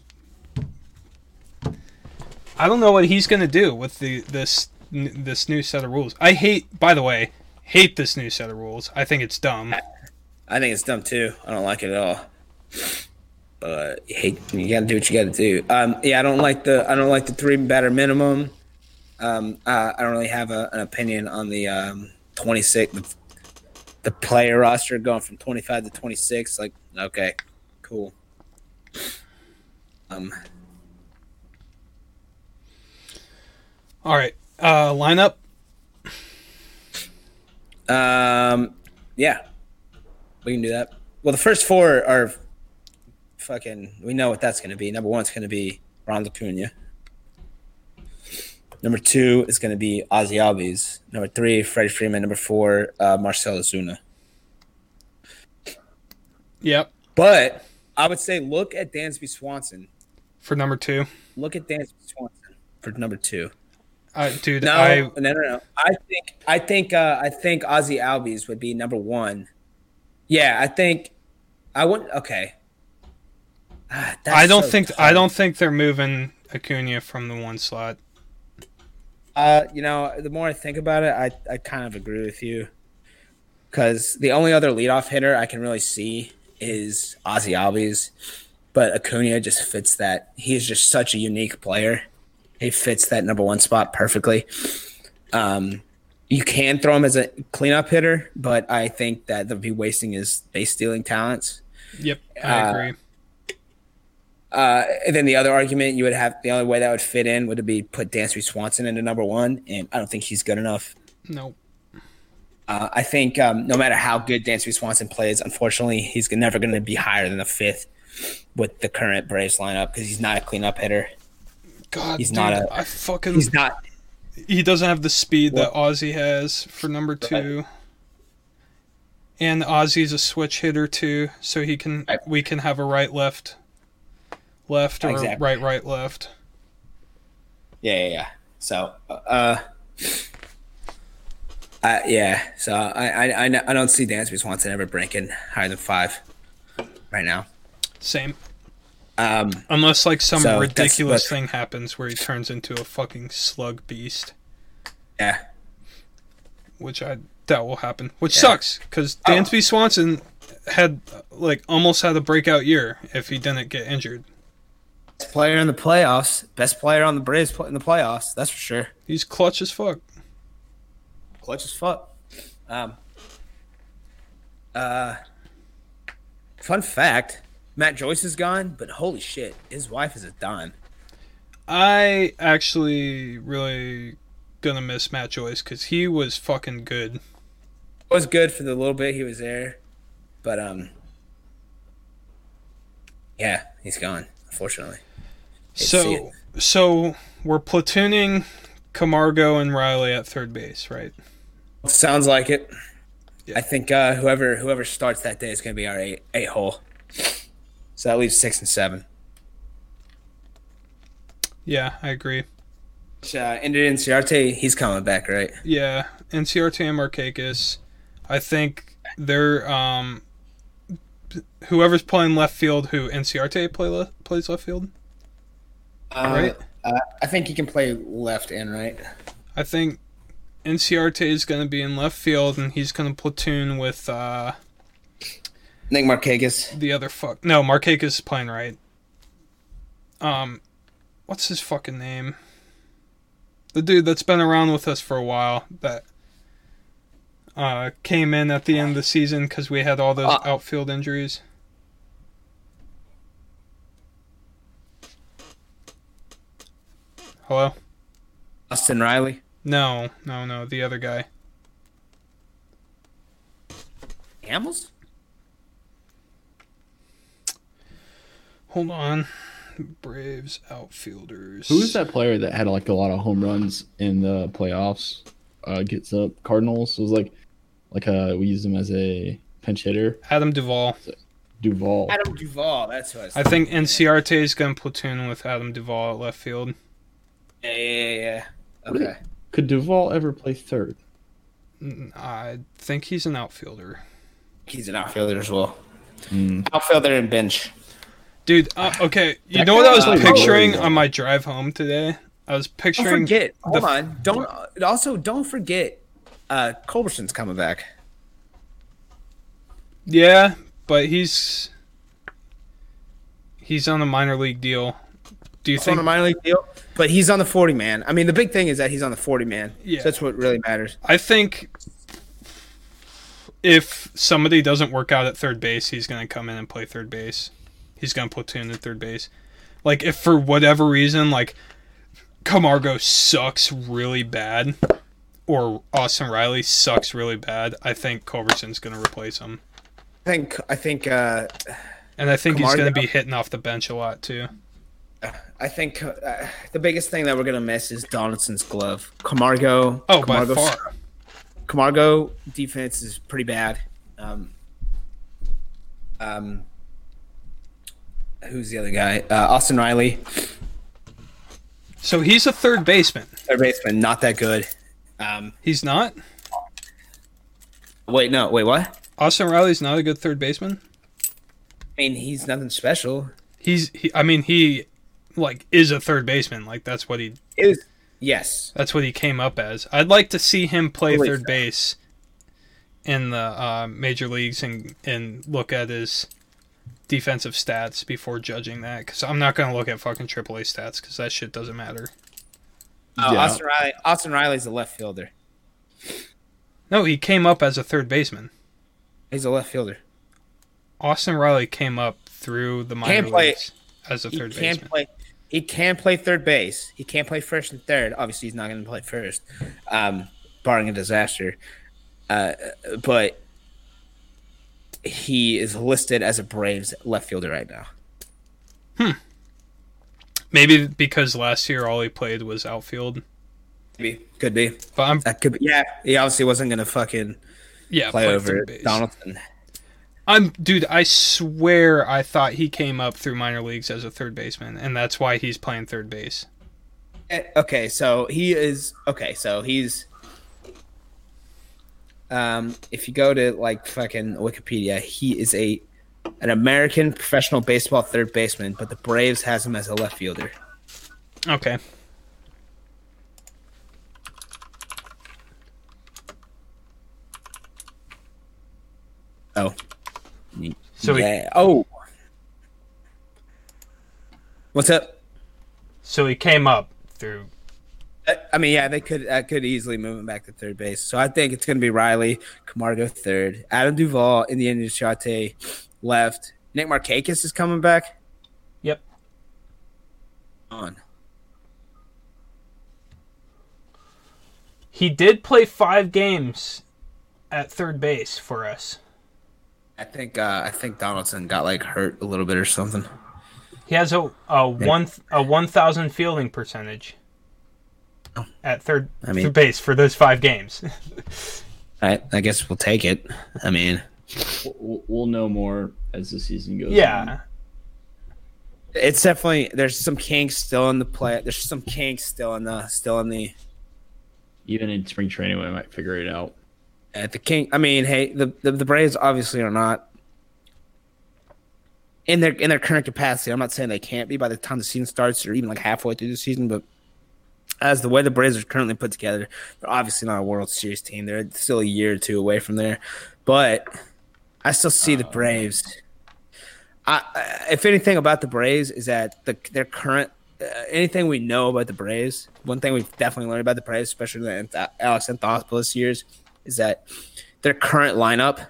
Speaker 2: I don't know what he's gonna do with the this n- this new set of rules. I hate, by the way, hate this new set of rules. I think it's dumb.
Speaker 1: I think it's dumb too. I don't like it at all. But hey, you gotta do what you gotta do. Um, yeah, I don't like the I don't like the three batter minimum. Um, uh, I don't really have a, an opinion on the um, twenty six the, the player roster going from twenty five to twenty six. Like, okay, cool. Um,
Speaker 2: All right, uh, lineup.
Speaker 1: um, yeah, we can do that. Well, the first four are fucking. We know what that's gonna be. Number one's gonna be Ron Acuna. Number two is going to be Ozzy Albies. Number three, Freddie Freeman. Number four, uh, Marcelo Zuna.
Speaker 2: Yep,
Speaker 1: But I would say look at Dansby Swanson.
Speaker 2: for number two.
Speaker 1: Look at Dansby Swanson for number two.
Speaker 2: Uh, dude,
Speaker 1: No,
Speaker 2: I
Speaker 1: no, no, no. I think I think uh, I think Ozzy Albies would be number one. Yeah, I think I wouldn't. Okay. Ah, that's
Speaker 2: I don't
Speaker 1: so
Speaker 2: think
Speaker 1: tough.
Speaker 2: I don't think they're moving Acuna from the one slot.
Speaker 1: Uh, you know, the more I think about it, I, I kind of agree with you. Because the only other leadoff hitter I can really see is Ozzy Albies. But Acuna just fits that. He is just such a unique player. He fits that number one spot perfectly. Um, you can throw him as a cleanup hitter, but I think that they'll be wasting his base stealing talents.
Speaker 2: Yep, I
Speaker 1: Uh,
Speaker 2: agree.
Speaker 1: Uh, and then the other argument you would have, the only way that would fit in would be put Dansby Swanson into number one, and I don't think he's good enough.
Speaker 2: Nope.
Speaker 1: Uh, I think um, no matter how good Dansby Swanson plays, unfortunately, he's never going to be higher than a fifth with the current Braves lineup because he's not a cleanup hitter.
Speaker 2: God,
Speaker 1: he's
Speaker 2: dude,
Speaker 1: not a-
Speaker 2: I fucking.
Speaker 1: He's not
Speaker 2: he doesn't have the speed that Ozzy has for number two. And Ozzy's a switch hitter too, so he can
Speaker 1: Right.
Speaker 2: we can have a right left, left or
Speaker 1: Exactly.
Speaker 2: right right left.
Speaker 1: Yeah, yeah, yeah. So, uh, I, yeah. So I, I, I n- I don't see Dansby Swanson ever breaking higher than five right now.
Speaker 2: Same,
Speaker 1: Um,
Speaker 2: unless like some
Speaker 1: So, that's-
Speaker 2: ridiculous
Speaker 1: that's-
Speaker 2: thing happens where he turns into a fucking slug beast,
Speaker 1: yeah,
Speaker 2: which I doubt will happen. Which sucks because
Speaker 1: Oh.
Speaker 2: Dansby Swanson had like almost had a breakout year if he didn't get injured.
Speaker 1: best player in the playoffs, best player on the Braves pl- in the playoffs. That's for sure.
Speaker 2: He's clutch as fuck.
Speaker 1: Clutch as fuck. Um, uh, fun fact: Matt Joyce is gone, but holy shit, his wife is a dime.
Speaker 2: I actually really gonna miss Matt Joyce because he was fucking good.
Speaker 1: It was good for the little bit he was there, but um, yeah, he's gone. Unfortunately, see
Speaker 2: so so we're platooning Camargo and Riley at third base, right?
Speaker 1: sounds like it.
Speaker 2: Yeah.
Speaker 1: I think uh, whoever whoever starts that day is going to be our eight eight hole. So that leaves six and seven,
Speaker 2: Yeah, I agree.
Speaker 1: which uh, ended in Ciarte. He's coming back, right?
Speaker 2: Yeah, NCRT and Marcakis. I think they're um whoever's playing left field who NCRT play le- plays left field, right?
Speaker 1: Uh, I think he can play left and right.
Speaker 2: I think NCRT is gonna be in left field and he's gonna platoon with uh
Speaker 1: I think Marquegas.
Speaker 2: the other fuck. No, Marquez is playing right. Um, what's his fucking name? The dude that's been around with us for a while that uh came in at the end of the season because we had all those
Speaker 1: Uh.
Speaker 2: outfield injuries. Hello?
Speaker 1: Austin Riley.
Speaker 2: No, no, no, the other guy.
Speaker 1: Hamels?
Speaker 2: Hold on. Braves outfielders.
Speaker 4: Who's that player that had like a lot of home runs in the playoffs? Uh, gets up Cardinals. It was like, like uh, we used him as a pinch hitter.
Speaker 2: Adam Duvall.
Speaker 4: Duvall.
Speaker 1: Adam Duvall. That's who I. Was
Speaker 2: I think NCRT is going to platoon with Adam Duvall at left field.
Speaker 1: Yeah, yeah, yeah, yeah.
Speaker 4: Really?
Speaker 1: Okay.
Speaker 4: Could Duvall ever play third?
Speaker 2: Mm, I think he's an outfielder.
Speaker 1: He's an outfielder as well.
Speaker 2: Hmm.
Speaker 1: Outfielder and bench.
Speaker 2: Dude, uh, okay, you
Speaker 4: That
Speaker 2: know what I was
Speaker 4: guy-
Speaker 2: picturing on my drive home today? I was
Speaker 1: Don't
Speaker 2: picturing.
Speaker 1: forget. Hold
Speaker 2: the-
Speaker 1: on. Don't also don't forget. Uh, Culberson's coming back.
Speaker 2: Yeah, but he's he's on a minor league deal. Do you
Speaker 1: He's on
Speaker 2: think?
Speaker 1: a minor league deal, but he's on the forty man. I mean, the big thing is that he's on the forty man.
Speaker 2: Yeah.
Speaker 1: so that's what really matters.
Speaker 2: I think if somebody doesn't work out at third base, he's going to come in and play third base. He's going to platoon at third base. Like if for whatever reason, like Camargo sucks really bad, or Austin Riley sucks really bad, I think Culverson's going to replace him,
Speaker 1: I think. I think. Uh,
Speaker 2: and I think he's
Speaker 1: Camargo?
Speaker 2: going to be hitting off the bench a lot too.
Speaker 1: I think uh, the biggest thing that we're gonna miss is Donaldson's glove. Camargo.
Speaker 2: Oh,
Speaker 1: Camargo's-
Speaker 2: by far.
Speaker 1: Camargo defense is pretty bad. Um, um, who's the other guy? Uh, Austin Riley,
Speaker 2: So he's a third baseman.
Speaker 1: third baseman, not that good. Um,
Speaker 2: He's not.
Speaker 1: wait, no, wait, what?
Speaker 2: Austin Riley's not a good third baseman.
Speaker 1: I mean, he's nothing special.
Speaker 2: He's. He, I mean, he like is a third baseman. Like that's what he
Speaker 1: It was yes,
Speaker 2: That's what he came up as. I'd like to see him play
Speaker 1: Believe
Speaker 2: third
Speaker 1: so.
Speaker 2: base in the uh, major leagues and and look at his defensive stats before judging that because I'm not gonna look at fucking AAA stats because that shit doesn't matter.
Speaker 1: Oh,
Speaker 4: Yeah.
Speaker 1: Austin Riley. Austin Riley's a left fielder.
Speaker 2: No, he came up as a third baseman.
Speaker 1: He's a left fielder.
Speaker 2: Austin Riley came up through the minor
Speaker 1: Can't play-
Speaker 2: leagues as a
Speaker 1: He can
Speaker 2: third baseman.
Speaker 1: play. He can play third base. He can play first and third. Obviously, he's not going to play first, um, barring a disaster. Uh, but he is listed as a Braves left fielder right now.
Speaker 2: Maybe because last year all he played was outfield.
Speaker 1: Maybe. Could be.
Speaker 2: But I'm
Speaker 1: That could be. Yeah. He obviously wasn't going to fucking
Speaker 2: yeah,
Speaker 1: play
Speaker 2: play
Speaker 1: over
Speaker 2: third base.
Speaker 1: Donaldson.
Speaker 2: I'm dude, I swear I thought he came up through minor leagues as a third baseman and that's why he's playing third base.
Speaker 1: Eh, Okay, so he is okay, so he's um if you go to like fucking Wikipedia, he is a an American professional baseball third baseman, but the Braves has him as a left fielder.
Speaker 2: Okay.
Speaker 1: Oh.
Speaker 2: So he
Speaker 1: yeah. oh. What's up?
Speaker 2: so he came up through
Speaker 1: I- I mean, yeah, they could I could easily move him back to third base. So I think it's going to be Riley, Camargo third, Adam Duvall, Indiana Duchate left. Nick Markakis is coming back.
Speaker 2: Yep.
Speaker 1: On.
Speaker 2: He did play 5 games at third base for us.
Speaker 1: I think uh, I think Donaldson got like hurt a little bit or something.
Speaker 2: He has a a one a one thousand fielding percentage at third,
Speaker 1: Oh. I mean-
Speaker 2: third base for those five games.
Speaker 1: I I guess we'll take it. I mean,
Speaker 4: We'll, we'll know more as the season goes. on.
Speaker 2: yeah,
Speaker 1: it's definitely there's some kinks still in the play. There's some kinks still in the still in the
Speaker 4: Even in spring training, we might figure it out.
Speaker 1: at the king. I mean, hey, the, the the Braves obviously are not in their in their current capacity. I'm not saying they can't be by the time the season starts or even like halfway through the season, but as the way the Braves are currently put together, they're obviously not a World Series team. They're still a year or two away from there, but I still see the Braves. I, I, if anything about the Braves is that the their current uh, anything we know about the Braves, one thing we've definitely learned about the Braves, especially the Anth- Alex Anthopoulos years, is that their current lineup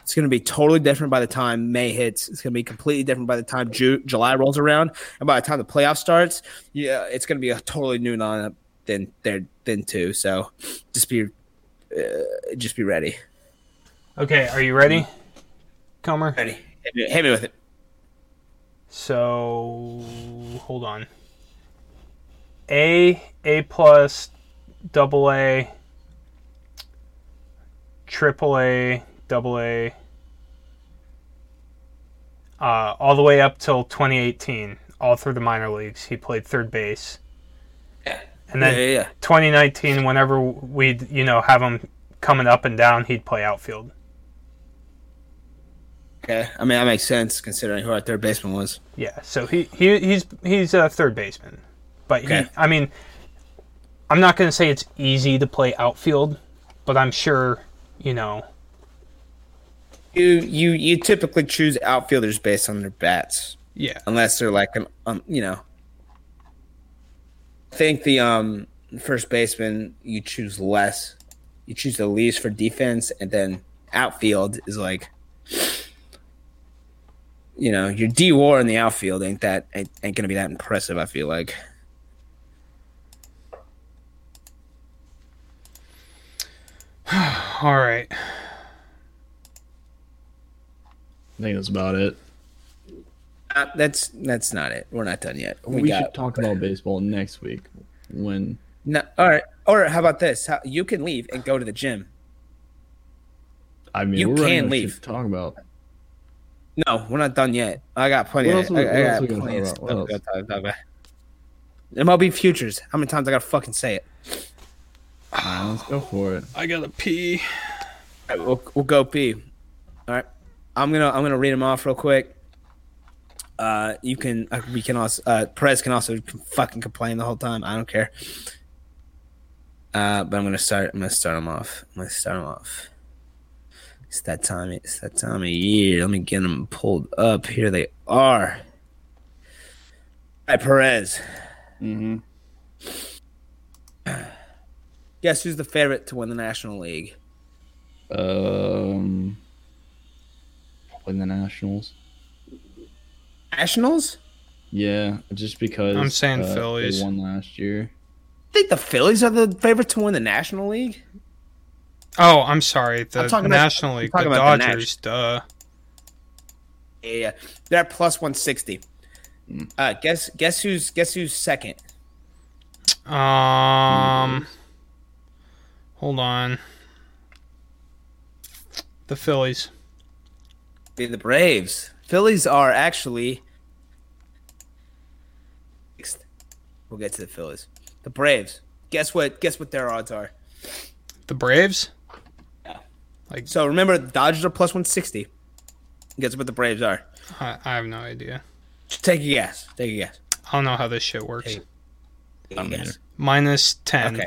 Speaker 1: it's going to be totally different by the time May hits. It's going to be completely different by the time Ju- July rolls around, and by the time the playoff starts, yeah, it's going to be a totally new lineup than there than two. So just be uh, just be ready.
Speaker 2: Okay, are you ready,
Speaker 1: Mm.
Speaker 2: Comer?
Speaker 1: Ready. Hit me, hit me with it.
Speaker 2: So hold on. A A plus, double A, triple A, double A, uh, all the way up till 2018, all through the minor leagues. He played third base, and
Speaker 1: Yeah,
Speaker 2: then
Speaker 1: yeah, yeah.
Speaker 2: 2019, whenever we'd you know have him coming up and down, he'd play outfield.
Speaker 1: Okay. I mean, that makes sense considering who our third baseman was.
Speaker 2: Yeah, so he, he he's he's a third baseman, but he,
Speaker 1: Okay.
Speaker 2: I mean, I'm not going to say it's easy to play outfield, but I'm sure you know.
Speaker 1: You you you typically choose outfielders based on their bats.
Speaker 2: Yeah,
Speaker 1: unless they're like an um, you know. I think the um first baseman you choose less, you choose the least for defense, and then outfield is like, you know, your D WAR in the outfield ain't that ain't, ain't gonna be that impressive. I feel like.
Speaker 2: all right.
Speaker 4: I think that's about it.
Speaker 1: Uh, that's that's not it. We're not done yet. We,
Speaker 4: We,
Speaker 1: got
Speaker 4: should talk about baseball next week when
Speaker 1: no, all right. Or how about this? How, you can leave and go to the gym.
Speaker 4: I mean
Speaker 1: You
Speaker 4: we're running
Speaker 1: can
Speaker 4: out of shit
Speaker 1: leave.
Speaker 4: to Talk about
Speaker 1: No, we're not done yet. I got plenty.
Speaker 4: What
Speaker 1: of,
Speaker 4: else we-
Speaker 1: I,
Speaker 4: what
Speaker 1: I
Speaker 4: else
Speaker 1: got
Speaker 4: we gonna
Speaker 1: plenty of
Speaker 4: talk
Speaker 1: stuff
Speaker 4: about? What
Speaker 1: to talk about. MLB futures. How many times I gotta fucking say it?
Speaker 4: Alright, let's go for it.
Speaker 2: I gotta pee.
Speaker 1: All right, we'll, we'll go P. All right, I'm gonna I'm gonna read them off real quick. Uh, you can uh, we can also uh, Perez can also c- fucking complain the whole time. I don't care. Uh, but I'm gonna start. I'm gonna start them off. I'm gonna start them off. It's that time. It's that time of year. Let me get them pulled up. Here they are. All right, Perez.
Speaker 4: Mm-hmm.
Speaker 1: Guess who's the favorite to win the National League?
Speaker 4: Um, probably the Nationals.
Speaker 1: Nationals?
Speaker 4: Yeah, just because
Speaker 7: I'm saying
Speaker 4: uh,
Speaker 7: Phillies.
Speaker 4: They won last year.
Speaker 1: I think the Phillies are the favorite to win the National League.
Speaker 7: Oh, I'm sorry. The
Speaker 1: talking about-
Speaker 7: National
Speaker 1: I'm
Speaker 7: League, the
Speaker 1: talking about the
Speaker 7: Dodgers. duh.
Speaker 1: Yeah, yeah. they're at plus one sixty. Uh, guess guess who's guess who's second? Mm-hmm.
Speaker 7: Um, hold on. The Phillies.
Speaker 1: Be the Braves. Phillies are actually. sixth. We'll get to the Phillies. The Braves. Guess what? Guess what their odds are.
Speaker 7: The Braves.
Speaker 1: So remember, the Dodgers are plus one sixty. Guess what the Braves are?
Speaker 7: I, I have no idea.
Speaker 1: Just Take a guess. Take a guess.
Speaker 7: I don't know how this shit works.
Speaker 1: Hey. Take a guess.
Speaker 7: Minus ten.
Speaker 1: Okay.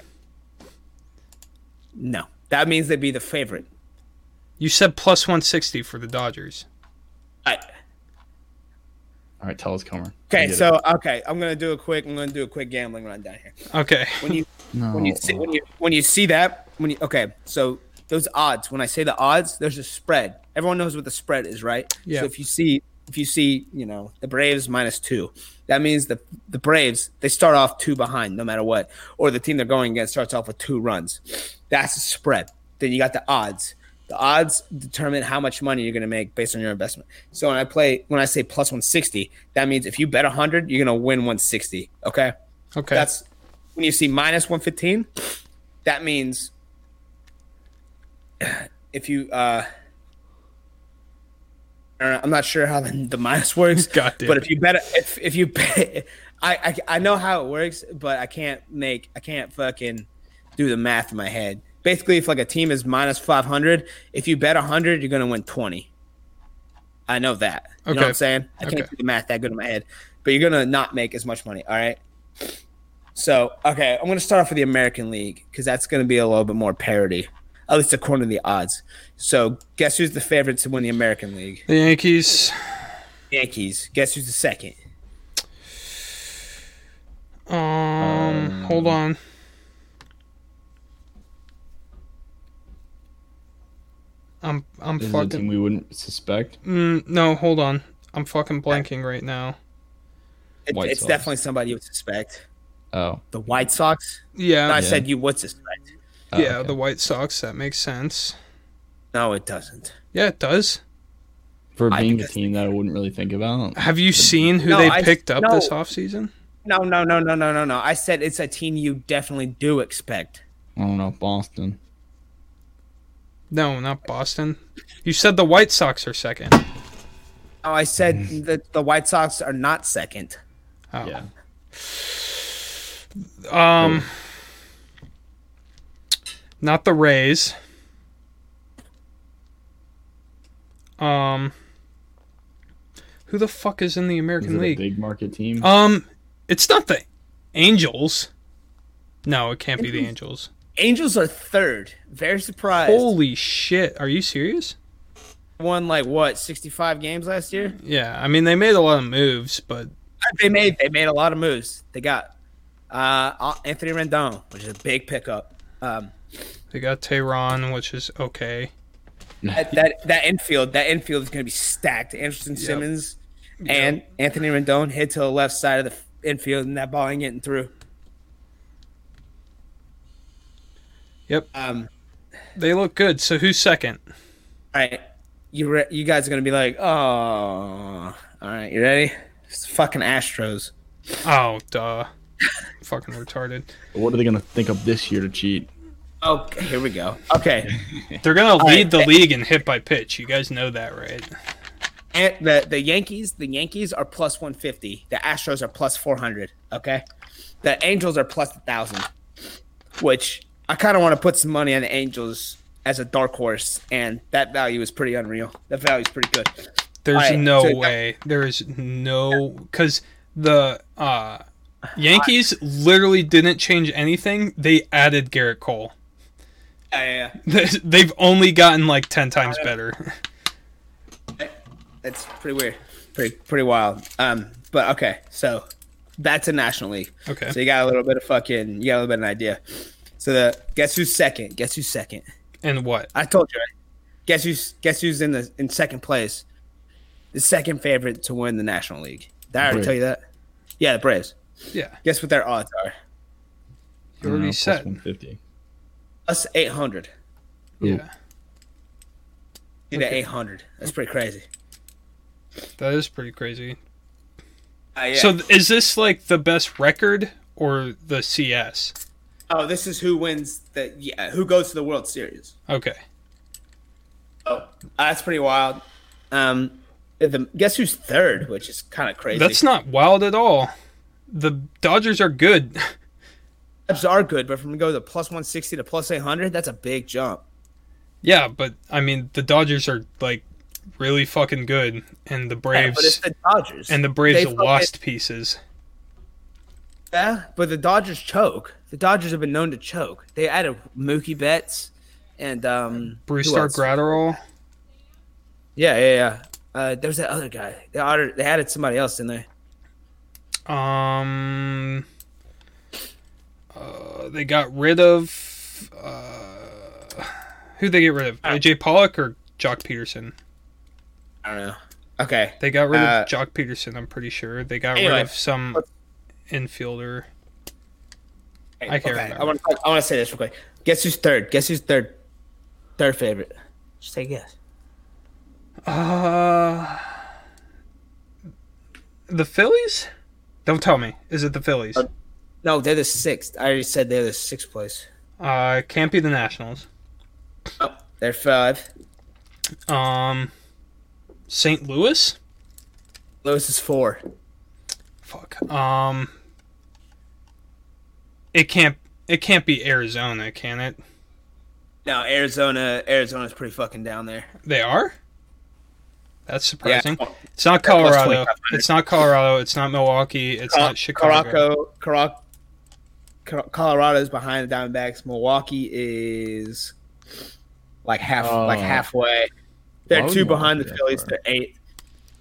Speaker 1: No, that means they'd be the favorite.
Speaker 7: You said plus one sixty for the Dodgers.
Speaker 1: All right.
Speaker 4: All right, tell us, Comer. I
Speaker 1: Okay,
Speaker 4: get
Speaker 1: so okay, I'm gonna do a quick. I'm gonna do a quick gambling rundown here.
Speaker 7: Okay.
Speaker 1: When you
Speaker 4: it. no,
Speaker 1: when you see when you when you see that when you okay so those odds when i say the odds there's a spread everyone knows what the spread is right
Speaker 7: Yeah.
Speaker 1: so if you see if you see you know the braves minus two that means the the braves they start off two behind no matter what or the team they're going against starts off with two runs that's a spread then you got the odds the odds determine how much money you're going to make based on your investment so when i play when i say plus 160 that means if you bet 100 you're going to win 160 okay
Speaker 7: Okay.
Speaker 1: that's when you see minus 115, that means if you, uh, I don't know, I'm not sure how the, the minus works,
Speaker 7: God damn
Speaker 1: but
Speaker 7: it.
Speaker 1: if you bet, if, if you bet, I, I, I know how it works, but I can't make, I can't fucking do the math in my head. Basically, if like a team is minus 500, if you bet 100, you're going to win 20. I know that. You know
Speaker 7: Okay.
Speaker 1: what I'm saying? I can't
Speaker 7: Okay.
Speaker 1: do the math that good in my head, but you're going to not make as much money. All right. So, okay, I'm going to start off with the American League because that's going to be a little bit more parity, at least according to the odds. So, guess who's the favorite to win the American League?
Speaker 7: the Yankees.
Speaker 1: Yankees. Guess who's the second?
Speaker 7: Um,
Speaker 1: Um,
Speaker 7: hold on. I'm I'm
Speaker 4: this is a
Speaker 7: fucking
Speaker 4: team we wouldn't suspect.
Speaker 7: mm, no, hold on. I'm fucking blanking right now.
Speaker 1: It,
Speaker 4: White
Speaker 1: it's
Speaker 4: Sox.
Speaker 1: definitely somebody you would suspect.
Speaker 4: Oh,
Speaker 1: The White Sox?
Speaker 7: Yeah.
Speaker 1: I
Speaker 4: Yeah.
Speaker 1: said you would suspect.
Speaker 4: oh,
Speaker 7: yeah,
Speaker 4: okay.
Speaker 7: the White Sox, that makes sense.
Speaker 1: No, it doesn't.
Speaker 7: Yeah, it does.
Speaker 4: for
Speaker 1: I
Speaker 4: being
Speaker 1: think
Speaker 4: a
Speaker 1: that's
Speaker 4: team that I wouldn't really think about.
Speaker 7: Have you seen who
Speaker 1: No,
Speaker 7: they
Speaker 1: I-
Speaker 7: picked up
Speaker 1: no.
Speaker 7: this offseason?
Speaker 1: No, no, no, no, no, no, no. I said it's a team you definitely do expect.
Speaker 4: I don't know Boston.
Speaker 7: No, not Boston. You said the White Sox are second.
Speaker 1: Oh, I
Speaker 7: Mm.
Speaker 1: said that the White Sox are not second.
Speaker 7: Oh.
Speaker 4: Yeah.
Speaker 7: Um not the Rays. Um who the fuck is in the
Speaker 4: Is
Speaker 7: American
Speaker 4: it a
Speaker 7: League?
Speaker 4: big market team?
Speaker 7: um it's not the Angels. No, it can't
Speaker 4: Mm-hmm.
Speaker 7: be the Angels.
Speaker 1: Angels are third. Very surprised.
Speaker 7: Holy shit. Are you serious?
Speaker 1: Won like what, 65 games last year?
Speaker 7: Yeah, I mean they made a lot of moves, but
Speaker 1: they made they made a lot of moves. They got uh, Anthony Rendon, which is a big pickup. Um,
Speaker 7: they got Tehran, which is okay.
Speaker 1: that, that that infield that infield is going to be stacked. Anderson Simmons and Anthony Rendon hit to the left side of the f- infield, and that ball ain't getting through.
Speaker 7: Yep.
Speaker 1: Um,
Speaker 7: They look good. So who's second?
Speaker 1: all right, you re- you guys are going to be like, oh, all right, you ready? It's the fucking Astros.
Speaker 7: Oh, duh. Fucking retarded.
Speaker 4: what are they gonna think of this year to cheat?
Speaker 1: Okay, here we go. Okay,
Speaker 7: They're gonna
Speaker 1: right.
Speaker 7: lead the league in hit by pitch. You guys know that, right?
Speaker 1: and the the Yankees, the Yankees are plus one fifty. The Astros are plus four hundred. Okay, the Angels are plus thousand, which I kind of want to put some money on the Angels as a dark horse, and that value is pretty unreal. That value is pretty good.
Speaker 7: There's
Speaker 1: All right,
Speaker 7: no
Speaker 1: so that-
Speaker 7: way. There is no because the uh, Yankees literally didn't change anything. They added Garrett Cole.
Speaker 1: Yeah, yeah, yeah.
Speaker 7: They- They've only gotten like ten times
Speaker 1: Uh,
Speaker 7: better.
Speaker 1: that's pretty weird, pretty pretty wild. Um, but okay, so that's a National League.
Speaker 7: Okay.
Speaker 1: So you got a little bit of fucking, you got a little bit of an idea. So the guess who's second? Guess who's second?
Speaker 7: And what?
Speaker 1: I told you. right? Guess who's guess who's in the in second place? The second favorite to win the National League. Did I already
Speaker 4: Braves.
Speaker 1: tell you that? Yeah, the Braves.
Speaker 7: Yeah.
Speaker 1: Guess what their odds are?
Speaker 7: You already
Speaker 4: know, Uh, plus
Speaker 7: said.
Speaker 4: 150.
Speaker 1: Us eight hundred.
Speaker 7: Yeah.
Speaker 1: Dude, eight hundred. That's pretty crazy.
Speaker 7: That is pretty crazy.
Speaker 1: Uh, yeah.
Speaker 7: So th- is this like the best record or the CS?
Speaker 1: oh, this is who wins the yeah, who goes to the World Series.
Speaker 7: Okay.
Speaker 1: Oh, that's pretty wild. Um, the guess who's third, which is kind of crazy.
Speaker 7: That's not wild at all. The Dodgers are good.
Speaker 1: Cubs are good, but from go to plus one sixty to plus eight hundred, that's a big jump.
Speaker 7: yeah, but I mean the Dodgers are like really fucking good and the
Speaker 1: Yeah, but it's
Speaker 7: Braves
Speaker 1: the Dodgers,
Speaker 7: and the Braves
Speaker 1: They
Speaker 7: are
Speaker 1: fucking-
Speaker 7: lost pieces.
Speaker 1: Yeah, but the Dodgers choke. The Dodgers have been known to choke. They added Mookie Betts and um
Speaker 7: Bruce
Speaker 1: who
Speaker 7: Star
Speaker 1: else?
Speaker 7: Gratterall.
Speaker 1: Yeah, yeah, yeah. Uh, there was that other guy. They added, they added somebody else in there.
Speaker 7: Um, uh, they got rid of uh, who they get rid of?
Speaker 1: Uh,
Speaker 7: AJ Pollock or Jock Peterson?
Speaker 1: I don't know. Okay,
Speaker 7: They got rid
Speaker 1: Uh,
Speaker 7: of Jock Peterson. I'm pretty sure they got
Speaker 1: anyway,
Speaker 7: rid of some infielder. I can't
Speaker 1: okay.
Speaker 7: remember.
Speaker 1: I want to. I want to say this real quick. Guess who's third? Guess who's third? Third favorite. Just say guess.
Speaker 7: Uh, the Phillies? Don't tell me. Is it the Phillies?
Speaker 1: No, they're the sixth. I already said they're the sixth place.
Speaker 7: Uh, can't be the Nationals.
Speaker 1: They're five.
Speaker 7: Um, St. Louis.
Speaker 1: Lewis is four.
Speaker 7: Fuck. Um. It can't. It can't be Arizona, can it?
Speaker 1: No, Arizona. Arizona's pretty fucking down there.
Speaker 7: They are. That's surprising.
Speaker 1: Yeah.
Speaker 7: It's not
Speaker 1: plus
Speaker 7: Colorado.
Speaker 1: 2500.
Speaker 7: It's not Colorado. It's not Milwaukee. It's
Speaker 1: Col-
Speaker 7: not Chicago.
Speaker 1: Caraco- Carac- Cor- Colorado's behind the Diamondbacks. Milwaukee is like half,
Speaker 4: Oh.
Speaker 1: like halfway. They're
Speaker 4: Why would
Speaker 1: two behind the
Speaker 4: Milwaukee be
Speaker 1: Phillies.
Speaker 4: that far?
Speaker 1: They're eighth.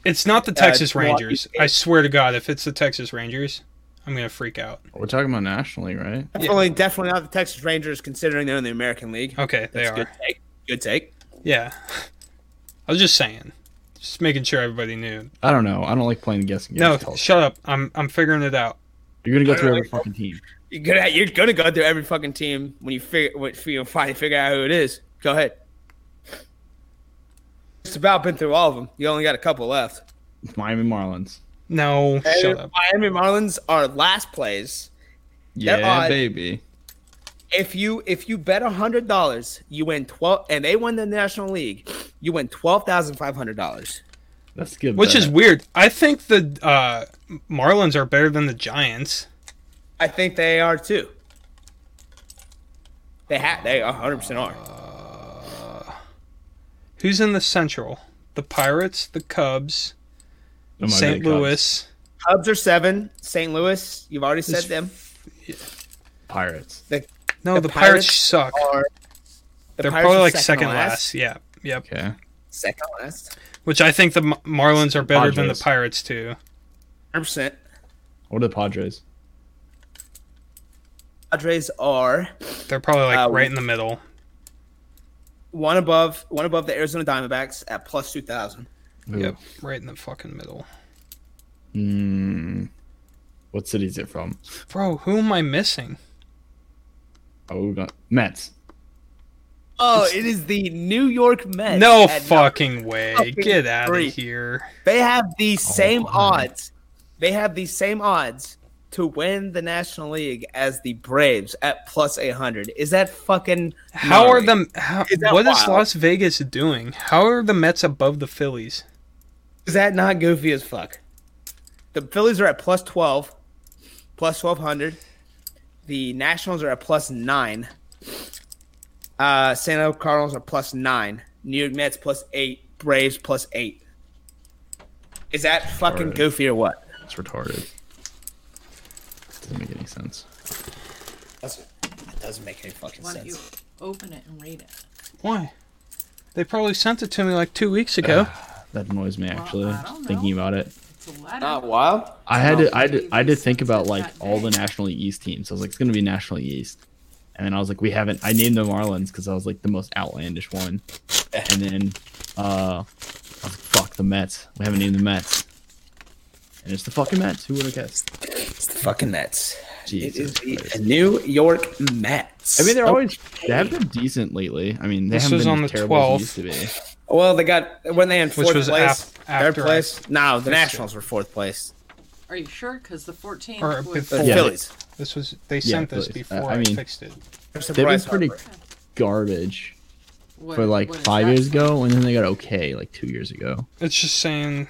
Speaker 7: It's not the Texas
Speaker 1: uh, Milwaukee
Speaker 7: Rangers.
Speaker 1: State.
Speaker 7: I swear to God, if it's the Texas Rangers, I'm gonna freak out.
Speaker 4: We're talking about nationally, right?
Speaker 1: Definitely, definitely not the Texas Rangers, considering they're in the American League.
Speaker 7: Okay, they
Speaker 1: That's
Speaker 7: are.
Speaker 1: Good take. Good take.
Speaker 7: Yeah. I was just saying. Just making sure everybody knew.
Speaker 4: I don't know. I don't like playing guessing games.
Speaker 7: No,
Speaker 4: Tell us.
Speaker 7: shut up. I'm I'm figuring it out.
Speaker 4: you're gonna
Speaker 1: I
Speaker 4: go
Speaker 1: don't
Speaker 4: through
Speaker 1: like-
Speaker 4: every fucking team.
Speaker 1: You're gonna, you're gonna go through every fucking team when you figure, when you finally figure out who it is. Go ahead. It's about been through all of them. You only got a couple left.
Speaker 4: Miami Marlins.
Speaker 7: No, shut up.
Speaker 1: Miami Marlins are last place. They're
Speaker 4: Yeah,
Speaker 1: odd.
Speaker 4: baby.
Speaker 1: if you if you bet hundred dollars, you win twelve, and they win the National League, you win twelve thousand five hundred dollars.
Speaker 4: That's good.
Speaker 7: Which is weird. I think the uh, Marlins are better than the Giants.
Speaker 1: I think they are too. They have they hundred percent are.
Speaker 7: Who's in the Central? The Pirates, the Cubs,
Speaker 4: Oh my
Speaker 7: St.
Speaker 4: God,
Speaker 7: Louis.
Speaker 1: Cubs are seven. St. Louis, you've already said them.
Speaker 4: Pirates.
Speaker 7: No,
Speaker 1: The
Speaker 7: the, Pirates,
Speaker 1: Pirates
Speaker 7: suck.
Speaker 1: Are the
Speaker 7: They're
Speaker 1: Pirates
Speaker 7: probably
Speaker 1: are
Speaker 7: like second, last. Yeah. Yep.
Speaker 4: Okay.
Speaker 1: Second last,
Speaker 7: Which I think the Ma- Marlins are better than the
Speaker 4: Padres.
Speaker 7: Pirates too.
Speaker 1: hundred percent.
Speaker 4: What are the Padres?
Speaker 1: Padres are
Speaker 7: They're probably like
Speaker 1: Uh,
Speaker 7: right in the middle.
Speaker 1: one above one above the Arizona Diamondbacks at plus two thousand.
Speaker 4: Ooh.
Speaker 7: Yep. Right in the fucking middle.
Speaker 4: Hmm. What city is it from?
Speaker 7: Bro, who am I missing?
Speaker 4: Oh, we got Mets.
Speaker 1: Oh, it is the New York Mets.
Speaker 7: No
Speaker 1: at
Speaker 7: fucking way.
Speaker 1: fucking
Speaker 7: Get out
Speaker 1: three.
Speaker 7: of here.
Speaker 1: They have
Speaker 7: Oh,
Speaker 1: the same
Speaker 4: wow.
Speaker 1: odds. They have the same odds to win the National League as the Braves at plus 800. Is that fucking
Speaker 7: How are
Speaker 1: gnarly?
Speaker 7: the how,
Speaker 1: Is that
Speaker 7: what is
Speaker 1: wild?
Speaker 7: Las Vegas doing? How are the Mets above the Phillies?
Speaker 1: Is that not goofy as fuck? The Phillies are at plus 12, plus 1200. The Nationals are at plus 9. Uh San Diego Cardinals are plus 9. New York Mets plus 8, Braves plus 8. Is that fucking
Speaker 4: Alright.
Speaker 1: goofy or what?
Speaker 4: It's retarded. Doesn't make any sense.
Speaker 1: That's, that doesn't make any fucking
Speaker 6: Why don't you
Speaker 1: sense.
Speaker 6: open it and read it?
Speaker 7: Why? They probably sent it to me like two weeks ago.
Speaker 4: That annoys me actually.
Speaker 6: I
Speaker 4: just
Speaker 6: don't
Speaker 4: thinking
Speaker 6: know.
Speaker 4: about it.
Speaker 6: It's a letter.
Speaker 1: Not wild.
Speaker 4: I had
Speaker 6: No.
Speaker 4: to, I had to, I had to think about like
Speaker 6: That
Speaker 4: all the
Speaker 6: day.
Speaker 4: National League East teams. I was like, it's gonna be National League East, And then I was like, we haven't. I named the Marlins because I was like the most outlandish one. And then uh, I was like, fuck the Mets. We haven't named the Mets. And it's the fucking Mets. Who would have guessed?
Speaker 1: It's the fucking Mets.
Speaker 4: Jesus
Speaker 1: it is the New York Mets.
Speaker 4: I mean, they're always they have been decent lately. I mean, they
Speaker 7: This
Speaker 4: haven't
Speaker 7: was
Speaker 4: been
Speaker 7: on
Speaker 4: as
Speaker 7: the
Speaker 4: terrible as they used to be.
Speaker 1: well, they got when they in
Speaker 7: Which
Speaker 1: fourth
Speaker 7: was
Speaker 1: place,
Speaker 7: af-
Speaker 1: third
Speaker 7: after I-
Speaker 1: place. No, the Nationals were fourth place.
Speaker 6: Are you sure? Because the 14th
Speaker 7: Or
Speaker 6: was.
Speaker 1: The
Speaker 7: Yeah.
Speaker 1: Phillies.
Speaker 7: This was they sent this
Speaker 4: please. Uh,
Speaker 7: before
Speaker 4: I
Speaker 7: I,
Speaker 4: mean-
Speaker 7: fixed it.
Speaker 1: They've
Speaker 4: They've been pretty garbage
Speaker 6: What,
Speaker 4: for like
Speaker 6: what is
Speaker 4: five
Speaker 6: that?
Speaker 4: years ago, and then they got okay like two years ago.
Speaker 7: It's just saying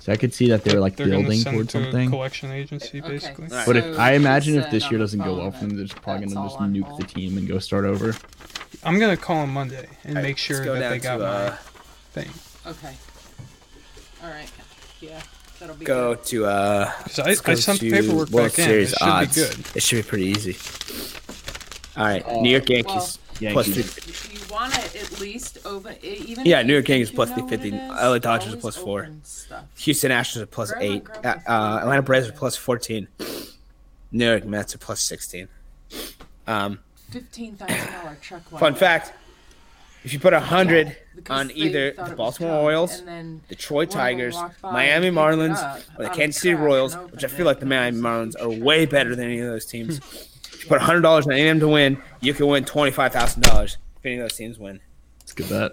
Speaker 4: So I could see that they were like
Speaker 7: they're gonna
Speaker 4: building
Speaker 7: send it
Speaker 4: towards
Speaker 7: to a
Speaker 4: something.
Speaker 7: collection agency
Speaker 6: Okay.
Speaker 7: basically.
Speaker 1: Right.
Speaker 4: But
Speaker 6: So
Speaker 4: if I imagine if
Speaker 6: it's,
Speaker 4: this
Speaker 6: uh,
Speaker 4: year
Speaker 6: not
Speaker 4: doesn't go
Speaker 6: phone,
Speaker 4: well for them, they're just probably
Speaker 6: that's
Speaker 4: gonna just
Speaker 6: all on
Speaker 4: nuke
Speaker 6: hold.
Speaker 4: the team and go start over.
Speaker 7: I'm gonna call him Monday and make sure
Speaker 1: Let's go
Speaker 7: that they
Speaker 1: down
Speaker 7: got
Speaker 1: to, uh,
Speaker 7: my thing.
Speaker 6: Okay. All right. Yeah, that'll be
Speaker 1: go
Speaker 6: good.
Speaker 1: to uh.
Speaker 7: Because I, I
Speaker 1: go
Speaker 7: sent the
Speaker 1: to
Speaker 7: paperwork
Speaker 1: World
Speaker 7: back in. It
Speaker 1: Series
Speaker 7: should
Speaker 1: odds.
Speaker 7: be good.
Speaker 1: It should be pretty easy. All right,
Speaker 6: Uh,
Speaker 1: New York Yankees
Speaker 4: well,
Speaker 1: plus
Speaker 4: Yankees.
Speaker 1: three.
Speaker 6: You want to at least over even.
Speaker 1: Yeah,
Speaker 6: if
Speaker 1: New
Speaker 6: you
Speaker 1: York Yankees
Speaker 6: do
Speaker 1: plus
Speaker 6: know what it
Speaker 1: 350,
Speaker 6: is,
Speaker 1: LA
Speaker 6: you
Speaker 1: Dodgers plus
Speaker 6: always
Speaker 1: four.
Speaker 6: open stuff.
Speaker 1: Houston Astros are plus
Speaker 6: Grab it,
Speaker 1: eight.
Speaker 6: grab
Speaker 1: Uh,
Speaker 6: it.
Speaker 1: uh, Atlanta Braves are plus fourteen. New York Mets are plus sixteen. Um,
Speaker 6: Fifteen thousand dollar check.
Speaker 1: fun
Speaker 6: writer.
Speaker 1: fact: if you put a hundred
Speaker 6: Because
Speaker 1: on
Speaker 6: they
Speaker 1: either
Speaker 6: thought
Speaker 1: the
Speaker 6: it was
Speaker 1: Baltimore
Speaker 6: Cubs,
Speaker 1: Orioles,
Speaker 6: and then
Speaker 1: Detroit
Speaker 6: one of them
Speaker 1: Tigers,
Speaker 6: walked by
Speaker 1: Miami
Speaker 6: and picked it
Speaker 1: Marlins,
Speaker 6: up
Speaker 1: or the
Speaker 6: out of
Speaker 1: Kansas City
Speaker 6: trash and
Speaker 1: Royals,
Speaker 6: opened
Speaker 1: which I
Speaker 6: it,
Speaker 1: feel like the
Speaker 6: and
Speaker 1: Miami
Speaker 6: it was
Speaker 1: Marlins
Speaker 6: a
Speaker 1: are
Speaker 6: huge
Speaker 1: way better than any of those teams. if you put hundred dollars on any of them to win, you can win twenty five thousand dollars if any of those teams win.
Speaker 4: It's a good bet.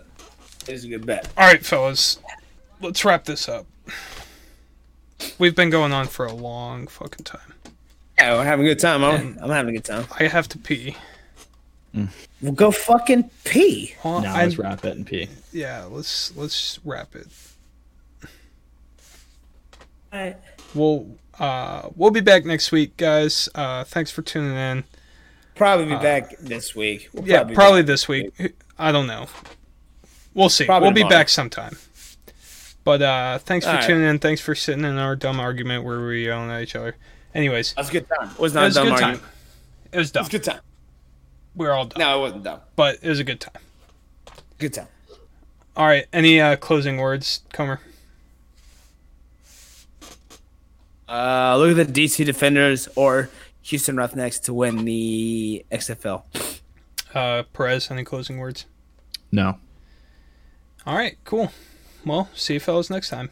Speaker 1: It is a good bet.
Speaker 7: All right, fellas, let's wrap this up. We've been going on for a long fucking time.
Speaker 1: Yeah, we're having a good time. I'm, I'm having a good time.
Speaker 7: I have to pee.
Speaker 1: Well, go fucking pee.
Speaker 7: Hold on,
Speaker 4: Now
Speaker 7: I-
Speaker 4: let's wrap it and pee.
Speaker 7: Yeah, let's let's wrap it.
Speaker 1: Alright.
Speaker 7: We'll uh we'll be back next week, guys. Uh thanks for tuning in.
Speaker 1: Probably be back this week. We'll
Speaker 7: Yeah,
Speaker 1: be
Speaker 7: probably,
Speaker 1: back.
Speaker 7: this week. I don't know. We'll see.
Speaker 1: Probably
Speaker 7: we'll be
Speaker 1: tomorrow.
Speaker 7: back sometime. But uh thanks for
Speaker 1: All right.
Speaker 7: tuning in. Thanks for sitting in our dumb argument where we yelling at each other. Anyways,
Speaker 1: That was a good time. It was
Speaker 7: it
Speaker 1: not
Speaker 7: was
Speaker 1: a
Speaker 7: a
Speaker 1: dumb
Speaker 7: good
Speaker 1: argument.
Speaker 7: time. It was dumb.
Speaker 1: It was a good time.
Speaker 7: We are all dumb,
Speaker 1: No, it wasn't dumb.
Speaker 7: but it was a good time.
Speaker 1: Good time.
Speaker 7: All right. Any uh, closing words, Comer?
Speaker 1: Uh, look at the DC Defenders or Houston Roughnecks to win the XFL.
Speaker 7: Uh, Perez, any closing words?
Speaker 4: No.
Speaker 7: All right. Cool. Well, see you fellas next time.